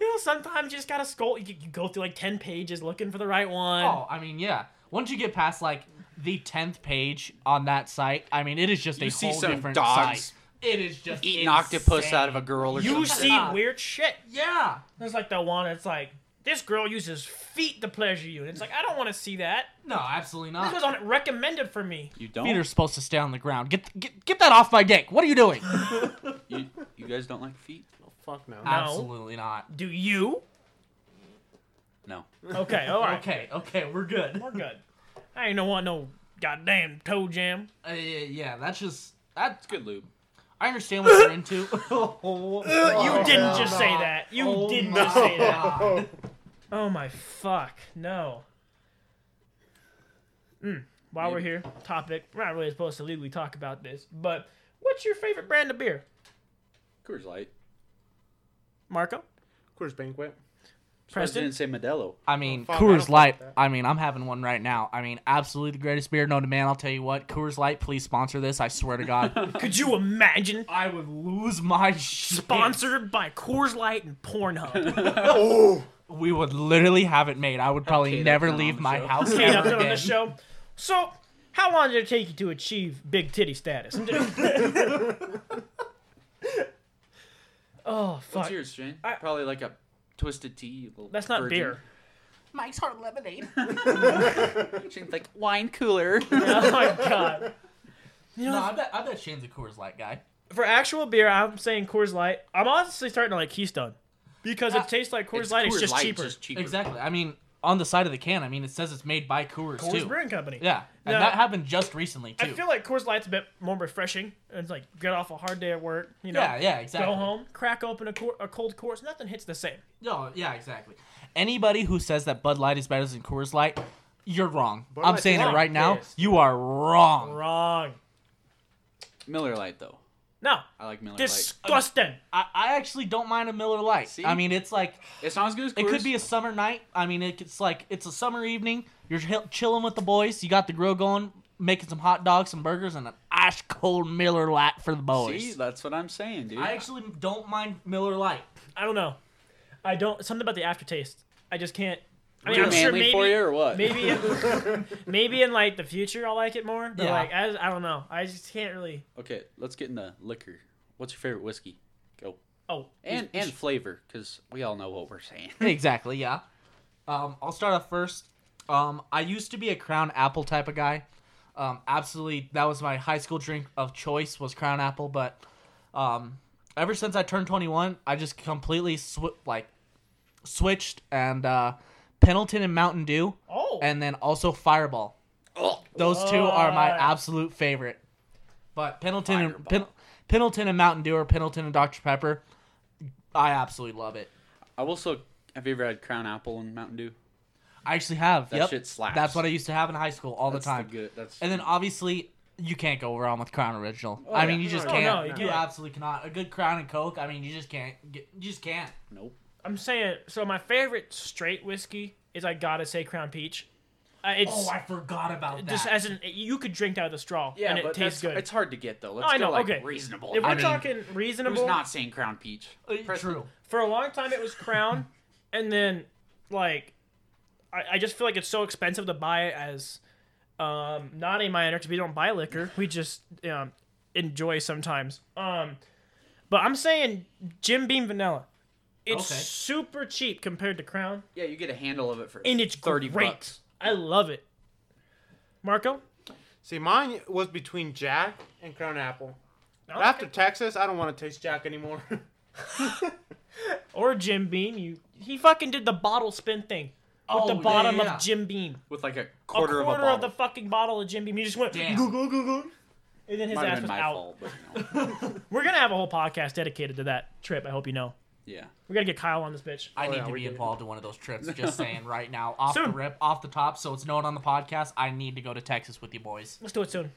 [SPEAKER 1] you know, sometimes you just gotta scroll. You, you go through like ten pages looking for the right one.
[SPEAKER 4] Oh, I mean, yeah. Once you get past like the tenth page on that site, I mean, it is just
[SPEAKER 2] You
[SPEAKER 4] a
[SPEAKER 2] see
[SPEAKER 4] whole
[SPEAKER 2] some
[SPEAKER 4] different
[SPEAKER 2] dogs
[SPEAKER 4] site. It is just
[SPEAKER 2] Eating octopus
[SPEAKER 4] insane.
[SPEAKER 2] out of a girl or
[SPEAKER 1] you
[SPEAKER 2] something.
[SPEAKER 1] see weird shit.
[SPEAKER 4] Yeah.
[SPEAKER 1] There's like the one that's like this girl uses feet to pleasure you, and it's like I don't want to see that.
[SPEAKER 4] No, absolutely
[SPEAKER 1] This was on
[SPEAKER 4] not.
[SPEAKER 1] it recommended for <laughs> me.
[SPEAKER 2] You don't
[SPEAKER 4] Feet are supposed to stay on the ground. Get get get that off my dick. What are you doing?
[SPEAKER 2] you, you guys don't like feet?
[SPEAKER 3] Oh, <laughs> fuck no.
[SPEAKER 4] Absolutely not.
[SPEAKER 1] Do you?
[SPEAKER 2] No.
[SPEAKER 1] Okay, all right,
[SPEAKER 4] Okay, okay, we're good.
[SPEAKER 1] we're good. I ain't no want no goddamn toe jam.
[SPEAKER 4] Uh, yeah, that's just that.
[SPEAKER 2] It's good lube.
[SPEAKER 4] I understand what you're into.
[SPEAKER 1] <laughs>
[SPEAKER 4] <laughs> Oh
[SPEAKER 1] You
[SPEAKER 4] you
[SPEAKER 1] didn't just say that. You didn't just say that. Oh my fuck. No. Hmm, Mm. While we're
[SPEAKER 2] Maybe.
[SPEAKER 1] here, topic. We're not really supposed to legally talk about this, but What's your favorite brand of beer,
[SPEAKER 2] Coors Light.
[SPEAKER 1] Marco?
[SPEAKER 3] Coors Banquet.
[SPEAKER 1] Preston?
[SPEAKER 2] Preston didn't say Modelo.
[SPEAKER 4] I mean,
[SPEAKER 3] fuck, I don't
[SPEAKER 4] Coors
[SPEAKER 3] fuck
[SPEAKER 4] Light.
[SPEAKER 3] with that.
[SPEAKER 4] I mean, I'm having one right now. I mean, absolutely the greatest beer known to man. I'll tell you what, Coors Light, please sponsor this. I swear
[SPEAKER 1] <laughs>
[SPEAKER 4] to God,
[SPEAKER 1] Could you imagine
[SPEAKER 4] I would lose my shit.
[SPEAKER 1] sponsored by Coors Light and
[SPEAKER 2] <laughs>
[SPEAKER 1] Pornhub?
[SPEAKER 3] oh,
[SPEAKER 4] We would literally have it made. I would probably
[SPEAKER 2] Okay,
[SPEAKER 4] never
[SPEAKER 2] that's not on
[SPEAKER 4] leave
[SPEAKER 2] the
[SPEAKER 4] my
[SPEAKER 2] show.
[SPEAKER 1] <laughs>
[SPEAKER 4] house
[SPEAKER 1] Okay,
[SPEAKER 4] ever
[SPEAKER 1] I've been on
[SPEAKER 4] again.
[SPEAKER 1] this show. So, how long did it take you to achieve big titty status?
[SPEAKER 2] <laughs>
[SPEAKER 1] oh
[SPEAKER 2] What's
[SPEAKER 1] fuck!
[SPEAKER 2] yours, Shane?
[SPEAKER 1] I-
[SPEAKER 2] Probably like a twisted tea. a little
[SPEAKER 1] That's not
[SPEAKER 2] virgin.
[SPEAKER 1] beer. <laughs>
[SPEAKER 4] Mike's Hard Lemonade.
[SPEAKER 2] Shane's like
[SPEAKER 1] <laughs>
[SPEAKER 2] wine cooler. <laughs>
[SPEAKER 1] Oh my god! You know,
[SPEAKER 4] no, I bet, I bet Shane's a Coors Light guy.
[SPEAKER 1] for actual beer, I'm saying Coors Light. I'm honestly starting to like Keystone because
[SPEAKER 4] Uh,
[SPEAKER 1] it tastes like Coors Light. it's just
[SPEAKER 2] Light's
[SPEAKER 1] cheaper.
[SPEAKER 2] just cheaper.
[SPEAKER 4] Exactly. I mean, on the side of the can, I mean, it says it's made by Coors,
[SPEAKER 1] Coors
[SPEAKER 4] too.
[SPEAKER 1] Brewing Company.
[SPEAKER 4] Yeah, and
[SPEAKER 1] No.
[SPEAKER 4] that happened just recently too.
[SPEAKER 1] I feel like Coors Light's a bit more refreshing. It's like get off a hard day at work, you know.
[SPEAKER 4] yeah, yeah, exactly.
[SPEAKER 1] Go home, crack open a, cor- a cold Coors. Nothing hits the same.
[SPEAKER 4] No, yeah, exactly. Anybody who says that Bud Light is better than Coors Light, you're wrong.
[SPEAKER 3] Bud
[SPEAKER 4] I'm
[SPEAKER 3] Light's
[SPEAKER 4] saying it
[SPEAKER 1] wrong.
[SPEAKER 4] right now.
[SPEAKER 1] Yes.
[SPEAKER 4] You are wrong.
[SPEAKER 1] Wrong.
[SPEAKER 2] Miller Light though.
[SPEAKER 1] No.
[SPEAKER 2] I like Miller Light.
[SPEAKER 1] Disgusting.
[SPEAKER 4] I, I actually don't mind a Miller Light.
[SPEAKER 2] See?
[SPEAKER 4] I mean, it's like
[SPEAKER 2] It's not as good as Coors.
[SPEAKER 4] it could be a summer night. I mean, it- it's like it's a summer evening. You're hi- chilling with the boys. You got the grill going, making some hot dogs, some burgers, and an ice cold Miller Light for the boys.
[SPEAKER 2] See, that's what I'm saying, dude.
[SPEAKER 4] I actually don't mind Miller Light.
[SPEAKER 1] I don't know. I don't. Something about the aftertaste. I just can't. I
[SPEAKER 2] Too
[SPEAKER 1] mean, I'm
[SPEAKER 2] manly
[SPEAKER 1] sure maybe
[SPEAKER 2] for you or what?
[SPEAKER 1] maybe in, maybe in like the future I'll like it more. But
[SPEAKER 4] Yeah.
[SPEAKER 1] like as I don't know. I just can't really.
[SPEAKER 2] Okay, let's get into liquor. What's your favorite whiskey? Go.
[SPEAKER 1] Oh,
[SPEAKER 2] And and flavor, because we all know what we're <laughs> saying.
[SPEAKER 4] exactly yeah um, i'll start off first um, i used to be a crown apple type of guy um, absolutely that was my high school drink of choice was crown apple but um, ever since i turned 21 i just completely sw- like switched and uh, pendleton and mountain dew
[SPEAKER 1] oh.
[SPEAKER 4] and then also fireball
[SPEAKER 2] Oh,
[SPEAKER 4] those two are my
[SPEAKER 1] What?
[SPEAKER 4] absolute favorite. But Pendleton and
[SPEAKER 2] Fireball.
[SPEAKER 4] Pen, Pendleton and Mountain Dew or Pendleton and Dr Pepper, I absolutely love it.
[SPEAKER 2] I also have you ever had Crown Apple and Mountain Dew?
[SPEAKER 4] I actually have.
[SPEAKER 2] That
[SPEAKER 4] yep.
[SPEAKER 2] shit slaps.
[SPEAKER 4] That's what I used to have in high school all
[SPEAKER 2] That's
[SPEAKER 4] the time.
[SPEAKER 2] good. That's
[SPEAKER 4] and then obviously you can't go wrong with Crown Original.
[SPEAKER 2] Oh,
[SPEAKER 4] I
[SPEAKER 2] yeah.
[SPEAKER 4] mean, you just
[SPEAKER 1] Oh,
[SPEAKER 4] can't.
[SPEAKER 1] no, you
[SPEAKER 4] you
[SPEAKER 1] can't.
[SPEAKER 4] absolutely cannot. A good Crown and Coke. I mean, you just can't. Get, you just can't.
[SPEAKER 2] nope.
[SPEAKER 1] I'm saying so. My favorite straight whiskey is I gotta say Crown Peach. Uh, it's
[SPEAKER 4] Oh, I forgot about that.
[SPEAKER 1] just as an you could drink out of the straw
[SPEAKER 2] Yeah,
[SPEAKER 1] and it
[SPEAKER 2] but
[SPEAKER 1] tastes
[SPEAKER 2] that's-
[SPEAKER 1] good.
[SPEAKER 2] It's hard to get though. Let's
[SPEAKER 1] I
[SPEAKER 2] go
[SPEAKER 1] know,
[SPEAKER 2] like
[SPEAKER 1] okay.
[SPEAKER 2] reasonable.
[SPEAKER 1] if we're
[SPEAKER 2] I mean,
[SPEAKER 1] talking
[SPEAKER 2] who's
[SPEAKER 1] reasonable,
[SPEAKER 2] not saying Crown Peach?
[SPEAKER 4] Uh,
[SPEAKER 2] Preston,
[SPEAKER 4] True.
[SPEAKER 1] for a long time it was Crown, <laughs> and then like I, I just feel like it's so expensive to buy it as um, not a minor because we don't buy liquor. We just um, enjoy sometimes. Um, but I'm saying Jim Beam Vanilla. It's
[SPEAKER 4] Okay.
[SPEAKER 1] super cheap compared to Crown,
[SPEAKER 2] Yeah, you get a handle of it for
[SPEAKER 1] and it's
[SPEAKER 2] thirty
[SPEAKER 1] great.
[SPEAKER 2] bucks.
[SPEAKER 1] I love it. Marco,
[SPEAKER 3] see, mine was between Jack and Crown Apple.
[SPEAKER 1] No?
[SPEAKER 3] But after Texas, I don't want to taste Jack <laughs> anymore.
[SPEAKER 1] or Jim Beam, you he fucking did the bottle spin thing with
[SPEAKER 4] Oh,
[SPEAKER 1] the
[SPEAKER 4] yeah,
[SPEAKER 1] bottom
[SPEAKER 4] yeah, yeah.
[SPEAKER 1] of Jim Beam.
[SPEAKER 2] with like a
[SPEAKER 1] A
[SPEAKER 2] quarter,
[SPEAKER 1] quarter
[SPEAKER 2] a
[SPEAKER 1] of,
[SPEAKER 2] bottle.
[SPEAKER 1] the fucking bottle of Jim Beam. He just went
[SPEAKER 4] Damn.
[SPEAKER 1] go go go go, and then his
[SPEAKER 2] Might have
[SPEAKER 1] ass was
[SPEAKER 2] been my
[SPEAKER 1] out.
[SPEAKER 2] fault, but you know.
[SPEAKER 1] <laughs> We're gonna have a whole podcast dedicated to that trip. I hope you know.
[SPEAKER 2] yeah.
[SPEAKER 1] We gotta get Kyle on this bitch.
[SPEAKER 4] I
[SPEAKER 3] Oh,
[SPEAKER 4] need
[SPEAKER 3] yeah,
[SPEAKER 4] to
[SPEAKER 3] we
[SPEAKER 4] be
[SPEAKER 3] did.
[SPEAKER 4] involved in one of those trips. Just saying, right now, off the
[SPEAKER 1] Soon.
[SPEAKER 4] rip, off the top, so it's known on the podcast. I need to go to Texas with you boys.
[SPEAKER 1] Let's do it soon.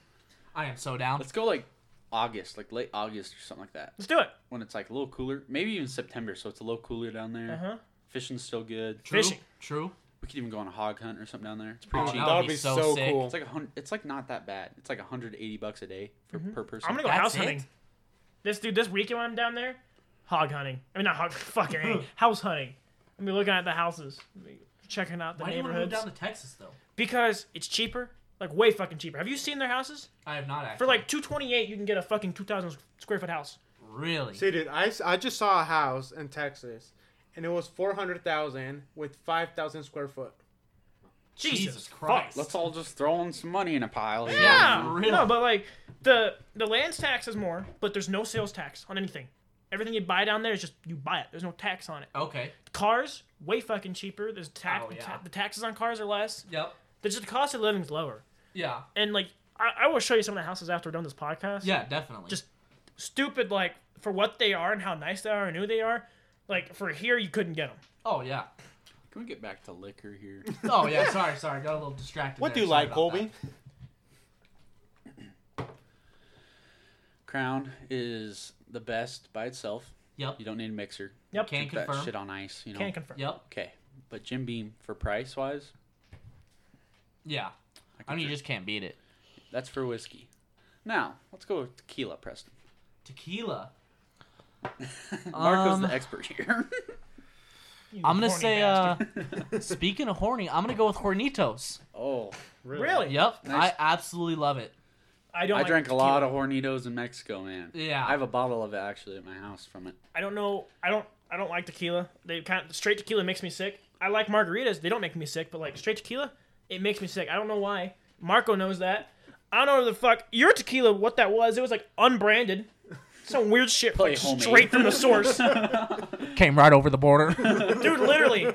[SPEAKER 4] I am so down.
[SPEAKER 2] Let's go like August, like late August or something like that,
[SPEAKER 1] Let's do it.
[SPEAKER 2] when it's like a little cooler. Maybe even September, so it's a little cooler down there.
[SPEAKER 1] Uh huh.
[SPEAKER 2] Fishing's still good.
[SPEAKER 4] True.
[SPEAKER 1] fishing.
[SPEAKER 4] True.
[SPEAKER 2] We could even go on a hog hunt or something down there. It's
[SPEAKER 4] Oh,
[SPEAKER 2] pretty
[SPEAKER 4] that
[SPEAKER 2] cheap.
[SPEAKER 4] would be so sick.
[SPEAKER 2] It's like a hundred. It's like not that bad. It's like 180 bucks a day for, per person.
[SPEAKER 1] I'm gonna go
[SPEAKER 4] That's
[SPEAKER 1] house
[SPEAKER 4] it?
[SPEAKER 1] hunting. This dude, this weekend when I'm down there, hog hunting. I mean, not hog, <laughs> fucking
[SPEAKER 4] <laughs>
[SPEAKER 1] A, house hunting. I'm gonna be looking at the houses, checking out the
[SPEAKER 4] Why do you want to move
[SPEAKER 1] neighborhoods
[SPEAKER 4] down to Texas though?
[SPEAKER 1] because it's cheaper, like way fucking cheaper. Have you seen their houses?
[SPEAKER 4] I have not actually.
[SPEAKER 1] For like 228, you can get a fucking 2,000 square foot house.
[SPEAKER 4] really.
[SPEAKER 3] see, dude, I, s- I just saw a house in Texas, and it was four hundred thousand with five thousand square foot.
[SPEAKER 1] Jesus,
[SPEAKER 4] Jesus
[SPEAKER 1] fuck.
[SPEAKER 4] Christ.
[SPEAKER 2] Let's all just throw in some money in a pile. Here.
[SPEAKER 1] Yeah,
[SPEAKER 4] for real.
[SPEAKER 1] no, but like the the lands tax is more, but there's no sales tax on anything. Everything you buy down there is just you buy it. There's no tax on it.
[SPEAKER 4] Okay.
[SPEAKER 1] Cars way fucking cheaper. There's tax.
[SPEAKER 4] Oh, yeah.
[SPEAKER 1] the taxes on cars are less.
[SPEAKER 4] Yep.
[SPEAKER 1] The just the cost of living's lower.
[SPEAKER 4] Yeah.
[SPEAKER 1] And like I, I will show you some of the houses after we're done this podcast.
[SPEAKER 4] Yeah. Definitely.
[SPEAKER 1] Just stupid like for what they are and how nice they are and who they are. Like for here you couldn't get them.
[SPEAKER 4] Oh yeah.
[SPEAKER 2] Can we get back to liquor here? <laughs>
[SPEAKER 4] Oh yeah. sorry. Sorry. Got a little distracted.
[SPEAKER 3] What
[SPEAKER 4] there.
[SPEAKER 3] do you
[SPEAKER 4] Sorry
[SPEAKER 3] like,
[SPEAKER 4] about
[SPEAKER 3] Colby?
[SPEAKER 4] that.
[SPEAKER 2] Crown is the best by itself.
[SPEAKER 4] Yep.
[SPEAKER 2] You don't need a mixer.
[SPEAKER 1] Yep.
[SPEAKER 4] Can
[SPEAKER 2] Keep that
[SPEAKER 4] confirm.
[SPEAKER 2] shit on ice. You know.
[SPEAKER 1] Can confirm.
[SPEAKER 4] Yep.
[SPEAKER 2] okay, but Jim Beam for price wise,
[SPEAKER 4] Yeah. I
[SPEAKER 2] can
[SPEAKER 4] mean, you
[SPEAKER 2] ju-
[SPEAKER 4] just can't beat it.
[SPEAKER 2] that's for whiskey. Now let's go with tequila, Preston.
[SPEAKER 4] Tequila.
[SPEAKER 2] Marco's
[SPEAKER 4] Um,
[SPEAKER 2] the expert here.
[SPEAKER 1] You
[SPEAKER 4] I'm gonna
[SPEAKER 1] horny
[SPEAKER 4] say. uh
[SPEAKER 1] bastard. <laughs>
[SPEAKER 4] Speaking of horny, I'm gonna go with Hornitos.
[SPEAKER 2] oh,
[SPEAKER 1] Really?
[SPEAKER 4] Yep.
[SPEAKER 2] Nice.
[SPEAKER 4] I absolutely love it.
[SPEAKER 1] I don't.
[SPEAKER 2] I
[SPEAKER 1] like
[SPEAKER 2] drank a lot
[SPEAKER 1] tequila.
[SPEAKER 2] of Hornitos in Mexico, man.
[SPEAKER 4] Yeah.
[SPEAKER 2] I have a bottle of it actually at my house from it.
[SPEAKER 1] I don't know. I don't. I don't like tequila. They kind of, straight tequila makes me sick. I like margaritas. They don't make me sick, but like straight tequila, it makes me sick. I don't know why. Marco knows that. I don't know the fuck your tequila. What that was? It was like unbranded. Some weird shit,
[SPEAKER 2] Probably
[SPEAKER 1] like
[SPEAKER 2] homemade.
[SPEAKER 1] straight from the
[SPEAKER 2] <laughs>
[SPEAKER 1] source,
[SPEAKER 4] Came right over the border.
[SPEAKER 1] dude. Literally,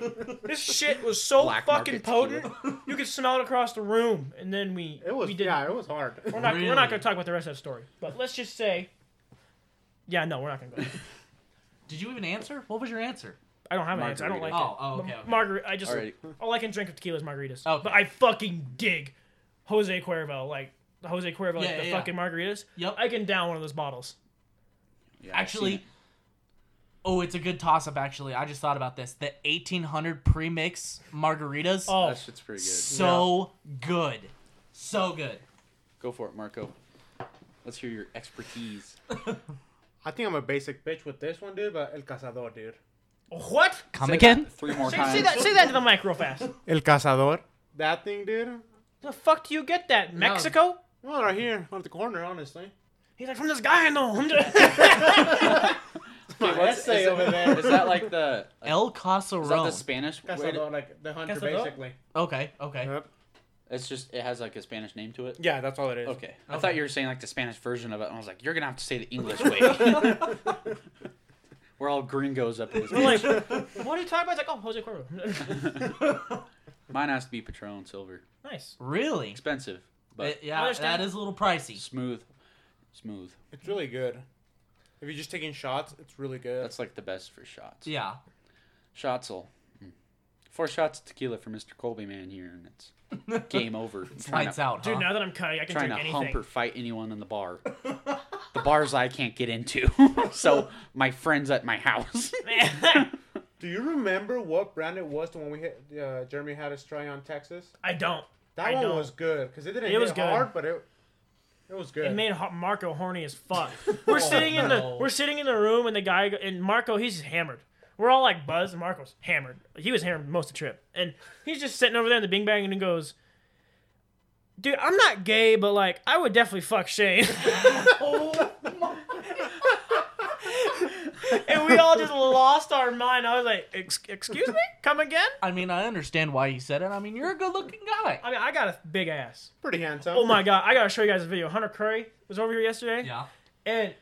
[SPEAKER 1] this shit was so
[SPEAKER 2] Black
[SPEAKER 1] fucking
[SPEAKER 2] market
[SPEAKER 1] potent. You could smell it across the room, and then we
[SPEAKER 3] It was
[SPEAKER 1] we did.
[SPEAKER 3] yeah, it was hard.
[SPEAKER 1] We're not we're not
[SPEAKER 4] Really?
[SPEAKER 1] gonna talk about the rest of that story, but let's just say, yeah, no, we're not gonna go. there.
[SPEAKER 4] <laughs> Did you even answer? What was your answer?
[SPEAKER 1] I don't have an answer. I don't like
[SPEAKER 2] Margarita.
[SPEAKER 1] it.
[SPEAKER 4] Oh, oh, okay, okay.
[SPEAKER 1] Margarita. I just
[SPEAKER 2] Alrighty.
[SPEAKER 1] all I can drink of tequila is margaritas.
[SPEAKER 4] Okay.
[SPEAKER 1] But I fucking dig Jose Cuervo, like the Jose Cuervo,
[SPEAKER 4] Yeah,
[SPEAKER 1] like the
[SPEAKER 4] yeah, yeah.
[SPEAKER 1] fucking margaritas.
[SPEAKER 4] Yep.
[SPEAKER 1] I can down one of those bottles.
[SPEAKER 2] Yeah, I've seen
[SPEAKER 4] Actually,
[SPEAKER 2] it.
[SPEAKER 4] oh, it's a good toss up. Actually, I just thought about this. The 1800 premix margaritas,
[SPEAKER 1] Oh,
[SPEAKER 2] that shit's pretty good.
[SPEAKER 4] so good, so good.
[SPEAKER 2] Go for it, Marco. Let's hear your expertise.
[SPEAKER 3] <laughs> I think I'm a basic bitch with this one, dude. But El Cazador, dude.
[SPEAKER 1] what?
[SPEAKER 4] Come
[SPEAKER 2] Say
[SPEAKER 4] again?
[SPEAKER 2] that Three more
[SPEAKER 1] Say,
[SPEAKER 2] times.
[SPEAKER 1] say that. Say that to the mic real
[SPEAKER 4] <laughs>
[SPEAKER 1] fast.
[SPEAKER 3] El Cazador. That thing, dude.
[SPEAKER 1] the fuck do you get that? Mexico?
[SPEAKER 3] Well, right here on the corner, honestly.
[SPEAKER 1] He's like from this guy I <laughs> know. I'm just-
[SPEAKER 3] My
[SPEAKER 2] What's-
[SPEAKER 3] essay
[SPEAKER 2] is it- <laughs>
[SPEAKER 3] over there.
[SPEAKER 2] Is that like the like,
[SPEAKER 4] El
[SPEAKER 2] is that the
[SPEAKER 4] Casaron.
[SPEAKER 2] Spanish? way to-
[SPEAKER 3] <laughs> Cazador, like the hunter,
[SPEAKER 1] Cazador?
[SPEAKER 3] basically.
[SPEAKER 4] Okay, okay.
[SPEAKER 3] Yep.
[SPEAKER 2] It's just it has like a Spanish name to it.
[SPEAKER 3] Yeah, that's all it is.
[SPEAKER 2] Okay. <laughs> I
[SPEAKER 4] Okay.
[SPEAKER 2] thought you were saying like the Spanish version of it, and I was like, you're gonna have to say the English way. <laughs> we're all gringos up in this.
[SPEAKER 1] I'm like,
[SPEAKER 2] Like,
[SPEAKER 1] what are you talking about? It's like, oh, Jose Cuervo. <laughs>
[SPEAKER 2] <laughs> Mine has to be Patron Silver.
[SPEAKER 1] nice.
[SPEAKER 4] Really?
[SPEAKER 2] Expensive, but
[SPEAKER 4] It- yeah,
[SPEAKER 1] understand.
[SPEAKER 4] that is a little pricey.
[SPEAKER 2] smooth. Smooth.
[SPEAKER 3] <laughs> It's really good. If you're just taking shots, it's really good.
[SPEAKER 2] That's like the best for shots.
[SPEAKER 4] Yeah.
[SPEAKER 2] Shotzel. Hmm. Four shots of tequila for Mr. Colby man here, and it's game over.
[SPEAKER 4] It's
[SPEAKER 2] Trying
[SPEAKER 4] lights
[SPEAKER 2] to-
[SPEAKER 4] out, huh?
[SPEAKER 1] Dude, now that I'm cutting, I can
[SPEAKER 2] trying
[SPEAKER 1] drink
[SPEAKER 2] to
[SPEAKER 1] anything.
[SPEAKER 2] hump or fight anyone in the bar. the bars I can't get into, <laughs> so my friends at my house. <laughs>
[SPEAKER 3] Do you remember what brand it was? The one we hit, uh, Jeremy had us try on Texas.
[SPEAKER 1] <laughs> I don't.
[SPEAKER 3] That
[SPEAKER 1] I
[SPEAKER 3] one
[SPEAKER 1] don't.
[SPEAKER 3] was good because it didn't.
[SPEAKER 1] It
[SPEAKER 3] hit
[SPEAKER 1] was good.
[SPEAKER 3] hard, but it it was good.
[SPEAKER 1] It made Ho- Marco horny as
[SPEAKER 4] <laughs>
[SPEAKER 1] fuck. We're sitting in the
[SPEAKER 4] Oh, no.
[SPEAKER 1] we're sitting in the room and the guy go- and Marco he's hammered. We're all like buzzed and Marco's hammered. He was hammered most of the trip. And he's just sitting over there in the bing bang and he goes, Dude, I'm not gay, but like I would definitely fuck Shane. <laughs> and we all just lost our mind. I was like, Ex- excuse me? Come again?
[SPEAKER 4] I mean, I understand why you said it. I mean, you're a good-looking guy.
[SPEAKER 1] I mean, I got a big ass.
[SPEAKER 3] pretty handsome.
[SPEAKER 1] Oh
[SPEAKER 3] <laughs>
[SPEAKER 1] my god, I gotta show you guys a video. Hunter Curry was over here yesterday.
[SPEAKER 4] Yeah.
[SPEAKER 1] And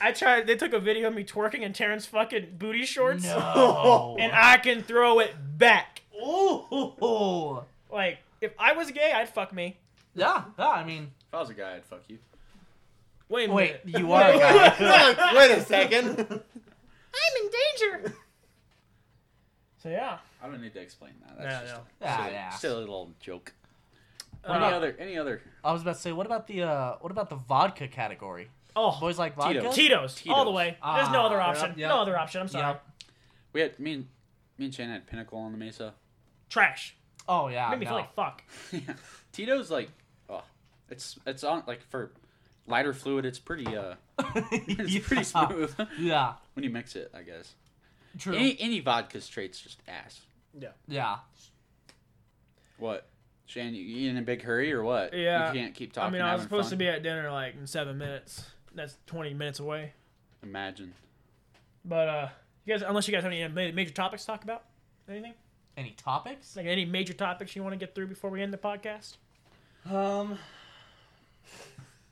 [SPEAKER 1] I tried. They took a video of me twerking in Terrence's fucking booty shorts,
[SPEAKER 4] <laughs> No.
[SPEAKER 1] and I can throw it back.
[SPEAKER 4] Ooh.
[SPEAKER 1] Like if I was gay, I'd fuck me.
[SPEAKER 4] Yeah. Yeah. I mean,
[SPEAKER 2] If I was a guy, I'd fuck you.
[SPEAKER 1] Wait, a
[SPEAKER 4] <laughs> wait,
[SPEAKER 1] minute.
[SPEAKER 4] you are a
[SPEAKER 3] <laughs>
[SPEAKER 4] guy.
[SPEAKER 3] Wait a second. <laughs>
[SPEAKER 1] I'm in danger. so yeah,
[SPEAKER 2] I don't need to explain that.
[SPEAKER 1] Yeah,
[SPEAKER 2] That's just
[SPEAKER 1] no.
[SPEAKER 2] a <laughs>
[SPEAKER 4] Ah,
[SPEAKER 2] silly,
[SPEAKER 4] yeah.
[SPEAKER 2] silly little joke.
[SPEAKER 1] Uh,
[SPEAKER 2] any other? Any other?
[SPEAKER 4] I was about to say, what about the uh, what about the vodka category?
[SPEAKER 1] oh
[SPEAKER 4] Boys like vodka.
[SPEAKER 2] Tito's.
[SPEAKER 1] Tito's, all the
[SPEAKER 2] Tito's.
[SPEAKER 1] way. There's no
[SPEAKER 4] Ah,
[SPEAKER 1] other
[SPEAKER 4] yep,
[SPEAKER 1] option.
[SPEAKER 4] yep.
[SPEAKER 1] No other option. I'm sorry.
[SPEAKER 4] Yep.
[SPEAKER 2] We had me and me and Shannon had Pinnacle on the Mesa. <laughs>
[SPEAKER 1] Trash.
[SPEAKER 4] Oh
[SPEAKER 2] Ah,
[SPEAKER 4] yeah.
[SPEAKER 1] Made me
[SPEAKER 4] no.
[SPEAKER 1] feel like fuck.
[SPEAKER 2] Tito's like, oh, it's it's on like for lighter fluid. It's pretty uh, <laughs>
[SPEAKER 4] <laughs>
[SPEAKER 2] it's pretty smooth <laughs>
[SPEAKER 4] Yeah.
[SPEAKER 2] when you mix it. I guess
[SPEAKER 4] True.
[SPEAKER 2] any any vodka straight's just ass.
[SPEAKER 4] Yeah.
[SPEAKER 2] What? Shannon, you, you in a big hurry or what?
[SPEAKER 1] Yeah.
[SPEAKER 2] You can't keep
[SPEAKER 1] I
[SPEAKER 2] talking.
[SPEAKER 1] mean, I was
[SPEAKER 2] having
[SPEAKER 1] supposed
[SPEAKER 2] fun.
[SPEAKER 1] to be at dinner like in seven minutes. That's 20 minutes away.
[SPEAKER 2] Imagine.
[SPEAKER 1] But uh, you guys, unless you guys have any ma- major topics to talk about, anything
[SPEAKER 4] Any topics?
[SPEAKER 1] like any major topics you want to get through before we end the podcast.
[SPEAKER 4] Um.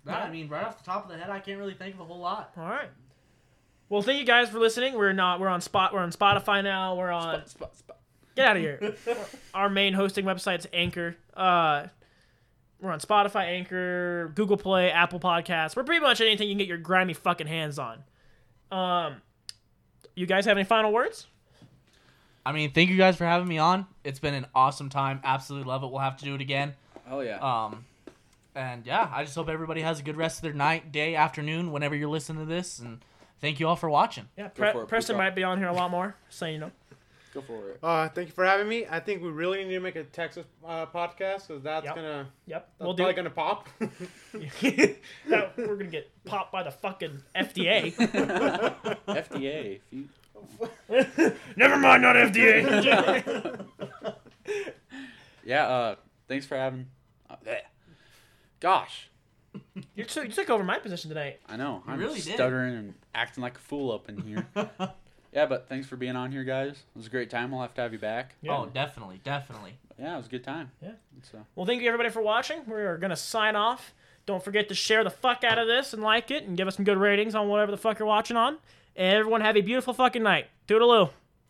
[SPEAKER 4] I mean, right off the top of the head, I can't really think of a whole lot.
[SPEAKER 1] All right. Well, thank you guys for listening. We're not. We're on spot. We're on Spotify now. We're on.
[SPEAKER 2] Spot, spot, spot.
[SPEAKER 1] Get out of here. <laughs> Our main hosting website's Anchor. Uh, we're on Spotify, Anchor, Google Play, Apple Podcasts. We're pretty much anything you can get your grimy fucking hands on. Um, you guys have any final words?
[SPEAKER 4] I mean, thank you guys for
[SPEAKER 1] Uh,
[SPEAKER 4] having me on. It's been an awesome time. Absolutely love it. We'll have to do it again.
[SPEAKER 2] Oh yeah.
[SPEAKER 4] Um, And yeah, I just hope everybody has a good rest of their night, day, afternoon, whenever you're listening to this. And thank you all for watching.
[SPEAKER 1] Yeah,
[SPEAKER 2] Go for
[SPEAKER 1] Pre-
[SPEAKER 2] it,
[SPEAKER 1] Preston
[SPEAKER 2] Peacock.
[SPEAKER 1] might be on here a lot more, so you know.
[SPEAKER 2] Go for it.
[SPEAKER 3] Uh, thank you for having me. I think we really need to make a Texas uh, podcast because that's
[SPEAKER 1] Yep.
[SPEAKER 3] gonna
[SPEAKER 1] <laughs> Yep,
[SPEAKER 3] that's
[SPEAKER 1] we'll do.
[SPEAKER 3] probably
[SPEAKER 1] it.
[SPEAKER 3] gonna pop. <laughs>
[SPEAKER 1] <laughs> Now we're gonna get popped by the fucking <laughs>
[SPEAKER 2] <laughs>
[SPEAKER 1] FDA.
[SPEAKER 2] FDA. If you-
[SPEAKER 1] Never mind, not FDA. <laughs>
[SPEAKER 2] Yeah. Uh, thanks for having. Uh, bleh. Gosh,
[SPEAKER 1] you, took, you took over my position tonight.
[SPEAKER 2] I know I'm
[SPEAKER 4] really did.
[SPEAKER 2] stuttering and acting like a fool up in
[SPEAKER 4] <laughs>
[SPEAKER 2] here. yeah, but thanks for being on here, guys. It was a great time. We'll have to have you back.
[SPEAKER 1] Yeah.
[SPEAKER 4] Oh, definitely, definitely.
[SPEAKER 2] Yeah, it was a good time.
[SPEAKER 1] Yeah.
[SPEAKER 2] So
[SPEAKER 1] Well, thank you everybody for watching. We are gonna sign off. Don't forget to share the fuck out of this and like it and give us some good ratings on whatever the fuck you're watching on. And everyone have a beautiful fucking night. Toodaloo.